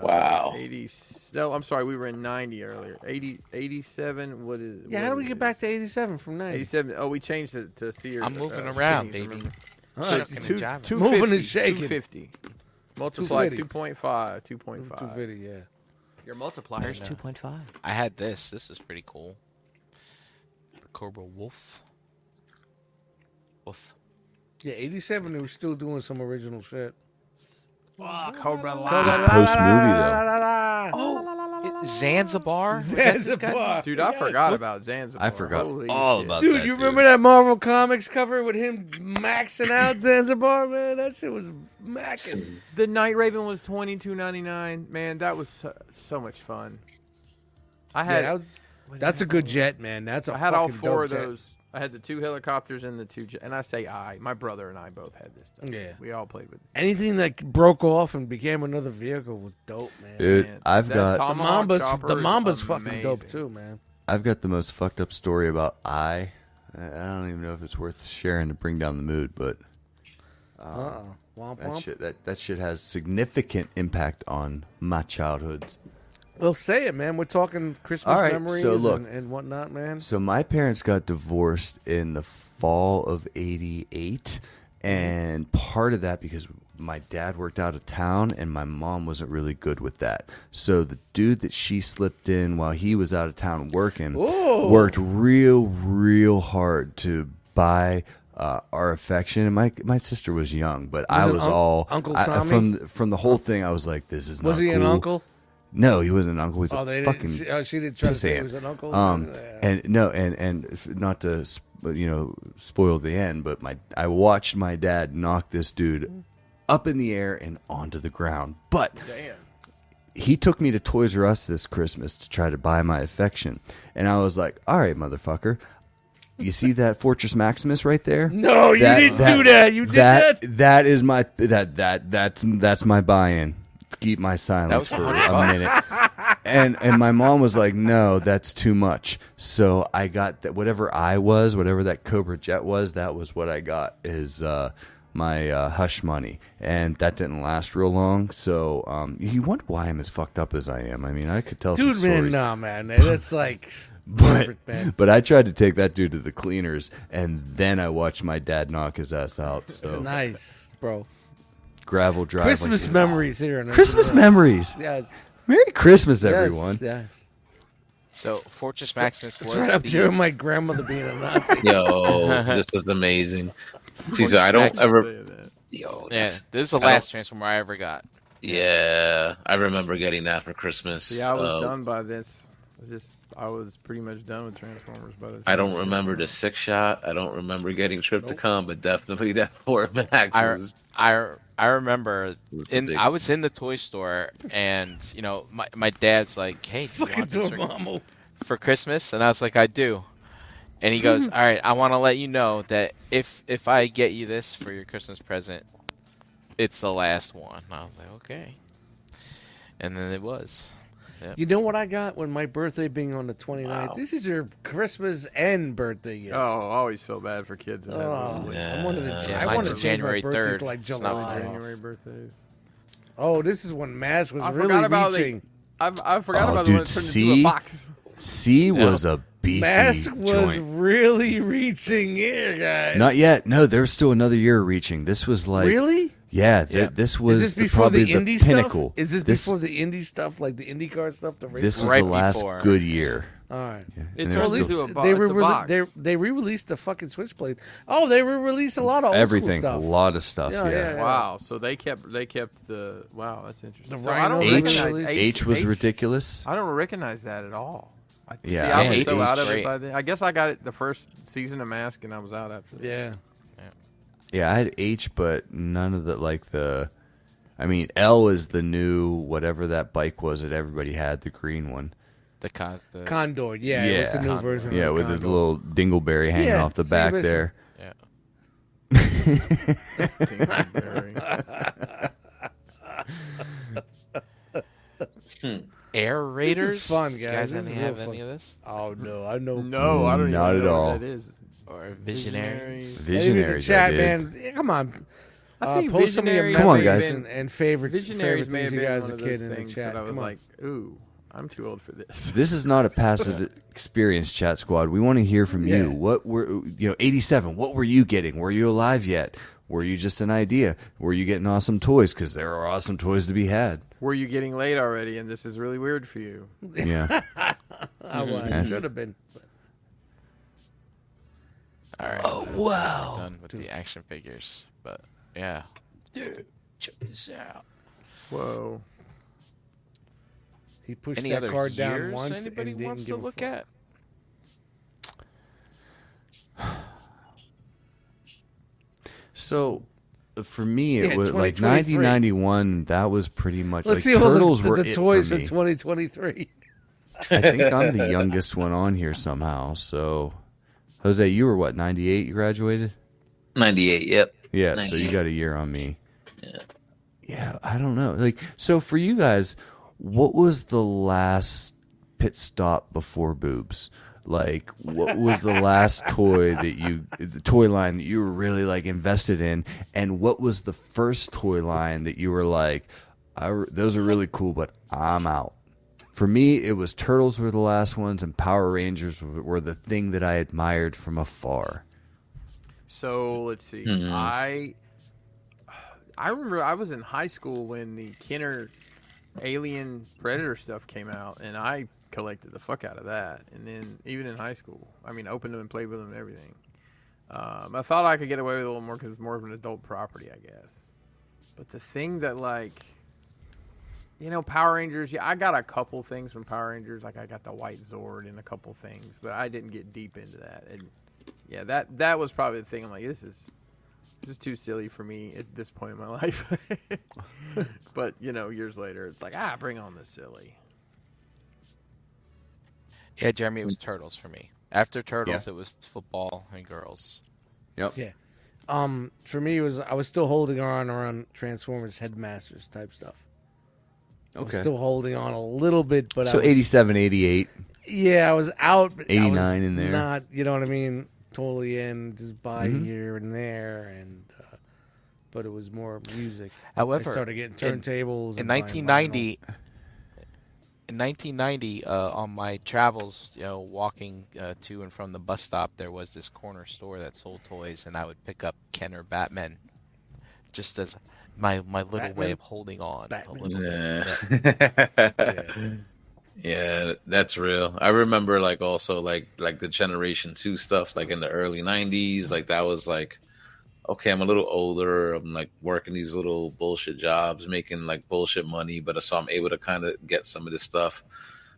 Wow.
80. No, I'm sorry. We were in 90 earlier. 80, 87. What is?
Yeah, how do
what
we
is-
get back to eighty-seven from ninety?
87. Oh, we changed it to Sears.
I'm moving
uh,
around,
Skinnies,
baby.
remember?
Chucking
It's
and
two,
jiving.
250,
Moving and shaking.
250. Multiply
250.
2.5. 2.5.
250, yeah.
Your multiplier's 2.5.
I had this. This was pretty cool. The Cobra Wolf. Wolf.
Yeah, eighty-seven. They were still doing some original shit. Oh,
Fuck, Cobra
It's post movie though.
Oh, it- Zanzibar. Was that this guy?
Zanzibar.
Dude, I forgot about Zanzibar.
I forgot
Holy
all
shit.
about that.
Dude, you remember that Marvel Comics cover with him maxing out Zanzibar, man? That shit was maxing.
The Night Raven was twenty two ninety nine. Man, that was so, so much fun. I
Yeah,
had
that was, that's a good jet, man. That's a
I had all
fucking
four of
dope jet.
those. I had the two helicopters and the two. jet- And I say I, my brother and I both had this stuff.
Yeah.
we all played with. it.
Anything that broke off and became another vehicle was dope, man.
Dude,
Man,
I've
that
got
the
Tomahawk
Mamba's
chopper
the
is
Mamba's fucking dope
amazing.
too, man.
I've got the most fucked up story about I. I I don't even know if it's worth sharing to bring down the mood, but
Uh oh. Womp
that
womp.
shit that, that shit has significant impact on my childhood.
Well, say it, man. We're talking Christmas
All right,
memories
so look.
and, and whatnot, man.
So my parents got divorced in the fall of '88, and part of that because my dad worked out of town and my mom wasn't really good with that. So the dude that she slipped in while he was out of town working
Ooh.
worked real, real hard to buy. Uh, our affection and my my sister was young, but I
it
was
Unc-
all
Uncle
I-
Tommy?
from from the whole thing. I was like, "This is
Was
not
he an
cool.
uncle?
No, he wasn't an uncle. He was
Oh,
a
they
fucking
didn't. She, oh, she didn't try to say he
pissant.
was an uncle.
Um,
Yeah.
and no, and and f- not to sp- you know spoil the end, but my I watched my dad knock this dude up in the air and onto the ground. But he took me to Toys R Us this Christmas to try to buy my affection, and I was like, "All right, motherfucker." You see that Fortress Maximus right there?
No, you didn't do that. You did
that. That is my that that that's that's my buy-in. Keep my silence
was
for
$100
a minute and and my mom was like, "No, that's too much." So I got that whatever I was, whatever that Cobra Jet was, that was what I got is uh, my uh, hush money, and that didn't last real long. So um, you wonder why I'm as fucked up as I am. I mean, I could tell
Dude,
some
man,
stories,
nah, man. That's like
but
perfect, man.
but I tried to take that dude to the cleaners, and then I watched my dad knock his ass out. So
nice, bro.
gravel drive, like,
Christmas
dude,
memories here. on
Christmas
Earth.
memories.
Yes.
Merry Christmas,
yes,
everyone.
Yes.
So Fortress Maximus was
Right up
the-
there, with my grandmother being a Nazi.
Yo, this is amazing. Caesar, I don't ever.
Say that.
Yo,
Yeah,
that's-
this is the
I don't-
last Transformer I ever got.
yeah, I remember getting that for Christmas.
See, I was
Uh,
done by this. I was just I was pretty much done with Transformers by the
I
time-
don't remember the six shot. I don't remember getting Tripticon, but definitely that four max.
I,
was-
I, I remember
was the
in
big-
I was in the toy store and you know my, my dad's like, "Hey, do you
Fucking
want this for,
Dormammu.
for Christmas?" And I was like, "I do." And he goes, "All right, I want to let you know that if if I get you this for your Christmas present, it's the last one." And I was like, "Okay." And then it was.
You know what I got when my birthday being on the 29th? This is your Christmas and birthday gift.
Oh, I always feel bad for kids. That have
Oh,
those
Yeah.
I wanted to,
Yeah,
I
mine's
wanted to change my
January
birthday
3rd.
to like
It's not
July.
January birthdays.
Oh, this is when Mass was
I
really
forgot about
reaching.
the. E I, I forgot
Oh,
about
dude,
the one that turned into
see?
a box.
C was a beefy
Mass was
joint.
really reaching here, guys.
Not yet. No, there was still another year of reaching. This was like
really?
Yeah, th- this was
is this
the-
before
probably
the indie
pinnacle.
stuff? Is this,
this
before the indie stuff, like the indie card stuff? The Oh,
this was
Right
the last
before.
good year?
All right.
It
And
turns
there's
into
still
a box.
they
it's a
re-
box.
They, they re-released the fucking Switchblade. Oh, they re-released a lot of old school
everything, a
stuff.
lot of stuff.
Yeah,
Yeah,
yeah,
Wow. So they kept they kept the wow. That's interesting.
The
so I don't
rhino
H,
recognize
release.
H,
H was ridiculous.
I don't recognize that at all. I,
Yeah,
see, I
I
was
hate
so
H.
out of it
Great.
by then. I guess I got it the first season of Mask, and I was out after. that.
Yeah.
Yeah, I had H, but none of the like the. I mean, L is the new whatever that bike was that everybody had, the green one.
The cause the
Condor, yeah, it's the new
Condor.
version.
Yeah,
of
with
Condor.
his little dingleberry hanging
Oh Yeah,
off the
see,
back
listen.
there.
yeah. air raiders.
fun,
You
guys.
guys,
This
any
is
have
real
any
fun.
of this
Oh no, I know.
No, I don't
Not
even
at
know
all.
what that is.
or visionaries?
Maybe the
Visionaries, I
chat,
did.
man. yeah, Come on,
I
uh,
think
post some of your
Visionaries
Come on,
memories
guys.
and, and favorites.
Visionaries
favorite
may have
things you
been
guys
one
a
of
kid
those
in the
things
chat.
that I was
Come on.
like, ooh, I'm too old for this.
This is not a passive experience, chat squad. We want to hear from
Yeah.
you. What were you know, eighty seven? What were you getting? Were you alive yet? Were you just an idea? Were you getting awesome toys? Because there are awesome toys to be had.
Were you getting late already? And this is really weird for you.
Yeah,
I
"Hmm,
Yeah.
was. Should have been.
All right. Oh wow. Done with the action figures, but yeah. Dude, check this out.
Whoa.
He pushed
Any
that
other
card down
years
once
anybody
and didn't
wants to
give a
look
fuck.
at?
So uh, for me, it
Yeah,
was like
2023.
1991. That was pretty much
Let's
like
see all the-
turtles
the,
were
the
it
toys
for
for
me.
2023.
I think I'm the youngest one on here somehow. So Jose, you were what 98? You graduated?
98, yep.
Yeah, so you
98.
got a year on me. Yeah, I don't know. Like, so for you guys, what was the last pit stop before boobs? Like, what was the last toy that you, the toy line that you were really like invested in, and what was the first toy line that you were like, I, re- those are really cool, but I'm out. For me, it was Turtles were the last ones, and Power Rangers were were the thing that I admired from afar.
So let's see. I I remember I was in high school when the Kenner Alien Predator stuff came out, and I collected the fuck out of that. And then even in high school, I mean, opened them and played with them and everything. Um, I thought I could get away with a little more because it's more of an adult property, I guess. But the thing that like. You know, Power Rangers. Yeah, I got a couple things from Power Rangers. Like I got the White Zord and a couple things, but I didn't get deep into that. And yeah, that that was probably the thing. I'm like, this is this is too silly for me at this point in my life. but you know, years later, it's like, ah, bring on the silly.
Yeah, Jeremy, it was turtles for me. After turtles, it was football and girls.
Um, for me, it was I was still holding on around Transformers Headmasters type stuff. I was still holding on a little bit, but
So
I was,
87, 88.
Yeah, I was out. But I was
89 in there. Mm-hmm.
Not, you know what I mean? Totally in, just buy here and there, and uh, but it was more music.
However,
I started getting
in-
turntables
in
and buying
1990 in 1990 uh, on my travels you know walking uh, to and from the bus stop there was this corner store that sold toys and i would pick up ken or batman just as my my little
Batman?
way of holding on a
Batman.
little bit.
Yeah. yeah, that's real. I remember like also like like the generation 2 stuff like in the early 90s, like that was like okay, I'm a little older. I'm like working these little bullshit jobs, making like bullshit money, but uh, so I'm able to kind of get some of this stuff.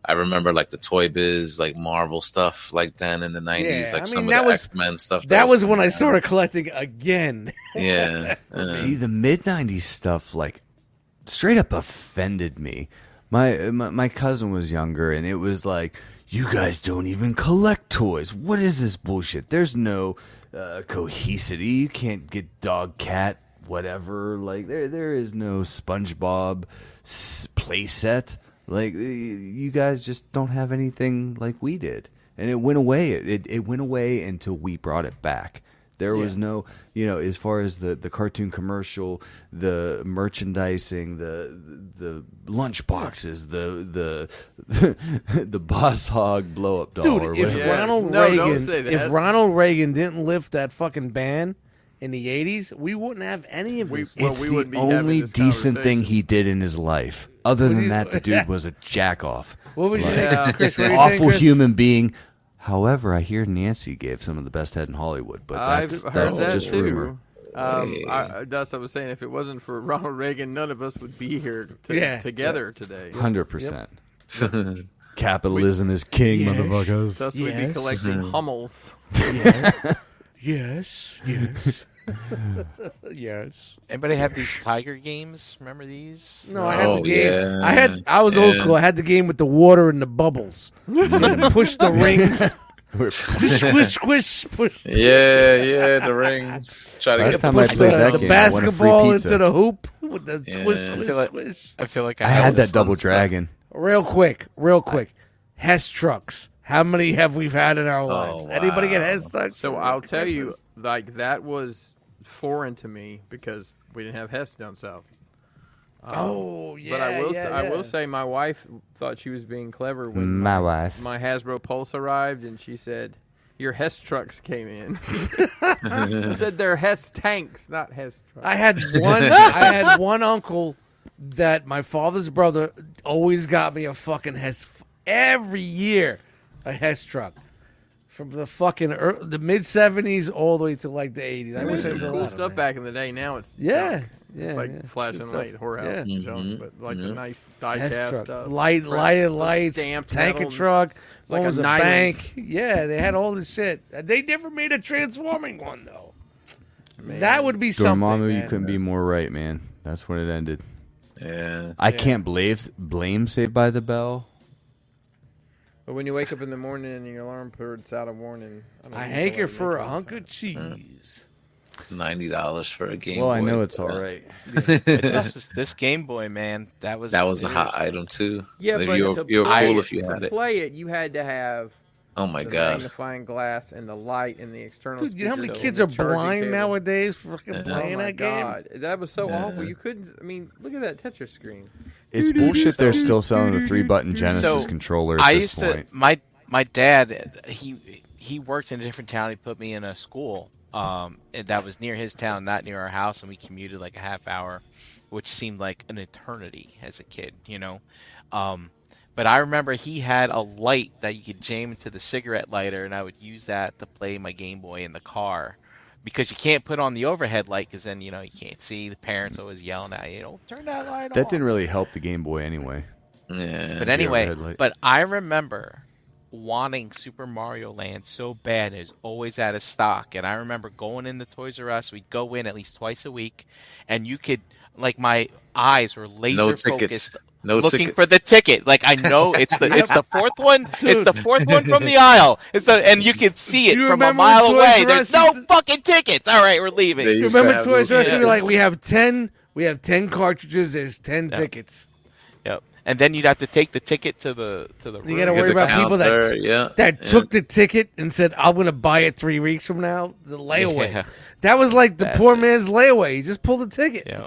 I remember like the Toy Biz, like Marvel stuff, like then in the 90s,
Yeah,
like
I
some
mean,
of
that
the
was-
X Men stuff.
That, was when I
coming out.
started collecting again.
Yeah. yeah.
See, the mid 90s stuff, like, straight up offended me. My, my my cousin was younger, and it was like, you guys don't even collect toys. What is this bullshit? There's no uh, cohesity. You can't get dog, cat, whatever. Like there there is no SpongeBob s- playset. Like y- you guys just don't have anything like we did, and it went away. It it, it went away until we brought it back. There was no, you know, as far as the, the cartoon commercial, the merchandising, the the lunch boxes, the the the boss hog blow up doll or
Dude, if
whatever.
Yeah.
Ronald
No, don't
Reagan,
say
if
that.
Ronald Reagan didn't lift that fucking ban in the '80s, we wouldn't have any of this.
Well,
it's
we
the
wouldn't be having
only
this
decent
conversation.
thing he did in his life. Other than
you-
that, the dude was a jack off.
What was you
Like,
saying, Chris? What were you saying,
awful
Chris?
human being. However, I hear Nancy gave some of the best head in Hollywood, but that's,
I've heard
that's
that
just
too.
rumor.
Um, I, I- Dust, I was saying, if it wasn't for Ronald Reagan, none of us would be here to,
Yeah.
together today.
Hundred percent. Capitalism is king, motherfuckers.
Thus, we'd be
Yes.
collecting Hummels.
Yes, yes. yes.
Anybody have these Tiger games? Remember these?
No, I had
Oh,
the game.
yeah.
I had. I was old
Yeah.
school. I had the game with the water and the bubbles. You had to push the rings. squish, squish, squish, push. the-
Yeah, yeah, the rings. Try to
Last
get
time
the
I
push
played
the,
that
the
game, I won a free
basketball
pizza.
into the hoop with the
Yeah.
swish,
I
swish,
feel like-
swish.
I feel like I,
I had
this
that double
on-
dragon.
Real quick, real quick. Hess trucks. How many have we had in our lives? Anybody get
Oh, wow.
Hess trucks?
So I'll tell you, like that was foreign to me because we didn't have Hess down south.
Oh yeah.
um, but I will,
Yeah,
say, I
yeah.
will say, my wife thought she was being clever when
My wife.
my Hasbro Pulse arrived, and she said, "Your Hess trucks came in." It said they're Hess tanks, not Hess trucks.
I had one. I had one uncle that my father's brother always got me a fucking Hess every year, a Hess truck from the fucking ear the mid seventies all the way to like the eighties. I wish I
Some
was
cool stuff back in the day. Now it's
Yeah,
junk.
yeah,
like
yeah.
flashing
Good
light,
stuff.
whorehouse
Yeah.
Mm-hmm.
junk, but like the nice
Hess
diecast
truck,
stuff,
light,
Print-
lighted
the
lights,
stamped
tanker
metal.
truck. One
like a
was a
Nyland.
bank. Yeah, they had all this shit. They never made a transforming one though. That would be something.
Dormammu, you
man.
couldn't be more right, man. That's when it ended.
Yeah.
I can't blame blame Saved by the Bell.
But when you wake up in the morning and your alarm puts out a warning, don't
I
think
hanker
nobody
for a
makes
hunk of cheese.
Ninety dollars for a game.
Well, I
Boy. Uh,
know it's all right.
This was this Game Boy, man. That was
That was a hot item too.
Yeah,
Like,
but
you're,
to
you're
play
cool
it-
if you
to
had it.
play it, you had to have
Oh my
the
god.
magnifying glass and the light and the external.
Dude, you know how many
speakers
kids are
and the charging
blind
cable.
nowadays for fucking
Oh
playing
my
that game?
God. That was so awful.
Yeah.
You couldn't. I mean, look at that Tetris screen.
It's bullshit. They're still selling the three button Genesis
So,
controller at
I
this
used
point.
to my my dad he he worked in a different town. He put me in a school um and that was near his town, not near our house, and we commuted like a half hour, which seemed like an eternity as a kid, you know. Um, but I remember he had a light that you could jam into the cigarette lighter, and I would use that to play my Game Boy in the car. Because you can't put on the overhead light, because then you know you can't see. The parents always yelling at you, you know, turn that light
That
off.
didn't really help the Game Boy anyway.
Yeah.
But
the
anyway,
overhead light.
but I remember wanting Super Mario Land so bad. It was always out of stock. And I remember going into Toys R Us. We'd go in at least twice a week. And you could, like, my eyes were laser
no tickets.
focused
No
looking
tickets.
for the ticket. Like, I know it's the it's the fourth one. It's the fourth one from the aisle. It's the, And you can see it
You
from a
remember when
mile
Toys
away.
R
There's
Us
no
used to-
fucking tickets. All right, we're leaving.
They used to
Remember
have
Toys R
those-
Us would be like, we have 10, we have 10 cartridges, there's 10
Yeah.
tickets.
Yep. And then you'd have to take the ticket to the to the.
You
room.
gotta
Get
worry
the
about people that-
counter, yeah,
That
yeah.
took the ticket and said, I'm going to buy it three weeks from now. The layaway.
Yeah.
That was like the
That's
poor
it.
man's layaway. You just pull the ticket.
Yeah.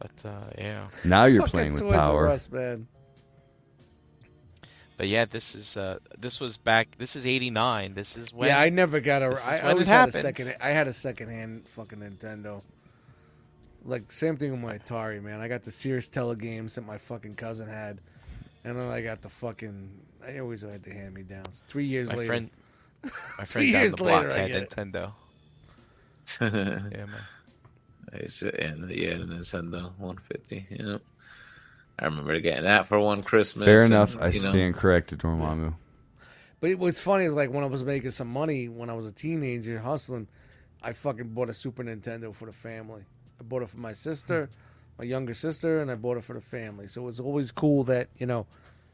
but uh, yeah,
Now you're
Fucking
playing with
Toys R
power.
Us, man.
but yeah, this is uh, this was back. This is '89. This is when.
Yeah, I never got a.
This is
I, I
when it
always had a
happens.
second. I had a secondhand fucking Nintendo. Like same thing with my Atari, man. I got the Sears telegames that my fucking cousin had, and then I got the fucking. I always had the hand me downs. Three years
my
later,
friend. My
Three
friend down
years
the block
later, I
had
get it.
Nintendo. Yeah, man.
It's- and yeah, the Nintendo 150. Yeah. I remember getting that for one Christmas.
Fair
and,
enough. I
you know,
stand corrected, Dormammu.
But it- what's funny is like when I was making some money when I was a teenager hustling, I fucking bought a Super Nintendo for the family. I bought it for my sister, my younger sister, and I bought it for the family. So it was always cool that you know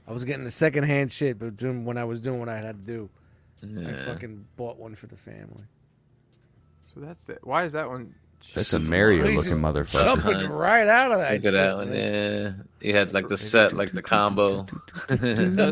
I was getting the secondhand shit, but doing when I was doing what I had to do, I fucking bought one for the family.
So that's it. Why is that one?
That's a Mario
He's
looking
just
motherfucker.
Jumping right out of that.
Look
shit,
at that one.
man.
Yeah. You had like the set, like the combo.
Dust,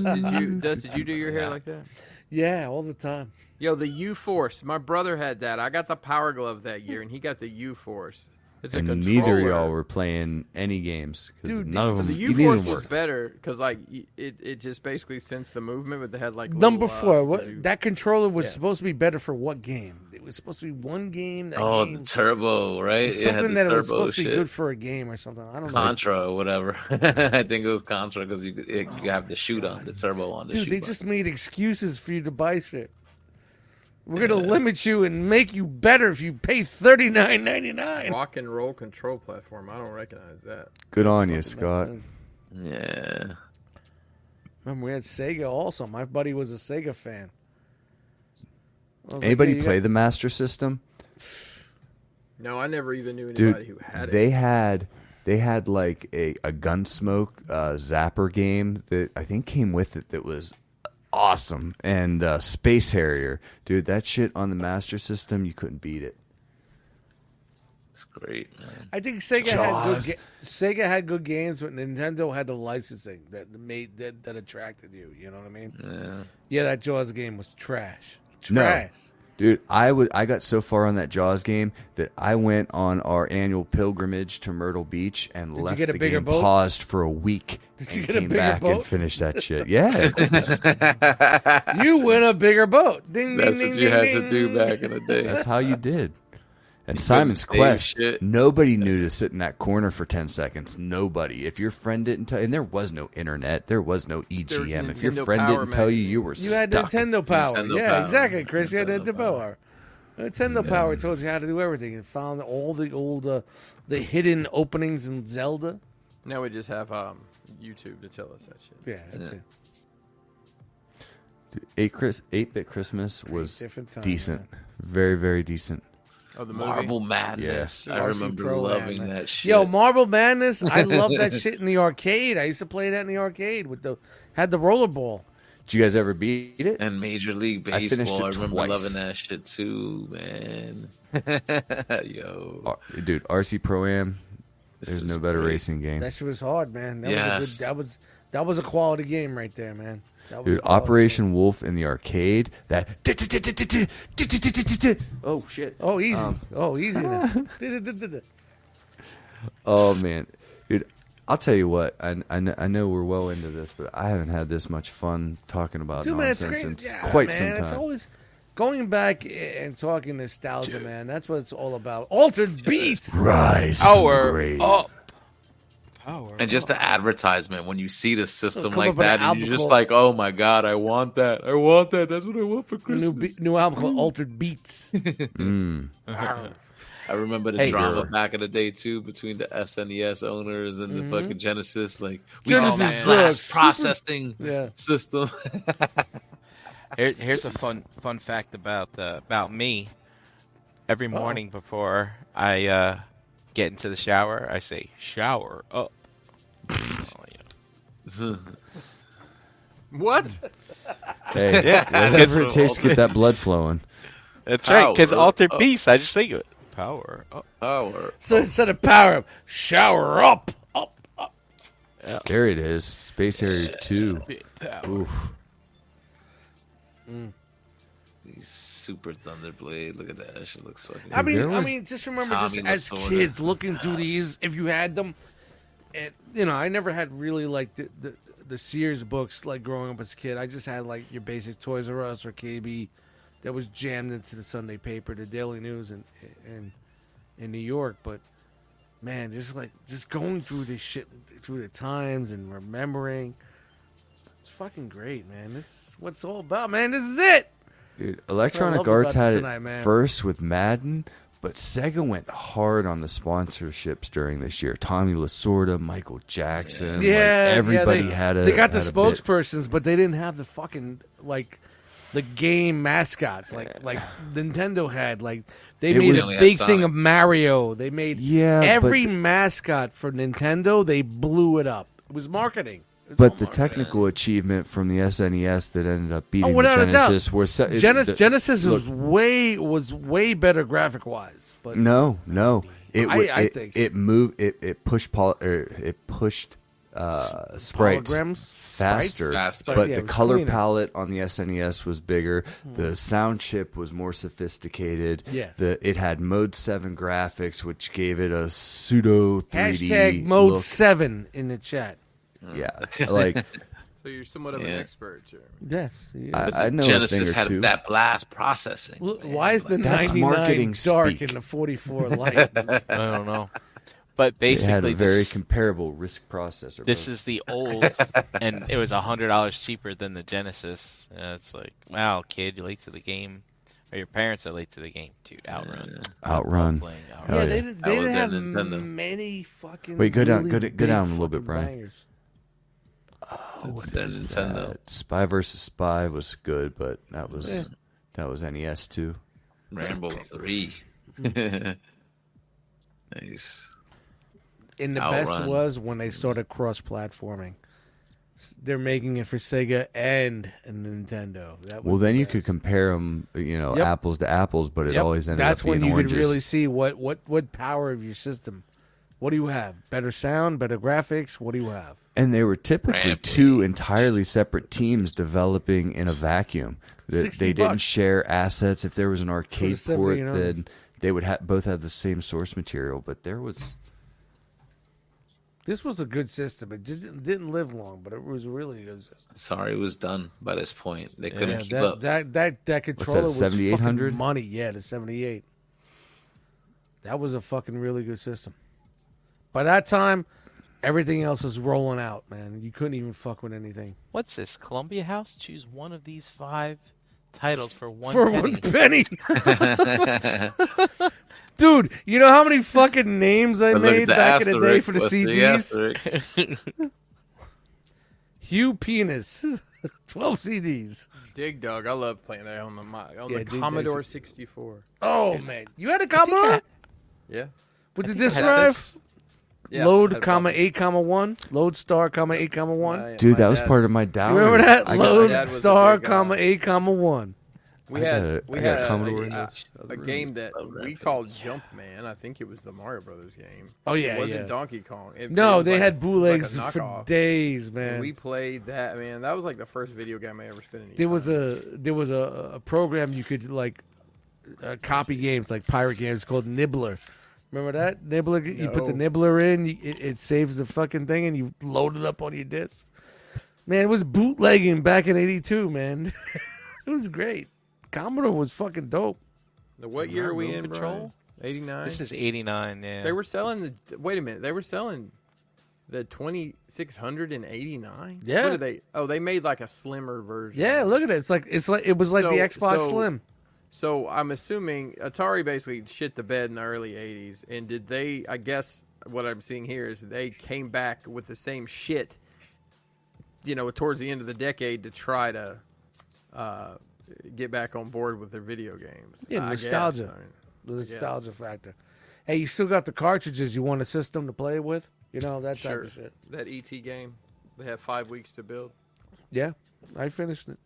did you Dust, did you do your hair like that?
Yeah, all the time.
Yo, the U Force. My brother had that. I got the Power Glove that year, and he got the U Force. It's a
And
controller.
neither of y'all were playing any games because
Dude,
none of
So
them
the U
even
Force was
worked.
better because like y- it, it just basically sensed the movement, but they had like
Number
little, uh,
four.
you-
What, that controller was
Yeah.
supposed to be better for what game? It was supposed to be one game. That
Oh, the
game-
turbo, right? It had
something
the
that it was
turbo
supposed to be
shit.
good for a game or something. I don't know.
Contra or whatever. I think it was Contra because you could- it, you have the shoot on the turbo on the
Dude,
shoot
they
button.
just made excuses for you to buy shit. We're gonna limit you and make you better if you pay thirty nine ninety nine.
Walk and roll control platform. I don't recognize that.
Good on you, Scott.
yeah.
Remember, we had Sega also. My buddy was a Sega fan. I was like,
Anybody
"Hey, you
play
got-
the Master System?
No, I never even knew
Dude,
anybody who had it.
they had they had like a a gunsmoke uh, zapper game that I think came with it that was awesome and uh, Space Harrier, dude. That shit on the Master System, you couldn't beat it.
It's great, man.
I think Sega
Jaws.
had good ga- Sega had good games, but Nintendo had the licensing that made that, that attracted you. You know what I mean?
Yeah.
Yeah, that Jaws game was trash.
No.
Trash.
Dude, I would I got so far on that Jaws game that I went on our annual pilgrimage to Myrtle Beach and left
get a
the
bigger
game
boat?
paused for a week.
Did
and
you get a
came
bigger
back and
boat?
finished that shit. Yeah. of course.
You win a bigger boat. Ding,
That's
ding,
what
ding,
you had
ding,
to do
ding.
back in the day.
That's how you did. And Simon's
save
Quest,
shit.
nobody knew to sit in that corner for 10 seconds. Nobody. If your friend didn't tell and there was no internet, there was no EGM. If your
Nintendo
friend
Power
didn't tell you,
magazine.
you were
You had
stuck.
Nintendo Power.
Nintendo
yeah,
Power.
exactly, Chris. you had
Nintendo
Nintendo Power.
Power.
Nintendo Power told you how to do everything and found all the old, uh, the hidden openings in Zelda.
Now we just have um, YouTube to tell us that shit.
Yeah, that's it.
Eight Chris, 8-bit Christmas was
different time,
decent. Very very decent.
Oh, the movie.
Marble Madness. I
RC
remember
Pro
loving
Am.
that shit.
Yo, Marble Madness. I love that shit in the arcade. I used to play that in the arcade with the had the rollerball.
Did you guys ever beat it?
and Major League
I finished
Baseball. I,
it
remember loving
twice.
that shit too, man. Yo,
R- dude, RC Pro Am. There's
is
no better
great.
racing game.
That shit was hard, man. That was
Yes.
a good, that was that was a quality game right there, man. That was
Dude,
a quality game.
Operation Wolf in the arcade. That Oh shit.
Oh, easy. oh, easy. now.
Oh man, dude, I'll tell you what. I, I, kn- I know we're well into this, but I haven't had this much fun talking about
Two minutes
nonsense
great.
in s-
Yeah,
quite
man,
some time.
It's always going back and talking nostalgia, man. That's what it's all about. Altered beats.
Rise from the
Power
grave.
up. Power.
and just the advertisement when you see the system
come up
like
with an
that, and
album
you're just
called-
like, "Oh my god, I want that! I want that! That's what I want for Christmas."
New be- new album called Altered Beats.
I remember the
Hey,
drama
girl.
back in the day too between the SNES owners and the fucking Genesis. Like we got
Genesis
that
sucks.
last
Super-
processing
Yeah.
system.
Here, here's a fun fun fact about uh, about me. Every morning before I uh, get into the shower, I say "shower up." Oh, Well, you know,
What?
Hey, whatever it takes to get that blood flowing.
That's right, because
Power
Alter
up.
Beast. I just think of it. Power up.
Power.
so instead of power up, shower up, up, up.
There it is, Space Area Two.
Power.
Oof.
Super Thunderblade. Look at that. That shit looks fucking.
I mean,
there
I
was
mean, just remember,
Tommy
just as
Lasorda.
kids looking through these, if you had them, and you know, I never had really like the, the the Sears books like growing up as a kid. I just had like your basic Toys R Us or KB that was jammed into the Sunday paper, the Daily News, and and in New York. But man, just like just going through this shit through the times and remembering. It's fucking great, man. This is what it's all about, man. This is it.
Dude,
That's what I
Electronic
loved
Arts
about
had
this
it
tonight, man.
first with Madden, but Sega went hard on the sponsorships during this year. Tommy Lasorda, Michael Jackson, like,
Yeah,
everybody
yeah, they,
had a.
They got the
had a bit.
spokespersons, but they didn't have the fucking like the game mascots like like Nintendo had. Like they
It
made
was-
a
They only
big
had Sonic.
thing of Mario. They made
Yeah, but
every
the-
mascot for Nintendo. They blew it up. It was marketing. It was all
But the
marketing.
technical achievement from the SNES that ended up beating the
Oh, without a doubt.
Genesis were se- it-
Genesis,
the-
Genesis was
look, Mm,
way was way better graphic wise, but
no, no. It,
I-
wa-
I
it,
think-
it moved it, it pushed poly, er, it pushed uh, sprites
Holograms?
faster,
Sprites? Faster.
but
Yeah,
the
it was
color
cleaner. Hmm.
palette on the SNES was bigger. The sound chip was more sophisticated.
Yeah.
the, it had Mode Seven graphics, which gave it a pseudo three D
hashtag mode
look.
seven in the chat.
Yeah, like
So you're somewhat of an
Yeah.
expert, Jeremy.
Yes, yeah.
I, I know a thing
Genesis
or
had
two.
that blast processing.
Well,
man.
Why is the
That's
99
marketing
dark
speak.
and the 44 light?
I don't know. But
It had
basically,
a very
this,
comparable risk processor.
this
but-
is the old, and it was a hundred dollars cheaper than the Genesis. Uh, it's like, wow, kid, you're late to the game, or your parents are late to the game, dude. Outrun,
Outrun.
playing
Hell
Outrun.
yeah,
Oh, yeah.
they didn't,
That
they
was
didn't
their
have
Nintendo.
many fucking.
Wait, go down-
really
go da- go
big
down a little bit,
fucking
Brian.
bangers.
It's their Nintendo?
That Spy versus Spy was good, but that was That was NES too.
Rambo three.
Hmm.
nice.
And the best
Outrun.
was when they started cross-platforming. S- They're making it for Sega and Nintendo. That was
Well, then
the
you could
best.
compare them, you know,
Yep.
apples to apples, but it
Yep.
always ended
That's
up being
when you
oranges.
could really see what what what power of your system. What do you have? Better sound, better graphics. What do you have?
and they were typically
Rampage.
two entirely separate teams developing in a vacuum. That
60
they didn't
bucks.
share assets. If there was an arcade
70,
port,
you know.
then they would ha- both have the same source material. But there was
This was a good system. It didn't didn't live long, but it was really a good system.
Sorry, it was done by this point. They couldn't keep
that,
up.
that that that controller was fucking
7800?
money. Yeah, the seventy eight. That was a fucking really good system. By that time, everything else was rolling out, man. You couldn't even fuck with anything
What's this? Columbia House? Choose one of these five titles for one
for
penny.
one penny. Dude, you know how many fucking names I
But look at
made back in the day
asterisk.
for the
What's
CDs?
asterisk?
Hugh Penis, twelve CDs.
Dig Dug. I love playing that on the mi- on
Yeah,
the
Dig Dug's-
Commodore 64.
Oh man, you had a comma
Yeah.
with the disk
Had
drive.
this-
yeah
load
had a Uh,
comma
problem.
eight comma one. Load star comma eight comma one.
My-
dude.
my
That was
dad-
part of my dowry.
Remember that?
I got-
Load
dad was a
star
big, uh,
comma eight comma one.
We
I
had
got a-
we
I got
had
a
a,
Commodore
a-
in
a-
the
a
other
game
room.
that
Love
we
Rapids.
called Jumpman. I think it was the Mario Brothers game.
Oh yeah,
it wasn't
yeah.
Donkey Kong. It- it
no,
was
they
like-
had
it was
bootlegs
like a
for
knockoff.
days,
And
man.
We played that man. That was like the first video game I ever spent. E Any
there was
time.
a there was a, a program you could like uh, copy games like pirate games called Nibbler. Remember that Nibbler? You put the
No.
Nibbler in, you, it, it saves the fucking thing, and you load it up on your disc. Man, it was bootlegging back in '82, man. it was great. Commodore was fucking dope.
Now, what year are we
Remote
in, Patrol?
Patrol?
Eighty nine.
This is 89, yeah.
They were selling the. Wait a minute. They were selling the twenty six hundred and eighty nine.
Yeah.
What did they? Oh, they made like a slimmer version.
Yeah, look at it. It's like it's like it was like the
So-
Xbox
so-
Slim.
So I'm assuming Atari basically shit the bed in the early 80s. And did they, I guess what I'm seeing here is they came back with the same shit, you know, towards the end of the decade to try to uh, get back on board with their video games.
Yeah,
I guess.
nostalgia.
I mean,
The nostalgia factor. Hey, you still got the cartridges? You want a system to play with? You know that type
sure.
of shit.
That ET game, they have five weeks to build.
Yeah, I finished it.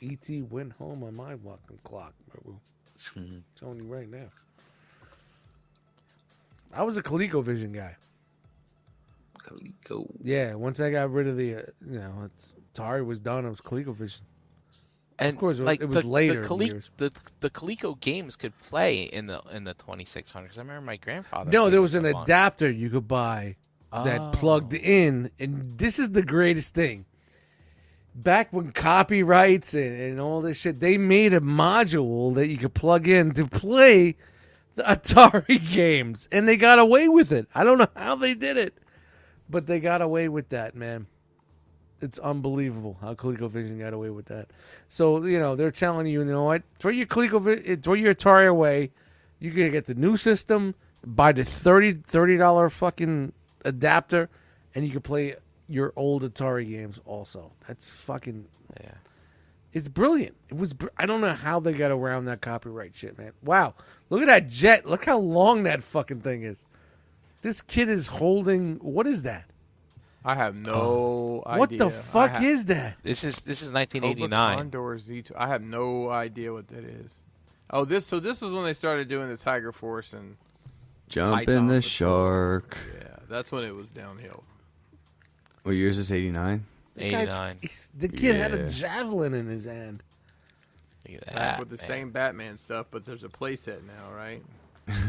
E.T. went home on my walking clock. Maru. telling you right now. I was a ColecoVision guy.
Coleco.
Yeah, once I got rid of the, uh, you know, it's, Atari was done. It was ColecoVision.
and
course, it was-
like,
it was
the,
later
The, Cole-
years.
the the Coleco games could play in the in the 2600. 'cause I remember my grandfather.
No,
played
there
with
was an
them on-
adapter you could buy
Oh.
that plugged in. And this is the greatest thing. Back when copyrights and, and all this shit, they made a module that you could plug in to play the Atari games. And they got away with it. I don't know how they did it, but they got away with that, man. It's unbelievable how ColecoVision got away with that. So, you know, they're telling you, you know what? Throw your ColecoVision, throw your Atari away. You're going to get the new system, buy the 30 $30 fucking adapter, and you can play your old Atari games also. That's fucking.
Yeah.
It's brilliant. It was. br- I don't know how they got around that copyright shit, man. Wow, look at that jet. Look how long that fucking thing is. This kid is holding. What is that?
I have
Oh.
no idea.
What the fuck is that?
This is this is
Cobra
1989.
Condor Z2. I have no idea what that is. Oh, this. So this was when they started doing the Tiger Force, and
Jump
Python
in the
was-
shark.
yeah, that's when it was downhill.
What year is this? Eighty nine.
The guy's-
89.
he's- The kid had
Yeah.
a javelin in his hand.
Look at
Back
that,
with the
man.
same Batman stuff, but there's a playset now, right?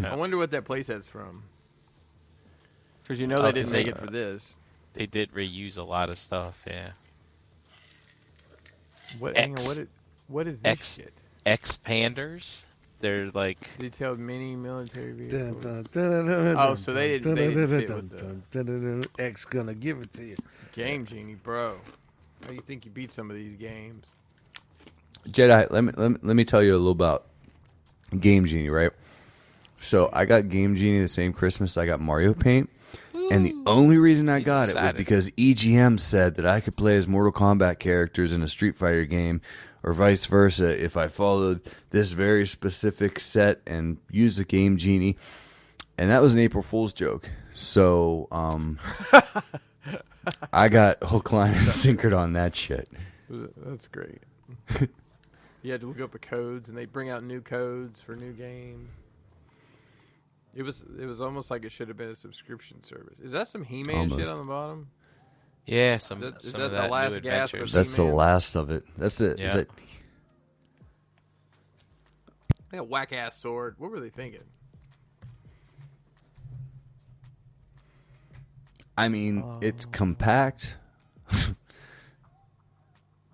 I wonder what that playset's from. Because you know they
Oh,
didn't
they-
make it for this.
They did reuse a lot of stuff. Yeah.
What?
X.
Hang on, what? It, what is this
X.
shit?
Expanders. They're like
Detailed mini military
Dun,
vehicles.
dun, dun, dun, dun,
Oh,
dun,
so they
dun, dun,
didn't- they didn't fit
dun,
with
dun, dun, dun, dun, dun. X gonna give it to you.
Game genie, bro. How do you think you beat some of these games?
Jedi, let me, let me let me tell you a little about Game Genie, right? So I got Game Genie the same Christmas I got Mario Paint, And the only reason I got it was
Hmm. excited.
because EGM said that I could play as Mortal Kombat characters in a Street Fighter game or vice versa if I followed this very specific set and used the game genie. And that was an April Fool's joke. So um, I got hook, line, and sinkered on that shit.
That's great. you had to look up the codes, and they bring out new codes for new games. It was it was almost like it should have been a subscription service. Is that some He-Man shit
Almost.
on the bottom?
Yeah, some,
that- is
some
that
of
the
that new
last gasp of
adventures.
That's the
He-Man.
last of it. That's it. That's
Yeah.
it.
Yeah, whack ass sword. What were they thinking?
I mean, it's
Oh.
compact.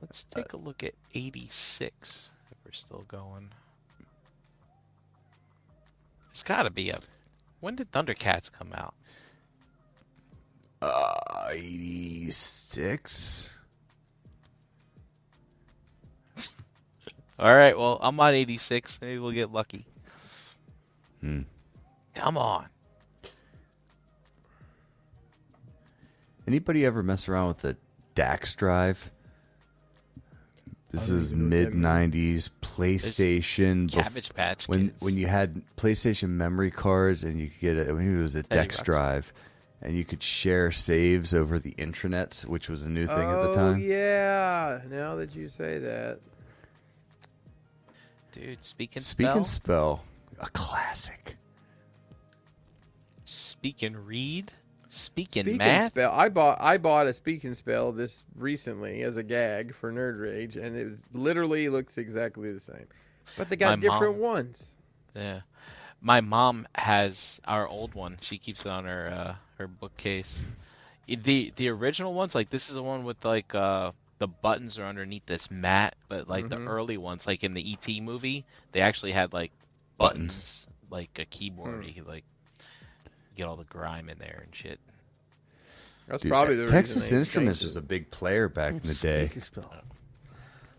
Let's take a look at 86 if we're still going. There's got to be a. When did Thundercats come out?
Uh, 86?
All right, well, I'm on 86. Maybe we'll get lucky.
Hmm.
Come on.
Anybody ever mess around with the DAX drive? This is mid '90s PlayStation. bef-
Cabbage Patch
when
Kids.
when you had PlayStation memory cards and you could get it. Maybe it was a DAX
Rocks.
drive, and you could share saves over the intranet, which was a new thing at the
Oh
time.
yeah! Now that you say that,
Dude, speaking
Speak
spell,
and spell, a classic.
speak and read, speak and
Speak
math.
and spell. I bought I bought a speak and spell this recently as a gag for Nerd Rage, and it was literally looks exactly the same, but they got
My
different
mom-
ones.
Yeah. My mom has our old one. She keeps it on her uh, her bookcase. I- The the original ones, like this is the one with like uh the buttons are underneath this mat, but like the early ones, like in the E.T. movie, they actually had like buttons, like a keyboard. You could like get all the grime in there and shit.
That's
Dude,
probably the
Texas
reason they
Instruments
changed
was
it.
a big player back in the day.
Speak and spell.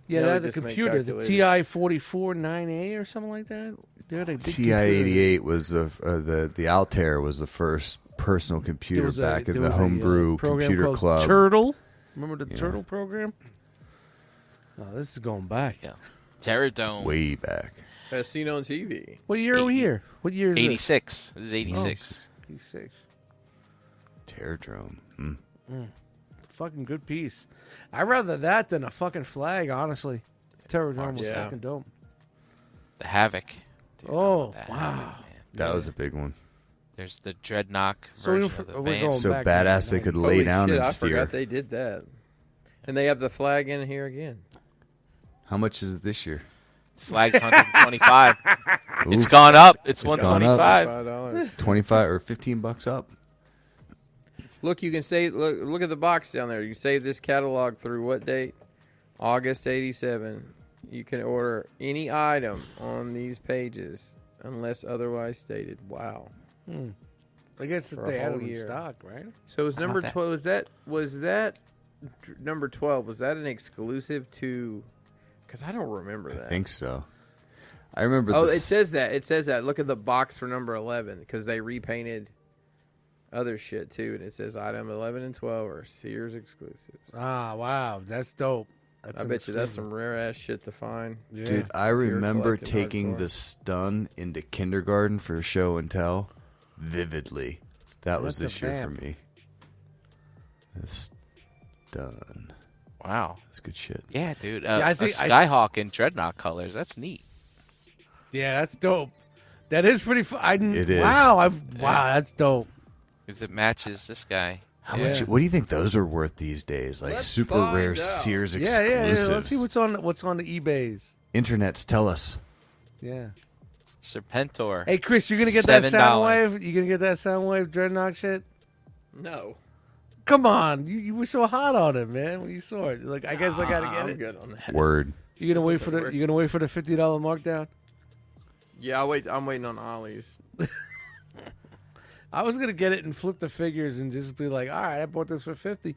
Yeah, they
No, they
had the
Oh. just make
computer, the
calculators.
TI 449 a or something like that. They had a big computer.
TI-88 was the uh, the the Altair was the first personal
There
computer
was a-
back in
there
the
was a, uh,
homebrew
program
computer
called
club.
Turtle. Remember the Turtle program? Oh, this is going back.
Yeah. Terror Dome.
way back.
As seen on TV.
What year are we here? What year is Oh.
Eighty
this?
six. This is eighty six.
86.
Terradrome. Mm.
Fucking good piece. I'd rather that than a fucking flag, honestly. Terror Dome was
Yeah.
fucking dope.
The Havoc. Dude, I
Oh,
love that Havoc,
wow.
man.
That was a big one.
There's the Dreadnought
So we-
version of the
we're
band.
going
So
Oh, back
badass
in
they
the
could
90s.
lay
Holy
down
shit,
and
I
steer.
forgot they did that, and they have the flag in here again.
How much is it this year?
Flag's 125. It's
Ooh,
gone up. It's,
gone up.
125.
Five dollars.
twenty-five or fifteen bucks up.
Look, you can save. Look, look at the box down there. You save this catalog through what date? August '87. You can order any item on these pages unless otherwise stated. Wow.
I guess that
for a
they had
whole
them in
year.
stock, right?
So was number
that?
twelve? Was that was that dr- number twelve? Was that an exclusive to? Because I don't remember
I
that.
think so. I remember.
oh,
the
it
s-
says that. It says that. Look at the box for number eleven because they repainted other shit too, and it says item eleven and twelve are Sears exclusives.
Ah, wow. That's dope. That's
I
an
bet you that's
exclusive.
some rare ass shit to find.
Yeah.
dude. I remember
collecting
taking
hardcore.
the stun into kindergarten for show and tell, vividly. That was
That's a
this year for
vamp.
me. The Stun.
Wow.
That's good shit.
Yeah, dude. Uh,
Yeah, I
a
think- I-
Skyhawk in Dreadnought colors. That's neat.
Yeah, that's dope. That is pretty. Fu- I didn't-
It is.
Wow, I've wow, that's dope.
Because it matches this guy.
How
Yeah.
much? What do you think those are worth these days? Like
Let's
super
find
rare
out.
Sears
Yeah,
exclusives.
yeah, yeah. Let's see what's on what's on the eBay's.
Internets tell us.
Yeah.
Serpentor.
Hey, Chris, you gonna get that
$7.
sound wave? You gonna get that sound wave dreadnought shit?
No,
Come on, you, you were so hot on it, man. When you saw it, like I guess I gotta
I'm
get it.
good on that.
Word.
You gonna wait for the
work.
you gonna wait for the fifty dollar markdown?
Yeah, I wait. I'm waiting on Ollie's.
I was gonna get it and flip the figures and just be like, all right, I bought this for fifty.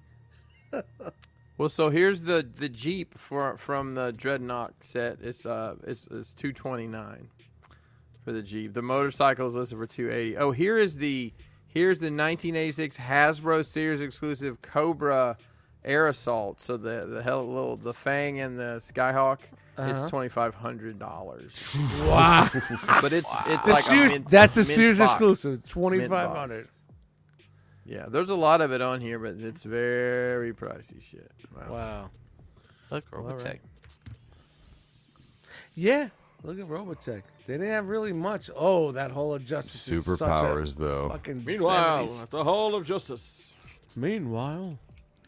Well, so here's the the Jeep for from the Dreadnought set. It's uh, it's it's two twenty nine for the Jeep. The motorcycle is listed for two eighty. Oh, here is the Here's the 1986 Hasbro Sears exclusive Cobra Air Assault. So the the hell, little the Fang and the Skyhawk. It's twenty five hundred dollars,
Uh-huh. Wow.
but it's
It's
it's
a
like a
Sears-
mint-
that's a
mint
Sears
box.
exclusive.
Mint
Twenty
box.
five hundred.
Yeah, there's a lot of it on here, but it's very pricey shit.
Wow.
Look, Robotech.
Yeah. Look at Robotech. They didn't have really much. Oh, that whole justice. is such a
Superpowers, though.
Fucking
Meanwhile,
70s.
the whole of justice,
Meanwhile.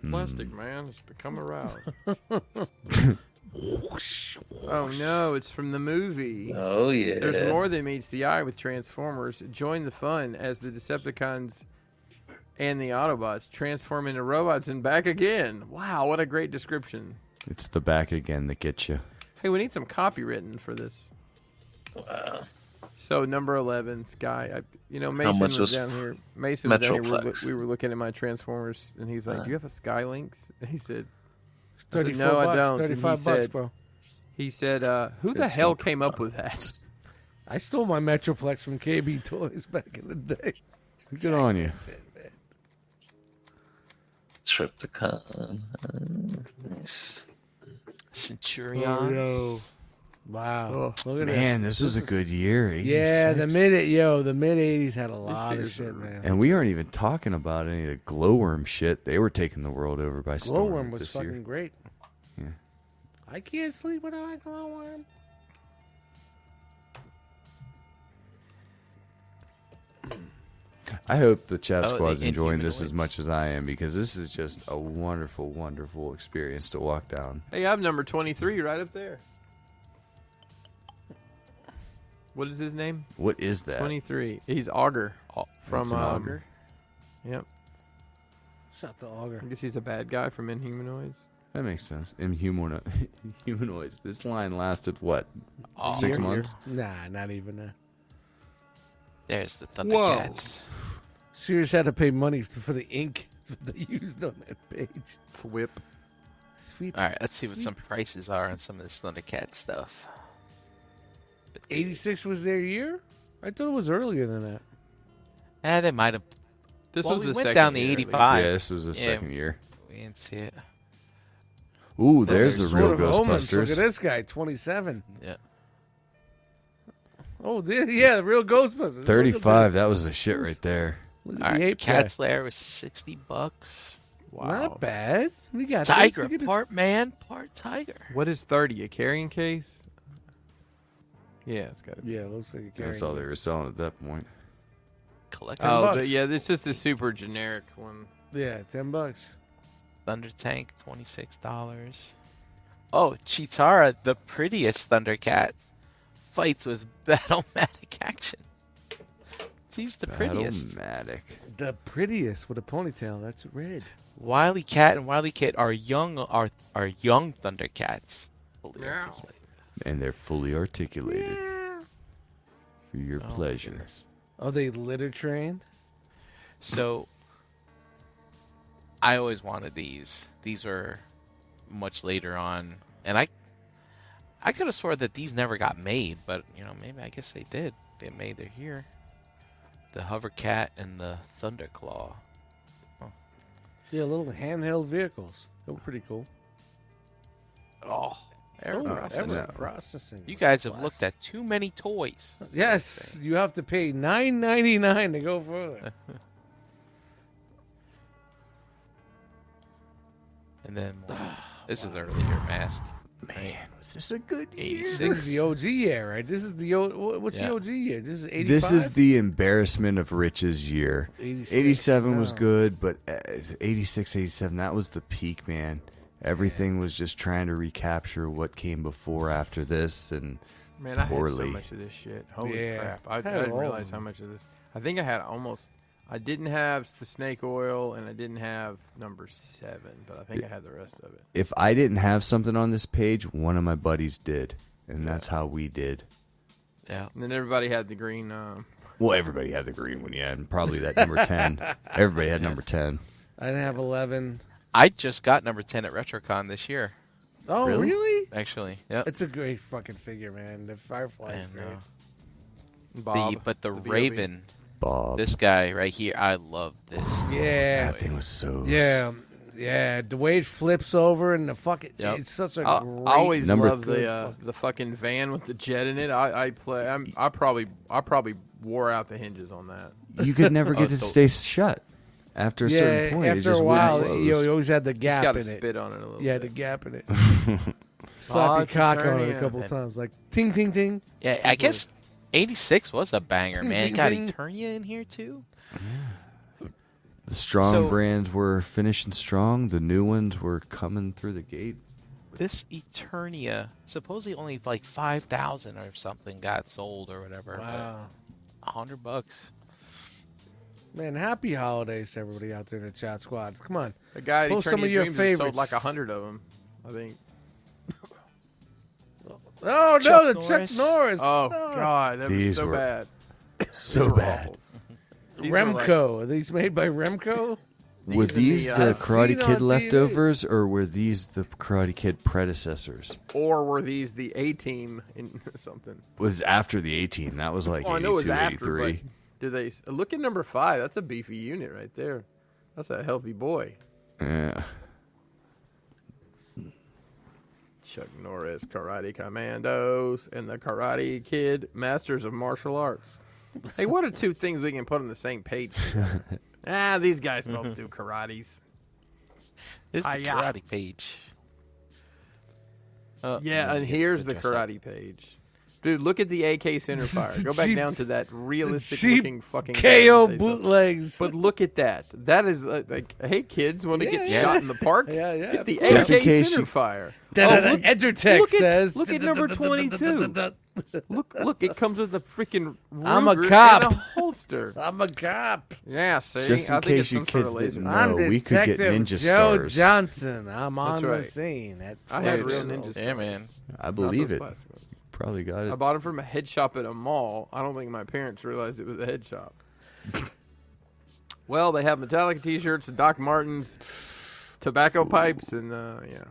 plastic man has become aroused. oh no, it's from the movie.
Oh yeah.
There's more than meets the eye with Transformers. Join the fun as the Decepticons and the Autobots transform into robots and back again. Wow, what a great description.
It's the back again that gets you.
Hey, we need some copywritten for this. So number eleven, Sky. I, you know, Mason
much
was,
was
down here. Mason was down here. We were,
Metroplex?
loo- we were looking at my Transformers, and he's like,
Uh.
"Do you have a Skylinks?" He said, I
Thirty
said,
four
"No, I
bucks.
don't." And
Thirty
he
five bucks,
said-
bro.
"He said, uh, who the hell came up with that?"
I stole my Metroplex from KB Toys back in the day.
Good on you.
Trip to con. Nice.
Centurions.
Oh, Wow. Look at
Man, this was a good year.
this. Yeah,
86.
the mid yo, the mid eighties had a lot
shit
of
is
shit, man.
And we aren't even talking about any of the glowworm shit. They were taking the world over by storm
Glowworm was
this
fucking
year.
great. I can't sleep without glowworm.
I hope the chat
Oh, the
squad's enjoying this as
Inhumanoids.
much as I am because this is just a wonderful, wonderful experience to walk down.
Hey, I'm number twenty-three, right up there. What is his name?
What is that?
Twenty-three. He's Augur
Au-
from
an
um,
auger.
Yep,
Shut the
I
auger.
guess he's a bad guy from Inhumanoids.
That makes sense. Inhumano- Humanoids. This line lasted what?
Au-
Six
year.
months?
Nah, not even that.
There's the
Whoa.
Thundercats.
Sears had to pay money for the ink that they used on that page.
Whip.
Sweet
All right, let's see what some prices are on some of this Thundercat stuff. But dude,
eighty six was their year? I thought it was earlier than that.
eh, they might have.
This
Well,
was
we
the
went
second
down the
year, at least.
85.
Yeah, this was the
Yeah.
second year.
We didn't see it.
Ooh, there's
They're
the
sort
real
of omens.
Ghostbusters.
Look at this guy, twenty seven.
Yeah.
Oh, the, yeah, the real Ghostbusters. Look at
35. That was the shit right there.
that. Look
All
at the
right,
ape guy.
Cat's Lair was sixty bucks.
Wow.
Not bad. We got this.
Tiger,
Look at this.
part man, part tiger.
What is 30? A carrying case? Yeah, it's got to be.
Yeah, it looks like a
That's all they were selling at that point.
Collector
Oh,
bucks.
but yeah, it's just the super generic one.
Yeah, ten bucks.
Thunder Tank, twenty six dollars. Oh, Chitara, the prettiest Thundercat, fights with battlematic action. He's the prettiest.
Battlematic.
The prettiest with a ponytail. That's red.
Wily Cat and Wily Kid are young are are young Thundercats. Believe it or
Yeah.
not.
And they're fully articulated for your
Oh, my
pleasure.
goodness.
Are they litter trained?
So I always wanted these. These were much later on, and I I could have swore that these never got made, but you know maybe I guess they did. They made they're here. The Hovercat and the Thunderclaw.
Yeah, little handheld vehicles. They were pretty cool.
Oh,
Oh,
Aeropress.
processing.
ever processing.
You guys have looked at too many toys.
Yes, you have to pay nine ninety nine to go further.
And then this is earlier mask.
Man, was this a good year?
86.
this is the OG year, right? This is the o- what's
Yeah.
the OG year? This is eighty.
This is the embarrassment of riches year.
86,
87 was
no.
good, but uh, 86, 87, that was the peak, man. Everything was just trying to recapture what came before after this. And
Man, I had
Poorly.
so much of this shit. Holy
Yeah.
crap. I, I
Had
didn't
all of
realize how
them.
much of this. I think I had almost. I didn't have the snake oil, and I didn't have number seven, but I think I had the rest of it.
if I didn't have something on this page, one of my buddies did. And that's how we did.
Yeah.
And then everybody had the green. Um,
Well, everybody had the green one, yeah, and probably that number 10. Everybody had number 10.
I didn't have eleven.
I just got number 10 at RetroCon this year,
Oh,
Really?
really?
actually. Yep.
It's a great fucking figure, man. The Firefly is
I
great.
know.
Bob,
the, but the,
the B.O.B..
Raven
Bob.
This guy right here, I love this.
Yeah.
that thing was so.
Yeah. Yeah. The way it flips over and the fucking.
Yep.
It's such a
I, I
great.
always
Number
love
good
the uh, the fucking van with the jet in it. I, I play. I'm, I probably I probably wore out the hinges on that.
You could never
Oh,
get it to
so-
stay shut. After a
yeah,
certain point, it
after
just
a
wouldn't
while,
close.
you, you always had the
Just
gap
gotta
in it.
spit on it a little.
Yeah, the
bit.
gap in it. Slap your
it's
cock on
turning
it a couple
up.
times, like ting, ting, ting.
Yeah, I guess 86 was a banger, man.
Ding,
Got
ding, ding.
Eternia in here too.
The strong
So-
brands were finishing strong. The new ones were coming through the gate.
This Eternia, supposedly only like 5,000 or something got sold or whatever.
Wow,
But 100 bucks.
man! Happy holidays to everybody out there in the chat squad. Come on,
The guy
Pull
who
some of your
sold
favorites.
like a hundred of them. I think.
Oh
Chuck
no, the Chuck
Norris.
Norris. Ah.
Oh
No.
God, that
These
was so
were
bad.
So
They're
bad.
awful. These were like-
Remco. Are these made by Remco?
were
These are the,
these the,
uh, I've
seen
Karate
on
Kid
TV.
leftovers, or were these the Karate Kid predecessors?
or were these the A team in something?
was after the 18. That was like
Oh, I know it was
82,
after,
83.
but do they look at number five? That's a beefy unit right there. That's a healthy boy.
Yeah.
Chuck Norris, Karate Commandos, and the Karate Kid, Masters of Martial Arts. Hey, what are two things we can put on the same page? ah, these guys both do karates.
This is the
Hi-ya.
karate page. Uh,
Yeah,
you
and
get
here's
the
the
dress up.
karate page. Dude, look at the AK center fire. Go back
Jeep-
down to that realistic
Jeep
looking fucking
KO
guy that they sell.
bootlegs.
But look at that. That is uh, like, hey kids, want to
Yeah,
get
yeah.
shot in the park?
Yeah, yeah,
Get the
of course.
Just in
AK
case
center
you-
fire.
That
Oh, look-
Entertech
look at-
says.
look at number 22. Look, look, it comes with a freaking
I'm a
Ruger
cop.
and a holster.
I'm a cop.
Yeah, see,
Just in
I think
case
it's
you
some sort
kids
of
didn't
laser.
know.
I'm
No, we could get
Detective
ninja
Joe
stars.
Johnson. I'm on the
right.
scene. At
I had
Dude,
real
12 years
ninja
old.
Yeah, man.
I
Not
believe
those
it.
plastic ones.
Probably got
I
it.
bought it from a head shop at a mall. I don't think my parents realized it was a head shop. well, they have Metallica T-shirts, Doc Martens, tobacco pipes, and uh, yeah.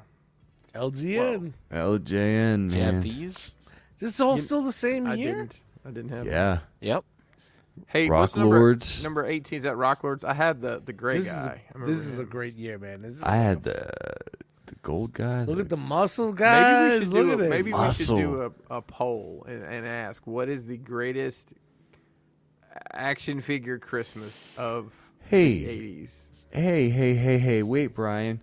LGN.
LJN,
Yeah,
man.
these.
This is all still the same
I
year.
didn't. I didn't have.
Yeah.
Yep.
Hey,
Rock
what's number,
Lords.
Number eighteen is that Rock Lords. I had the the gray
This is a,
guy. I remember
this is a
him.
great year, man. This is,
I had the the gold guy.
look
the-
at the muscle guys.
Maybe
look
we should do.
at
A,
this.
maybe we should
Muscle.
do a, a poll and, and ask what is the greatest action figure Christmas of the
hey,
eighties.
hey, hey, hey, hey. Wait, Brian.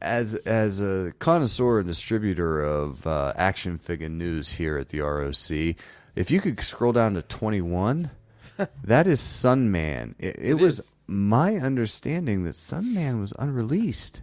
As as a connoisseur and distributor of uh, action figure news here at the ROC, if you could scroll down to twenty one, that is Sunman. It, it, was
is.
my understanding that Sunman was unreleased.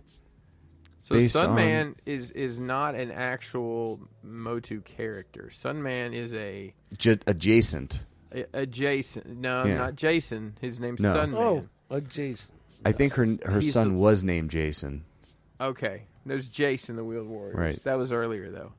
So
based
Sunman is is not an actual Motu character. Sunman is a,
J- adjacent.
a, a Jason. No,
Yeah.
not Jason. His name's
No.
Sunman.
Oh, jeez.
I think her her
He's
son
the-
was named Jason.
Oh.
Okay, there's Jason the Wheeled Warriors.
Right.
That was earlier though.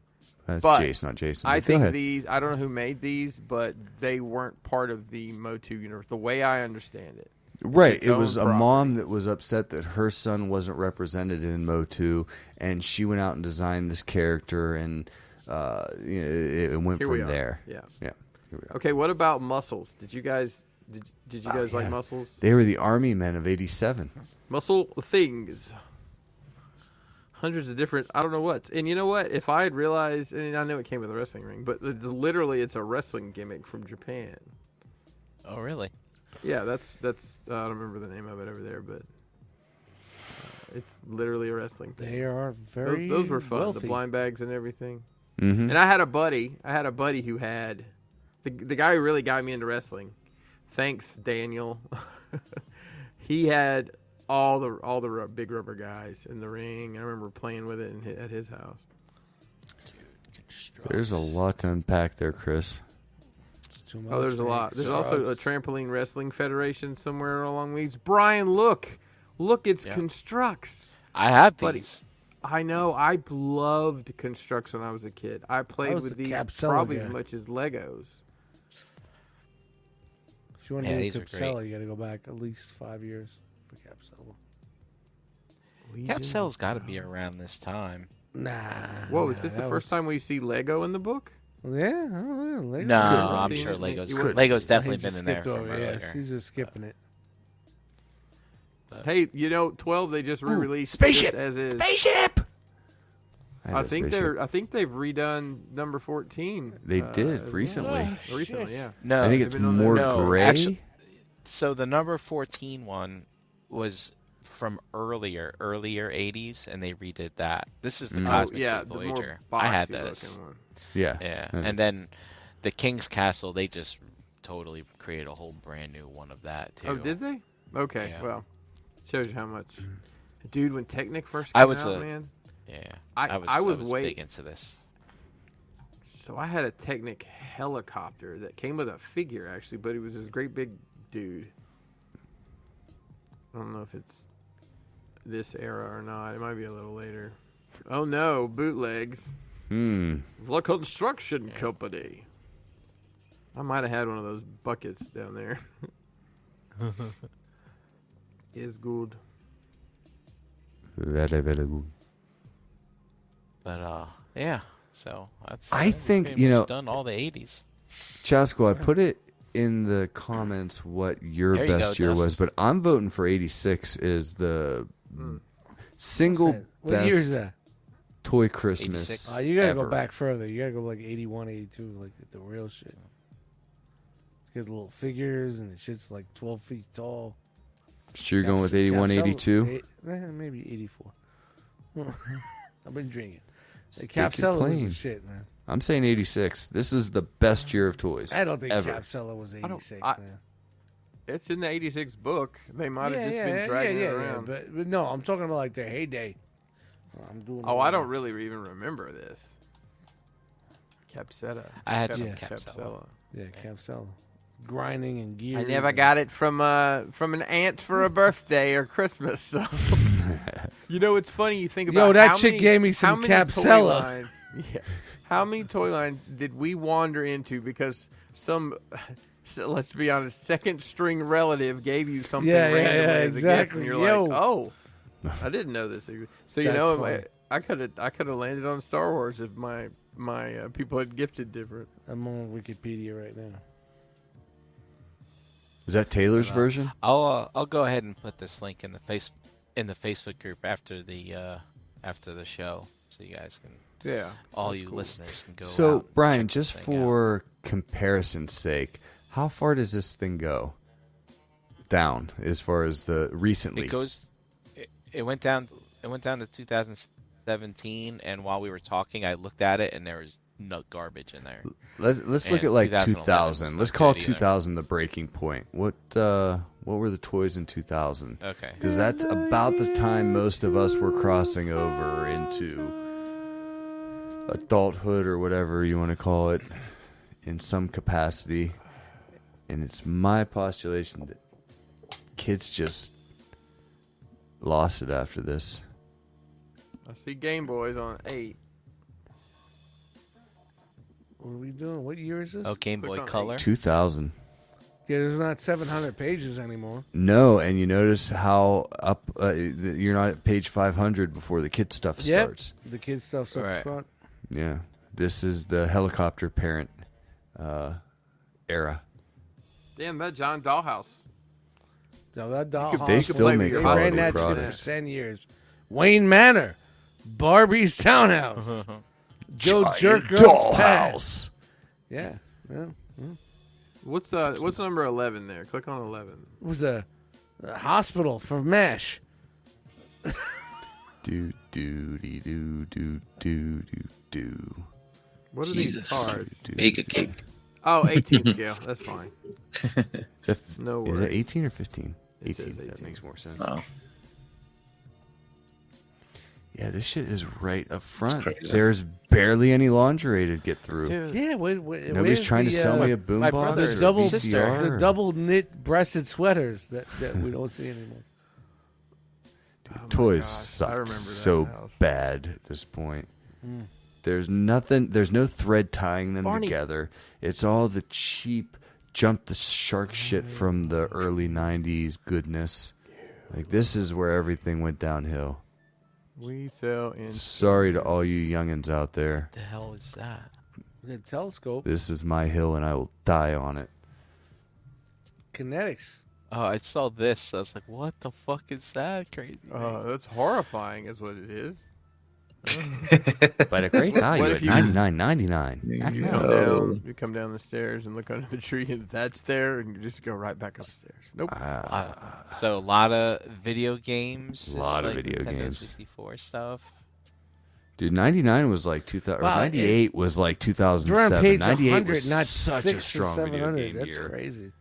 That's
But
Jason, not Jason.
I
But go
think
ahead.
these. I don't know who made these, but they weren't part of the Motu universe. The way I understand it.
right.
its
It
own
was a
property.
mom that was upset that her son wasn't represented in Motu, and she went out and designed this character, and uh, you know, it, it went
Here we
from
are.
there.
Yeah.
yeah. Here we are.
Okay, what about muscles? Did you guys did, did you guys like
Oh, yeah.
muscles?
They were the army men of '87.
Muscle things. Hundreds of different I don't know what's. And you know what? If I had realized and I know it came with a wrestling ring, but it's literally it's a wrestling gimmick from Japan.
Oh, really?
Yeah, that's that's I don't remember the name of it over there, but uh, it's literally a wrestling thing.
They are
Those-
very.
those were fun.
Wealthy.
The blind bags and everything.
Mm-hmm.
And I had a buddy. I had a buddy who had the the guy who really got me into wrestling. Thanks, Daniel. he had all the all the ru- big rubber guys in the ring. I remember playing with it in, hi- at his house.
There's a lot to unpack there, Chris.
It's too much,
Oh, there's a
man.
lot. There's
Drugs.
also a trampoline wrestling federation somewhere along these. Brian, look, look, it's constructs.
I have
Buddy.
these.
I know. I loved constructs when I was a kid. I played
was
with
the
these
Capsella
probably
guy.
as much as Legos.
If you want to
Yeah,
do
these are
Capsella, you got to go back at least five years for Capsella.
Capcell's got to be around this time.
Nah.
Whoa,
nah,
is this the
that
first
was-
time we see Lego in the book?
Yeah, I don't know, Lego.
No,
Good.
I'm
Good.
sure Lego's
You would-
Lego's
He
definitely been
just
in there
skipped
from
over, yes,
earlier.
he's just skipping it.
Hey, you know, twelve they just re-released
spaceship!
just as is.
Spaceship.
I think they're. I think they've redone number fourteen. uh,
They did
as
recently.
well. Recently, yeah.
No,
I think
uh, They've
it's
been on the-
more
no,
gray.
actu- so the number 14 one was from earlier, earlier 80s, and they redid that. This is the
Mm. Oh,
Oh,
Cosmic
yeah,
Fleet
the more
Voyager.
boxy
I had this.
looking one.
yeah.
Yeah,
Yeah.
and then the King's Castle, they just totally created a whole brand new one of that too.
Oh, did they? Okay,
Yeah.
well, shows you how much. Dude, when Technic first came
I was
out,
a-
man,
Yeah,
I-
I was
I
I
was
was,
way-
big into this.
so I had a Technic helicopter that came with a figure actually, but it was this great big dude. I don't know if it's this era or not. It might be a little later. Oh no, bootlegs.
Hmm.
The construction company. I might have had one of those buckets down there. Is good.
Very, very good.
But uh, yeah. So that's.
I
we've
think,
pretty
you
much
know-
done all the 80s.
Chat Squad, put it in the comments what your
There you
best
go,
year
Dust.
was, but I'm voting for 86 is the single
Hmm. What year is
best
that?
toy Christmas.
86?
Oh, you gotta
ever.
go back further. You gotta go like 81, 82, like the real shit. Get little figures and the shit's like 12 feet tall.
So you're going with 81,
Capsule-
82?
eh, eh, maybe 84. I've been drinking. The
Stick your
Capsella was
plane.
the shit, man.
I'm saying 86. This is the best year of toys.
I don't think
ever.
Capsella was
don't-
86,
I-
man.
It's in the '86 book. They might have just been dragging it around.
but, but no, I'm talking about like the heyday. I'm doing
oh,
it
I
wrong.
don't really even remember this. Capsetta.
I had
Cap-
some
Yeah.
Capsella.
Yeah, Capsella. Grinding and gear.
I never got it from uh from an aunt for a birthday or Christmas. So. you know, it's funny. You think about
Yo, that
how
chick
many-
gave me
how
some
many toy
Capsella.
lines- yeah. How many toy lines did we wander into because some? So let's be honest. Second string relative gave you something
Yeah, yeah,
randomly
yeah,
as a gift,
exactly.
and you're
Yo.
like, "Oh, I didn't know this." exi- So you
That's
know,
funny.
I- I could have I could have landed on Star Wars if my my uh, people had gifted different.
I'm on Wikipedia right now.
Is that Taylor's version?
I'll uh, I'll go ahead and put this link in the face in the Facebook group after the uh, after the show, so you guys can
Yeah,
all
that's
you
cool.
listeners can go. out
So,
and
Brian,
check this
just
thing out.
for comparison's sake, how far does this thing go down as far as the recently?
it goes, it, it went down. It went down to 2017, and while we were talking, I looked at it, and there was no garbage in there.
Let's, let's look
And
at like
2011 was
2000.
not
Let's call
good either.
2000 the breaking point. What uh, what were the toys in 2000?
Okay.
Because that's about the time most of us were crossing over into adulthood or whatever you want to call it in some capacity. And it's my postulation that kids just lost it after this.
I see Game Boys on eight.
What are we doing? What year is this?
Oh, Game
Click
Boy
on eight.
Color.
2000.
Yeah, there's not 700 pages anymore.
No, and you notice how up uh, you're not at page 500 before the kid stuff starts.
The kids stuff's up
Right.
front.
Yeah. This is the helicopter parent uh, era.
Damn, that John Dollhouse.
Now that doll.
They
You can
still
play with
make
your
quality
ran that shit
products.
for 10 years. Wayne Manor, Barbie's Townhouse, Joe Jerker's Past. Yeah. yeah.
What's uh what's number eleven there? Click on eleven.
It was a, a hospital for MASH.
Do do dee, do do do do do.
What are
Jesus.
these cards?
do.
Make a cake.
Oh, 18 scale. That's fine.
Is that, f-
No
is
worries.
that 18 or 15?
It says
18. That
18.
makes more sense.
Oh,
Yeah, this shit is right up front.
It's crazy.
There's barely any lingerie to get through.
Dude,
Yeah, wait, wait,
Nobody's
where's
trying
the,
to sell
uh,
me a boombox.
my
the
brother's
or a
double,
VCR
the
or-
double knit breasted sweaters that, that we don't see anymore.
toys
Oh gosh, I
suck
remember that
so
house.
bad at this point. There's nothing. There's no thread tying them
Barney-
together. It's all the cheap jump the shark shit from the early '90s goodness. Like this is where everything went downhill.
We sell in.
Sorry to all you youngins out there.
the hell is that?
The telescope.
This is my hill, and I will die on it.
Kinetics.
Oh, I saw this. I was like, "What the fuck is that? Crazy!"
Oh, that's horrifying, is what it is.
But a great value
What
at
if you-
ninety nine ninety nine.
You come, down, you come down the stairs and look under the tree, and that's there, and you just go right back upstairs. Nope.
Ah.
Uh, so a lot of video games. it's
Lot of
like
video
Nintendo
games.
64 stuff.
Dude, 99 was like 2000,
Wow,
or
it-
98 was like
They're on
2007.
page
98
100,
was
not
such a
six or
strong video
700.
game
That's
year.
crazy.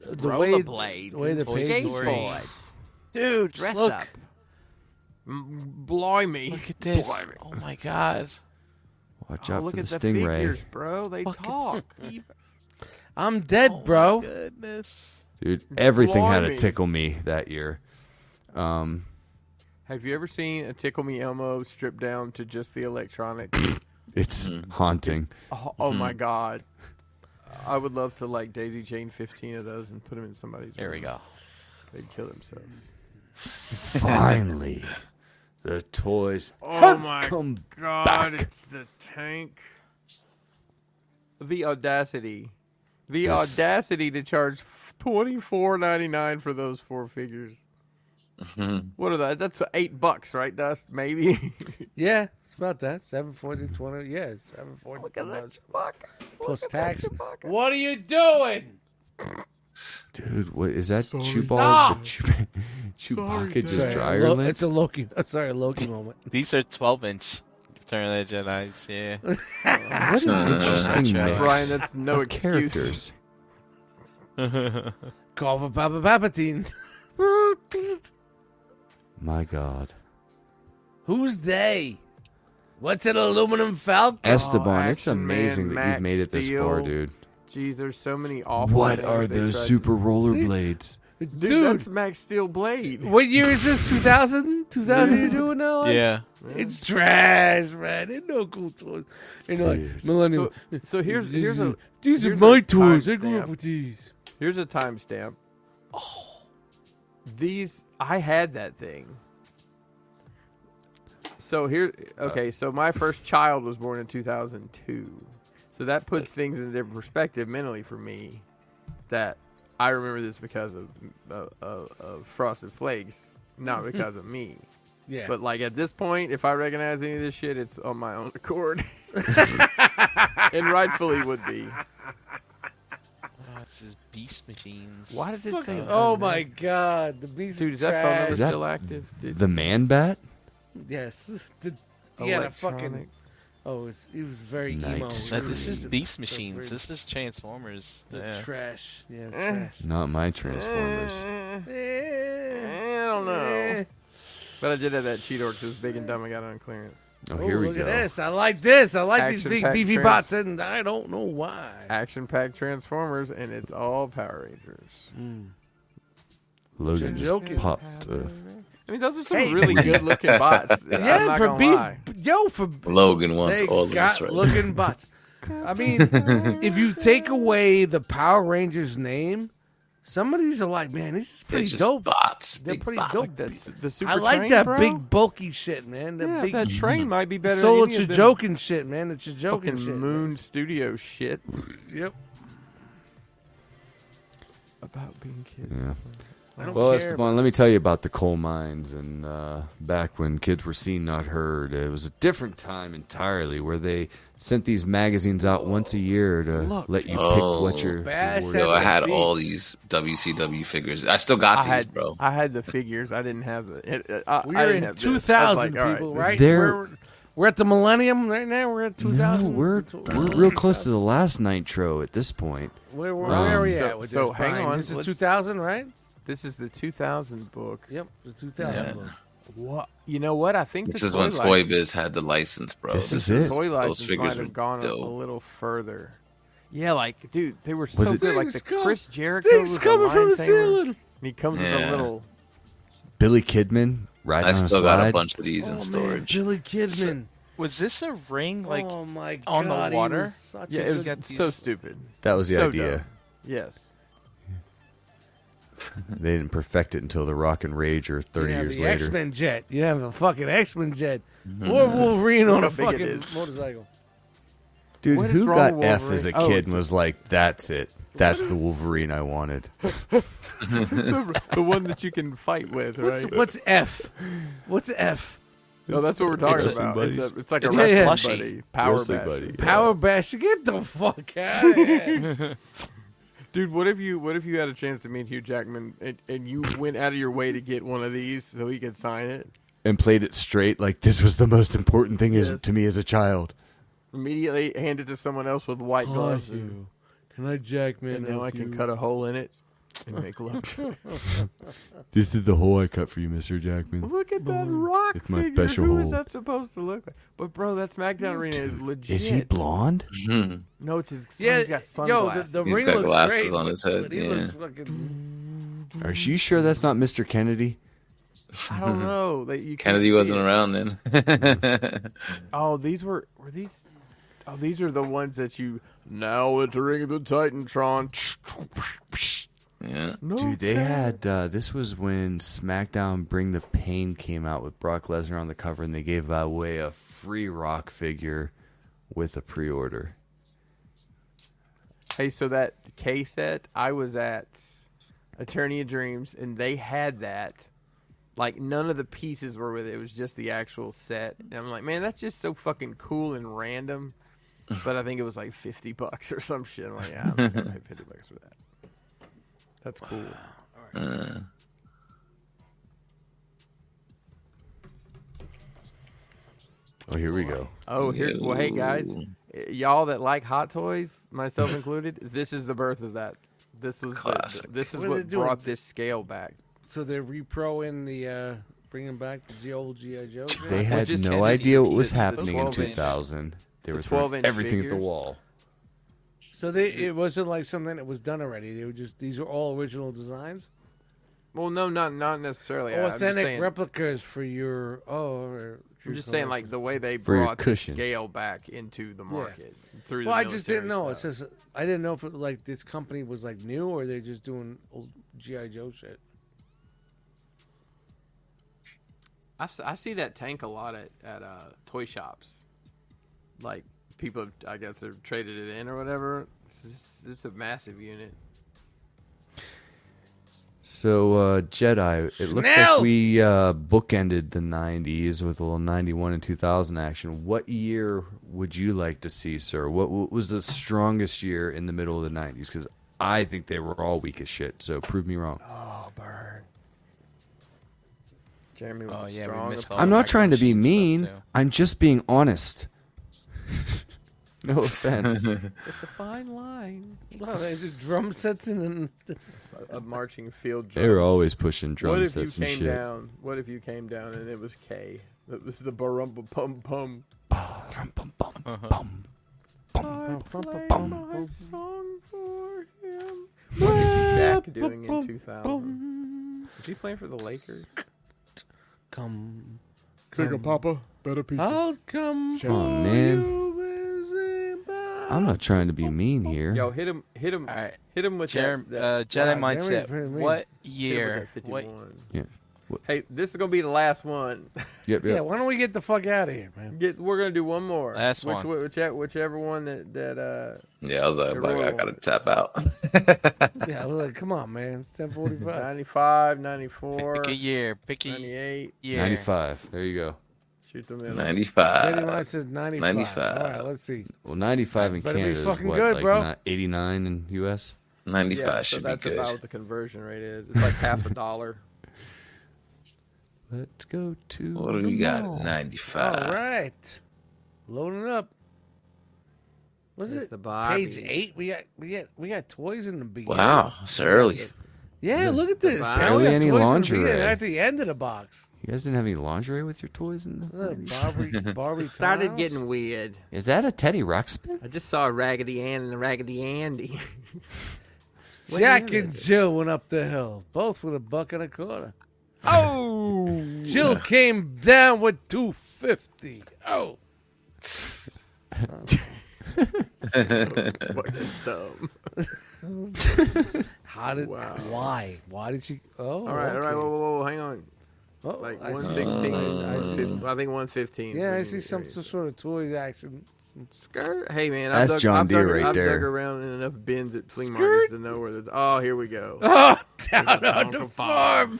The
Rollerblades,
the way
and
the
Toy
pages
Story.
were-
Skateboards.
Dude,
Dress
look,
up.
Mm, Blimey!
look at this!
Blimey.
Oh my god!
Watch
Oh,
out
look
for the
at the
stingray.
figures, bro. They
Fucking
talk.
Steve-
I'm dead,
oh my
bro.
goodness.
Dude, everything had
Blimey.
a tickle me that year. Um,
Have you ever seen a Tickle Me Elmo stripped down to just the electronic?
it's haunting.
oh, oh
Mm-hmm.
my god! I would love to like Daisy Chain fifteen of those and put them in somebody's.
There we
room.
go.
They'd kill themselves.
Finally, the toys
Oh
have
my
come
God,
back.
it's the tank. The audacity. The audacity to charge twenty four ninety nine for those four figures.
Mm-hmm.
What are that? That's eight bucks, right, Dust? Maybe.
Yeah, it's about that. 740, 20. Yeah, it's 740.
Look at that
plus-
buck.
Plus tax. What are you doing?
Dude, what is that? Chew ball?
Stop!
Chew- Chewbacca just
Sorry,
dry
Lo-
your lips?
it's a Loki. uh, Sorry, Loki moment.
These are 12 inch Return of the Jedi's. Yeah.
What an interesting
Brian,
mix
Brian, that's no
of
excuse.
characters.
Call for Baba Babatine.
My God.
Who's they? What's an aluminum falcon?
Esteban, it's
Action Man,
amazing that
Oh, Max
you've made it this far,
Steel.
dude.
Jeez, there's so many awful.
What
things
are
they
those
tried to-
super rollerblades?
Dude,
Dude, that's Max Steel Blade.
what year is this? 2000? 2000 you're doing now? Like,
yeah.
It's trash, man. Ain't no cool toys. You know, like, millennium.
So, so here's
These
here's
are-
a
these are
here's a
my toys. I grew
timestamp.
up with these.
Here's a timestamp.
Oh.
These I had that thing. So here okay, so my first child was born in 2002. So that puts things in a different perspective mentally for me that I remember this because of of, of, of Frosted Flakes, not because of me.
Mm-hmm. Yeah.
But like at this point, if I recognize any of this shit, it's on my own accord. and rightfully would be.
Oh, this is Beast Machines.
Why does it say
oh my god. The beast
Dude, is
is
that phone number
Is
trash.
that
still active? Did-
The man bat?
Yes. The, he had a
Electronic.
fucking. Oh, it was, he was very emo.
Nice.
No, this is
It's
Beast
so
Machines.
weird.
This is Transformers.
The
Yeah.
trash. Yeah, it's
Eh.
trash. Eh.
Not my Transformers.
I don't know. But I did have that Cheetor because it was big and dumb. I got it on clearance.
Oh,
Oh,
here we
look
go.
at this. I like this. I like these big
Action-packed
beefy
trans-
bots, and I don't know why.
Action packed Transformers, and it's all Power Rangers.
Logan
Joking.
just popped. Uh,
I mean, those are some
Hey.
really good looking bots. I'm
Yeah,
not
for
gonna
beef.
lie.
Yo, for
Logan wants
they
all of
got
this right now.
looking butts. I mean, if you take away the Power Rangers name, some of these are like, man, this is
They're
pretty
just
dope.
bots.
They're
big
pretty
bots.
dope.
That's the super
I like
train,
that
bro.
big bulky shit, man. That
Yeah,
big Mm.
that train might be better.
solo
than any of them
Chijokin shit, man. The Chijokin
Fucking
shit.
Moon Studio shit
Yep.
about being kids.
yeah.
I don't
Well,
care.
Esteban, let me tell you about the coal mines and uh, back when kids were seen, not heard. It was a different time entirely where they sent these magazines out once a year to let you pick
Oh.
what your
Bash
reward-
at
Yo, I had
the
all
beach.
these WCW figures. I still got
I
these,
had,
bro.
I had the figures. I didn't have the. It, it, I,
We
I
are
didn't
in
have this. I was
2000,
like, all right,
people,
this-
right?
There-
We're, we're at the millennium right now. We're at 2000.
No, we're we're real close to the last Nitro at this point.
Where, where,
Um,
where are we
so-
at with
so
this?
hang
Brian?
on,
This is
let's-
2000, right?
This is the 2000 book.
Yep, the 2000. book.
What you know? What I think
This
the
is when
toy
Toy
license-
Biz had the license, bro.
This is
the
it.
Toy license
figures
might
were
have gone a, a
dope.
little further. Yeah, like dude, they were so
Was it-
good. Like the
Things come-
Chris Jericho
Things
with
coming
the
from the
lion tamer,
ceiling.
and he comes with
Yeah.
a little.
Billy Kidman riding
I
on a
still got a
slide.
bunch of these
Oh,
in
man,
storage.
Billy Kidman.
Was this a ring? Like,
oh my god,
on the
he
water?
was such
Yeah,
a
it was
good-
got
so
these-
stupid.
That was the
So
idea.
dumb. Yes.
They didn't perfect it until the Rock and Rage or
you
30
have
years
the
later.
X Men jet. You have the fucking X Men jet, or Wolverine on
Look
a
how
fucking
big it is.
motorcycle.
Dude,
What is
who
wrong
got
with
F as a
Wolverine? Oh,
kid and was like, that's it. That's the Wolverine I wanted.
the, the one that you can fight with,
What's,
right?
what's F? What's F?
No, that's what we're talking about. It's, a, it's like a wrestling buddy, power
Wrestling
bash.
buddy, yeah.
Power Basher, get the fuck out of here.
Dude, what if you what if you had a chance to meet Hugh Jackman and, and you went out of your way to get one of these so he could sign it
And played it straight like this was the most important thing is, to me as a child.
immediately, hand it to someone else with white
Hi,
gloves, and,
Hugh. Can I Jackman?
and now
help
I can
you?
cut a hole in it and make love.
This is the hole I cut for you, Mr. Jackman.
Look at that rock
It's my
figure.
special
Who is
hole.
that supposed to look like? But bro, that SmackDown arena is legit.
Is he blonde?
No, it's his son.
Yeah,
he's got
yo, the,
sunglasses.
the
He's
ring
got
looks
glasses
great,
on his
but-
head,
but he
yeah.
looks fucking-
Are you sure that's not Mr. Kennedy?
I don't know that you. can't
Kennedy
see
wasn't
it.
around then.
Oh, these were were these. Oh, these are the ones that you now entering the Titantron.
yeah.
No,
Dude, they
sir.
had uh, this was when SmackDown Bring the Pain came out with Brock Lesnar on the cover, and they gave away a free Rock figure with a pre-order.
Hey, so that K set I was at Attorney of Dreams, and they had that. Like none of the pieces were with it; it was just the actual set. And I'm like, man, that's just so fucking cool and random. But I think it was like fifty bucks or some shit. I'm like, yeah, I'm not gonna pay fifty bucks for that. That's cool.
Oh, here we go.
Oh, here. Well, hey guys, y'all that like hot toys, myself included, this is the birth of that. This was the,
Classic.
this is
What are
what,
they doing?
brought this scale back.
So they're reproing the, uh, bringing back the old G.I. Joe.
They
man?
had
just
no
had this-
idea what was
the- the
happening in
12 inch-
2000. They
the
were
12
throwing
inch
everything at the
figures.
wall.
So they, it wasn't like something that was done already. They were just these were all original designs,
Well, no, not not necessarily. I- I'm just
Oh, authentic
saying-
replicas for your oh. or
I'm
your
just saying, like
collection.
the way they
For your
brought the
cushion.
scale back into the market through.
Well,
the
I just didn't
military
know. It
stuff.
says I didn't know if it, like this company was like new or they're just doing old GI Joe shit.
I've, si see that tank a lot at at uh, toy shops. Like people, have, I guess they've traded it in or whatever. It's, it's a massive unit.
So uh, Jedi, it looks like
Schnell!
we uh, bookended the '90s with a little '91 and 2000 action. What year would you like to see, sir? What, what was the strongest year in the middle of the '90s? Because I think they were all weak as shit. So prove me wrong.
Oh, burn. Jeremy was
Oh,
the
yeah, we
strong.
missed
op-
all-
I'm
like
not trying to be
machine stuff,
mean.
too.
I'm just being honest. no offense.
It's a fine line.
Well, they did drum sets and then
A, a marching field.
they
Drum.
were always pushing
What
drum
if you
sets and
came
shit.
down? What if you came down and it was K? That was the barumba pum pum.
Bum, bum, bum,
Uh-huh.
bum.
I
play
my song for him. What is Shaq doing in 2000? Is he playing for the Lakers?
come.
King of Papa, better pizza.
I'll come
Shaq.
for
Oh, man.
you, busy man.
I'm not trying to be mean here.
Yo, hit him! Hit him!
All right.
Hit him with
Jerem,
that, that,
uh, Jedi
wow, Jeremy's
mindset.
pretty mean.
What
hit him with
year?
that
What?
51.
Yeah.
Hey, this is gonna be the last one.
Yep,
Yeah,
yep.
why don't we get the fuck out of here, man?
Get, we're gonna do one more.
Last
Which,
one.
Which, whichever one that that uh,
Yeah, I was like,
They
like, I
roll.
gotta tap out.
Yeah, like, come on, man. It's 1045.
95, 94,
Pick a year. Pick a
98.
year.
95. There you go.
Shoot the middle.
Ninety
Teddy Mine
five.
says 95.
95.
All right, let's see.
Well, 95 in
Better be
Canada is
fucking
what,
good,
like
bro.
not 89 in U.S.
Ninety five
Yeah, so
should
that's
be good.
about what the conversion rate is. It's like half a dollar.
Let's go to.
What do
the
we got?
mall.
Ninety
All
five.
right. Loading up. Was
There's
it
the Barbies.
page eight? We got we got we got toys in the beginning.
Wow, it's early.
Yeah, look at this.
Barbies.
Now we
Barely
have
any
toys in the
lingerie.
beginning at the end of the box.
You guys didn't have any lingerie with your toys in
Is that
the
a Barbie Barbie
Started
Tiles?
getting weird.
Is that a Teddy Ruxpin?
I just saw Raggedy Ann and Raggedy Andy.
Jack and Jill went up the hill, both with a buck and a quarter.
oh,
Jill came down with two fifty. Oh,
fucking dumb.
how did? Why? Why did she? Oh,
All right, all right,
okay.
whoa, whoa, whoa, hang on.
Oh,
like
I see
one
some-
sixteen.
I- I see
Uh,
some-
I think one fifteen.
Yeah, I see some, some sort of toys action. Some
skirt. Hey man, I've
That's
dug,
John
I've
Deere
dug,
right
I've dug
there.
around in enough bins at flea markets to know where the. Oh, here we go.
Oh, down on the farm.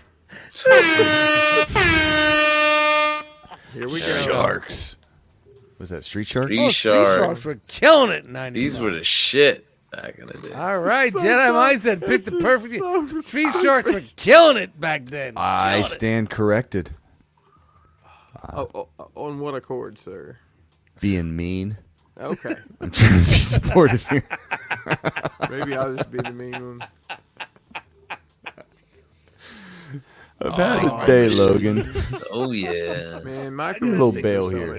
Here we go.
Sharks. Was that Street Sharks?
Street Oh, Street Sharks. Sharks
We're killing it. in Ninety.
These were the shit back in the day.
All right,
so
Jedi
dumb.
Mind said picked the
This is
perfect.
so
Street
stupid.
Sharks were killing it back then.
I
Killing it.
stand corrected.
Oh, oh, on what accord, sir?
Being mean.
Okay.
I'm trying to be supportive here.
Maybe I'll just be the mean one.
I've had a day, Logan.
Oh yeah.
Man, my
Give me a little bail here.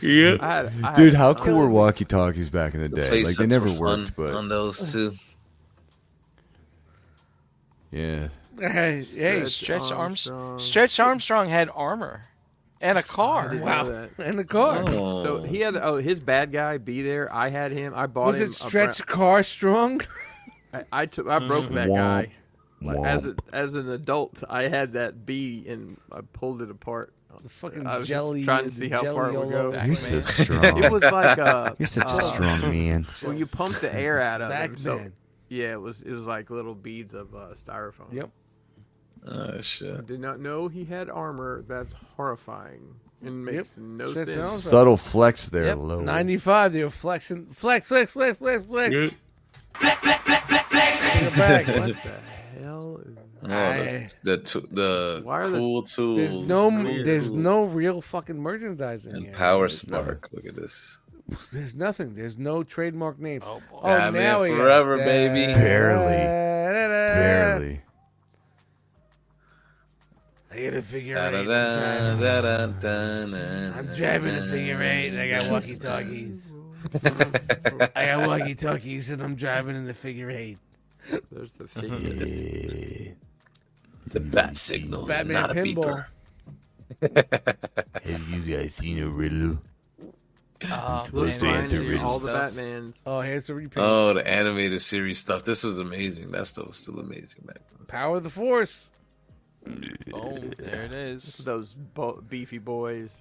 Yeah.
I had- I
Dude,
had
how
fun.
cool were walkie talkies back in the day?
Place
Like they
sets
never
were fun
worked, but
on those two.
yeah.
Hey, hey,
Stretch Armstrong. Stretch Armstrong had armor and a car.
wow, in the car.
Uh.
So he had oh his bad guy be there. I had him. I bought
Was
him.
it
a
Stretch Car Strong?
brown- I, I took. I broke that guy.
Womp,
As a, as an adult, I had that bee and I pulled it apart. The
fucking
I was just
jelly-
trying to see how far it would
jelly-olo
go.
back,
You're so strong.
it was like uh,
You're such
uh,
Oh.
a strong man.
Well, you pump the air out of
Fact
it. So,
man.
yeah, it was it was like little beads of uh, styrofoam.
Yep.
Oh shit.
I did not know he had armor. That's horrifying and makes no
Shit
sense.
sounds-
Subtle flex there,
Yep.
Logan.
95, they were flexing. Flex, flex, flex, flex, flex. In the back.
What the hell? Is...
Oh, the the, t- the
Why are the-
cool tools.
There's no,
Cool
there's
tools.
no real fucking merchandise in
and
here.
Power Spark. Look at this.
There's nothing. There's no trademark names.
Oh, boy.
Batman
we got-
Forever, baby.
Barely.
Da-da-da.
Barely.
I got a figure
Da, da,
eight.
da,
I'm driving-
da, da, da, da,
I'm
da,
driving a
da,
figure eight, and I got walkie talkies. I got walkie talkies, and I'm driving in the figure eight.
There's the figure.
The bat signals.
Batman
not
pinball.
Have you guys seen a riddle?
Oh,
Look,
man,
Ryan,
it's
you're
serious
all the
stuff.
Batmans.
Oh, here's the
A beeper.
repaint.
Oh, the animated series stuff. This was amazing. That stuff was still amazing back then.
Power of the Force.
Boom, there it is.
Those bo- beefy boys.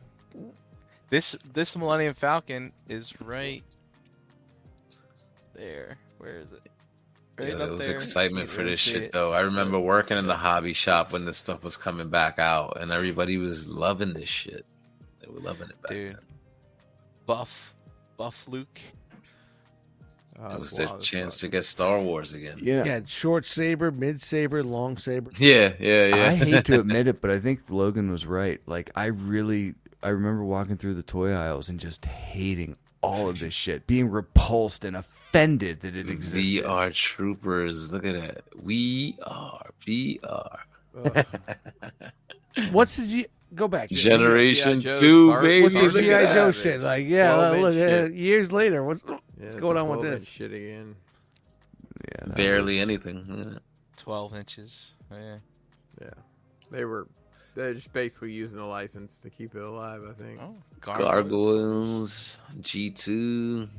This this Millennium Falcon is right there. Where is it? Right
Yeah,
up
there was
there.
excitement
Can't
for
really
this
see
shit
it.
though. I remember working in the hobby shop when this stuff was coming back out, and everybody was loving this shit. They were loving it back
Dude.
then.
Buff, Buff Luke.
Oh,
It was
that's
their
wild, that's
chance
wild.
to get Star Wars again.
Yeah.
Yeah, short saber, mid saber, long saber.
Yeah, yeah, yeah.
I hate to admit it, but I think Logan was right. Like I really I remember walking through the toy aisles and just hating all of this shit, being repulsed and offended that it
We
existed.
are troopers. Look at that. We are. We are.
What's the G? Go back.
Generation
G.I. Joe,
two,
Sarge-
baby.
What's the
Look at
GI
that.
Joe shit? Like, yeah,
12-inch
look, uh,
shit.
years later, what's
Mm.
Yeah,
what's
it's
going
a
on with
12 inch
this?
Shit again.
Yeah, that
Barely
was-
anything.
12 inches. Yeah.
Yeah, they were. They're just basically using the license to keep it alive. I think.
Oh,
Yeah.
gargoyles.
Gargoyles, G2.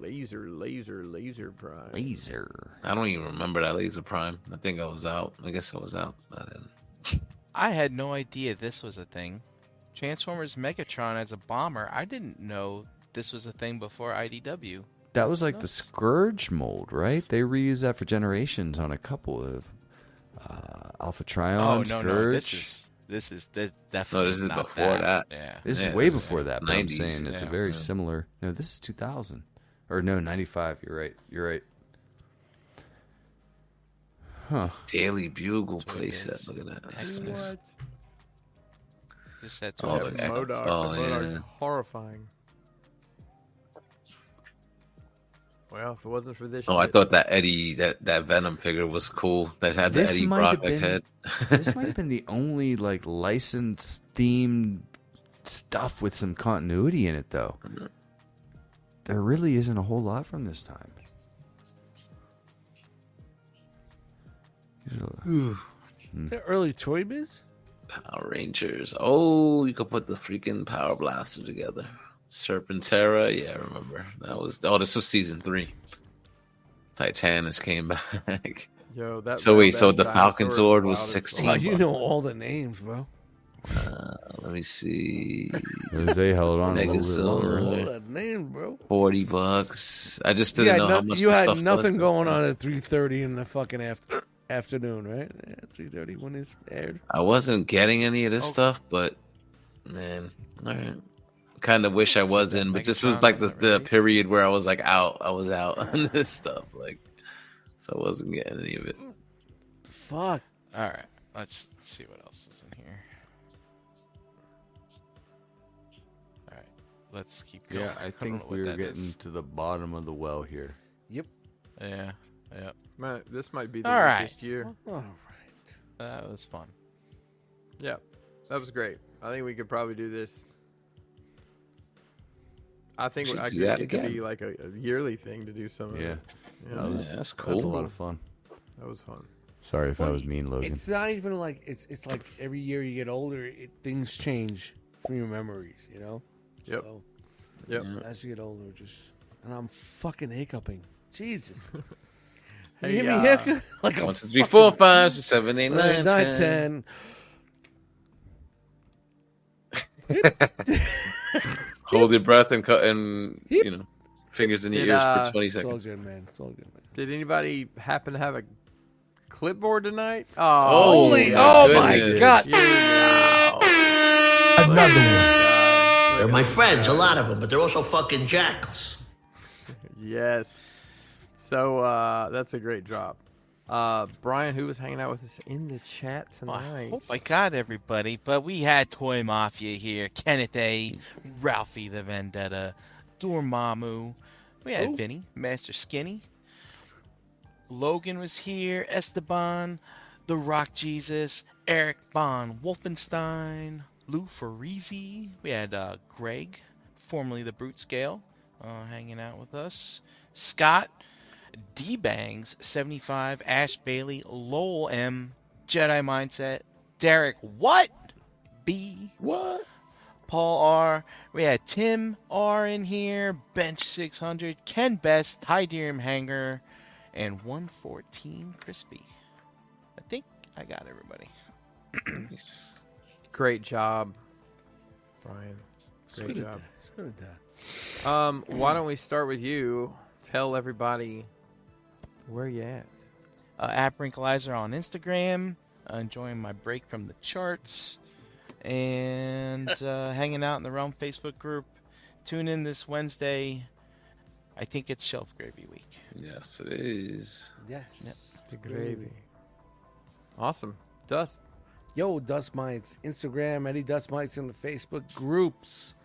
Laser, laser, laser prime.
Laser.
I don't even remember that Laser Prime. I think I was out. I guess I was out by then.
I had no idea this was a thing. Transformers Megatron as a bomber. I didn't know this was a thing before IDW.
That was like the
Nuts.
Scourge mold, right? They reuse that for generations on a couple of uh, Alpha Trion,
Oh, no,
Scourge.
no. This is this is this definitely
is
not
before that.
Yeah.
This
Yeah,
is way
this is
before that, but I'm
90s,
saying it's a
yeah,
very
yeah.
similar. No, this is 2000. Or no, 95. You're right. You're right. Huh.
Daily Bugle
That's what it
playset.
is.
Look at that.
That's
That's
what-
nice.
Just that
Oh,
Yeah,
12
the
inch.
X-
Modoc.
oh,
the Modoc's
yeah.
horrifying. Well, if it wasn't for this,
Oh, I
shit-
thought that Eddie, that, that Venom figure was cool. That had the
This
Eddie
might
Brock
have been-
head.
this might have been the only like licensed themed stuff with some continuity in it, though. There really isn't a whole lot from this time.
Is that early Toy Biz?
Power Rangers. Oh, you could put the freaking Power Blaster together. Serpentera. Yeah, I remember. That was. Oh, this was season three. Titanus came back.
Yo, that.
So wait,
that
so the Falcon
dinosaur
Sword
is
was
wild as-
sixteen.
Wow, Oh, you know all the names, bro.
Uh, let me see.
Jose held on a little bit
Megazord.
longer.
All the names, bro.
Forty bucks. I just
you
didn't
had,
know
no-
how much
you
the
had
stuff
nothing
was.
going on at 3.30 in the fucking after, afternoon, right? Yeah, 3.30 when it's aired.
I wasn't getting any of this stuff, but man, all right. Kind of wish I was in, but this was like the, the period where I was like out. I was out on this stuff, like so I wasn't getting any of it.
Fuck.
All right, let's, let's see what else is in here. All right, let's keep going.
Yeah, I
don't know
think
what
we were
that
getting
is.
to the bottom of the well here.
Yeah, yeah.
Man, this might be the
All right.
weakest year.
All right.
That was fun.
Yeah, that was great. I think we could probably do this. I think
Should
I
do
could,
that
it could be
again.
like a, a yearly thing to do some.
Yeah.
of it. yeah,
That was,
Yeah, that's
That was a lot
cool.
of fun.
that was fun.
Sorry if I was mean, Logan.
It's not even like, it's it's like every year you get older, it, things change from your memories, you know?
Yep.
So,
Yep.
as you get older, just, and I'm fucking hiccuping. Jesus. You
Hey,
hit me
uh,
hiccup? Like a
One, two, three, four, five, six, seven, eight, nine,
fucking- nine,
10.
ten.
Hold your breath and cut and you know fingers in your
Did,
ears
uh,
for twenty
It's all
seconds.
good, man. It's all good, man.
Did anybody happen to have a clipboard tonight? Oh,
Holy-
yeah.
oh my goodness. God.
Another one.
Uh,
They're my friends, a lot of them, but they're also fucking jackals.
yes. So uh, that's a great drop. Uh, Brian, who was hanging out with us in the chat
Well, I
tonight?
hope I got everybody, but we had Toy Mafia here, Kenneth A, Ralphie the Vendetta, Dormammu, we had Vinny, Master Skinny, Logan was here, Esteban, The Rock Jesus, Eric Von Wolfenstein, Lou Ferrizzi, we had uh, Greg, formerly the Brute Scale, uh, hanging out with us, Scott, D Bangs, 75, Ash Bailey, Lowell M, Jedi Mindset, Derek What? B.
What?
Paul R. We had Tim R in here, Bench 600, Ken Best, Ty Deerham Hanger, and 114 Crispy. I think I got everybody.
Nice.
Great job, Brian. Great
Screw
job.
that. Screw that.
Um, why don't we start with you? Tell everybody where you at.
uh, at Brinkalizer on Instagram, uh, enjoying my break from the charts, and uh, hanging out in the Realm Facebook group. Tune in this Wednesday. I think it's Shelf Gravy Week.
Yes, it is.
Yes.
The gravy. Awesome. Dust.
Yo, Dust Mites, Instagram, Eddie Dust Mites in the Facebook groups.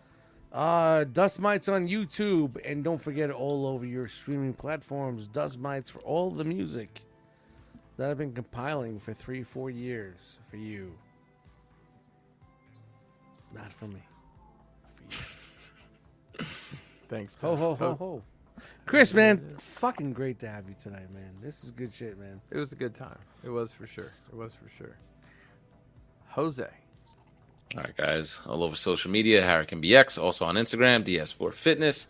Uh, Dust Mites on YouTube. And don't forget all over your streaming platforms, Dust Mites for all the music that I've been compiling for three, four years for you. Not for me. For you.
Thanks.
Ho,
Dust.
ho, ho, ho. Chris, man, fucking great to have you tonight, man. This is good shit, man.
It was a good time. It was for sure. It was for sure. Jose.
All right, guys, all over social media, Hurricane BX, also on Instagram, DS4 Fitness,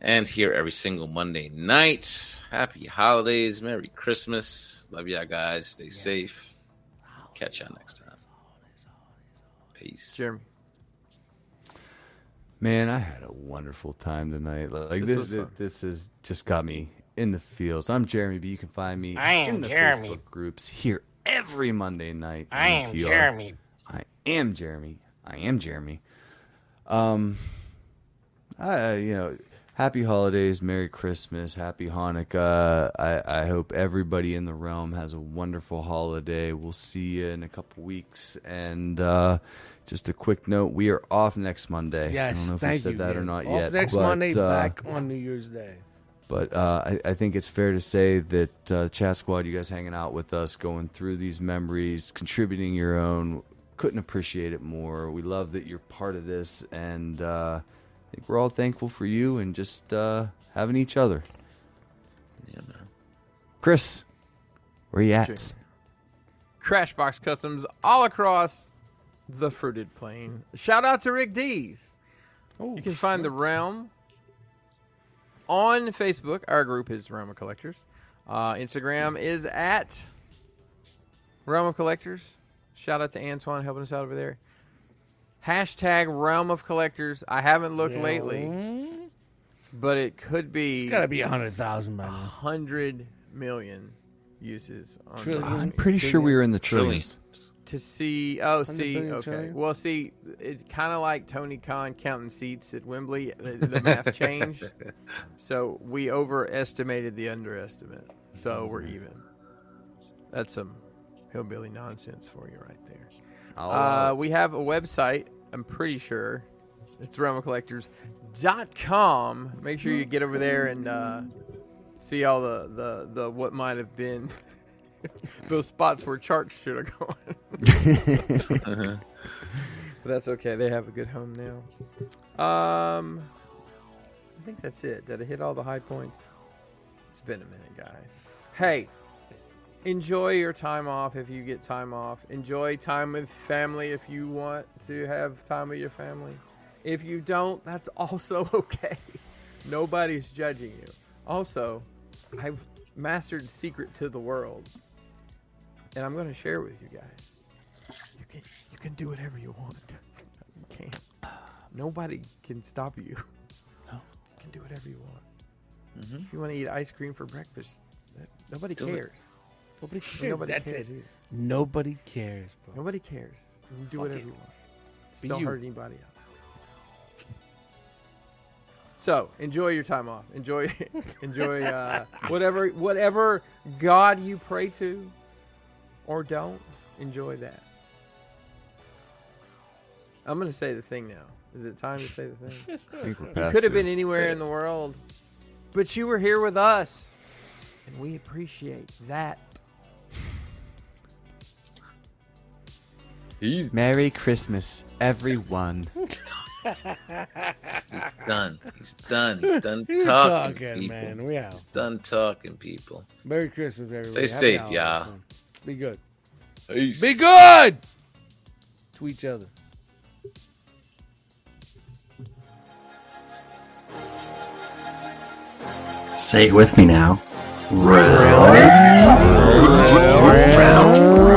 and here every single Monday night. Happy holidays, Merry Christmas. Love y'all guys. Stay safe. Catch y'all next time. Peace.
Jeremy.
Man, I had a wonderful time tonight. Like
This
this,
was
this,
fun.
has just got me in the fields. I'm Jeremy, but you can find me
I am
in the
Jeremy.
Facebook groups here every Monday night.
I
on
am
TR.
Jeremy.
I am Jeremy. I am Jeremy. Um, I you know, happy holidays, Merry Christmas, Happy Hanukkah. I I hope everybody in the realm has a wonderful holiday. We'll see you in a couple weeks. And uh, just a quick note: we are off next Monday. I don't
Yes,
know if
thank
we said
you.
that or
man.
not
Off
yet.
Next
but,
Monday,
uh,
back on New Year's Day.
but uh, I, I think it's fair to say that uh, Chat Squad, you guys hanging out with us, going through these memories, contributing your own, couldn't appreciate it more. We love that you're part of this, and uh, I think we're all thankful for you and just uh, having each other.
Yeah, man.
Chris, where you at?
Sure. Crashbox Customs all across the fruited plain. Shout out to Rick Dees.
Oh,
you can find the realm on Facebook. Our group is Realm of Collectors. Uh, Instagram is at Realm of Collectors. Shout out to Antoine helping us out over there. Hashtag Realm of Collectors. I haven't looked
Yeah.
lately, but it could be.
It's Mm, gotta be 100,000 by now.
100 million uses. On
Trillion.
Disney.
I'm pretty sure we were in the trillions.
To see, oh,
100
see,
billion
okay.
trillion?
Well, see, it's kind of like Tony Khan counting seats at Wembley. uh, The, the math changed, so we overestimated the underestimate. So we're even. That's some hillbilly nonsense for you right there. Uh, we have a website. I'm pretty sure it's realmcollectors.com. Make sure you get over there and uh, see all the, the, the what might have been those spots where charts should have gone.
Uh-huh.
but that's okay. They have a good home now. Um, I think that's it. Did I hit all the high points? It's been a minute, guys. Hey, enjoy your time off if you get time off. Enjoy time with family if you want to have time with your family. If you don't, that's also okay. Nobody's judging you. Also, I've mastered Secret to the World, and I'm going to share it with you guys. You can you can do whatever you want. You can. Nobody can stop you. No. You can do whatever you want. If you want to eat ice cream for breakfast, that- nobody
Do it.
cares.
Nobody cares.
Nobody
That's
cares
it.
either.
Nobody cares, bro.
Nobody cares. You can do
Fuck
whatever
it.
you want. Just
Be
don't
you.
hurt anybody else. So enjoy your time off. Enjoy, enjoy uh, whatever whatever God you pray to, or don't. Enjoy that. I'm gonna say the thing now. Is it time to say the thing?
I think we're
You
past
could have
it.
been anywhere in the world, but you were here with us, and we appreciate that.
Merry Christmas, everyone.
He's done. He's done. He's done
You're
talking,
talking,
people.
man. We out.
He's done talking, people.
Merry Christmas,
Stay
everybody. Happy
safe,
holidays,
y'all.
man. Be good.
Peace.
Be good to each other.
Say it with me now. Round. Round.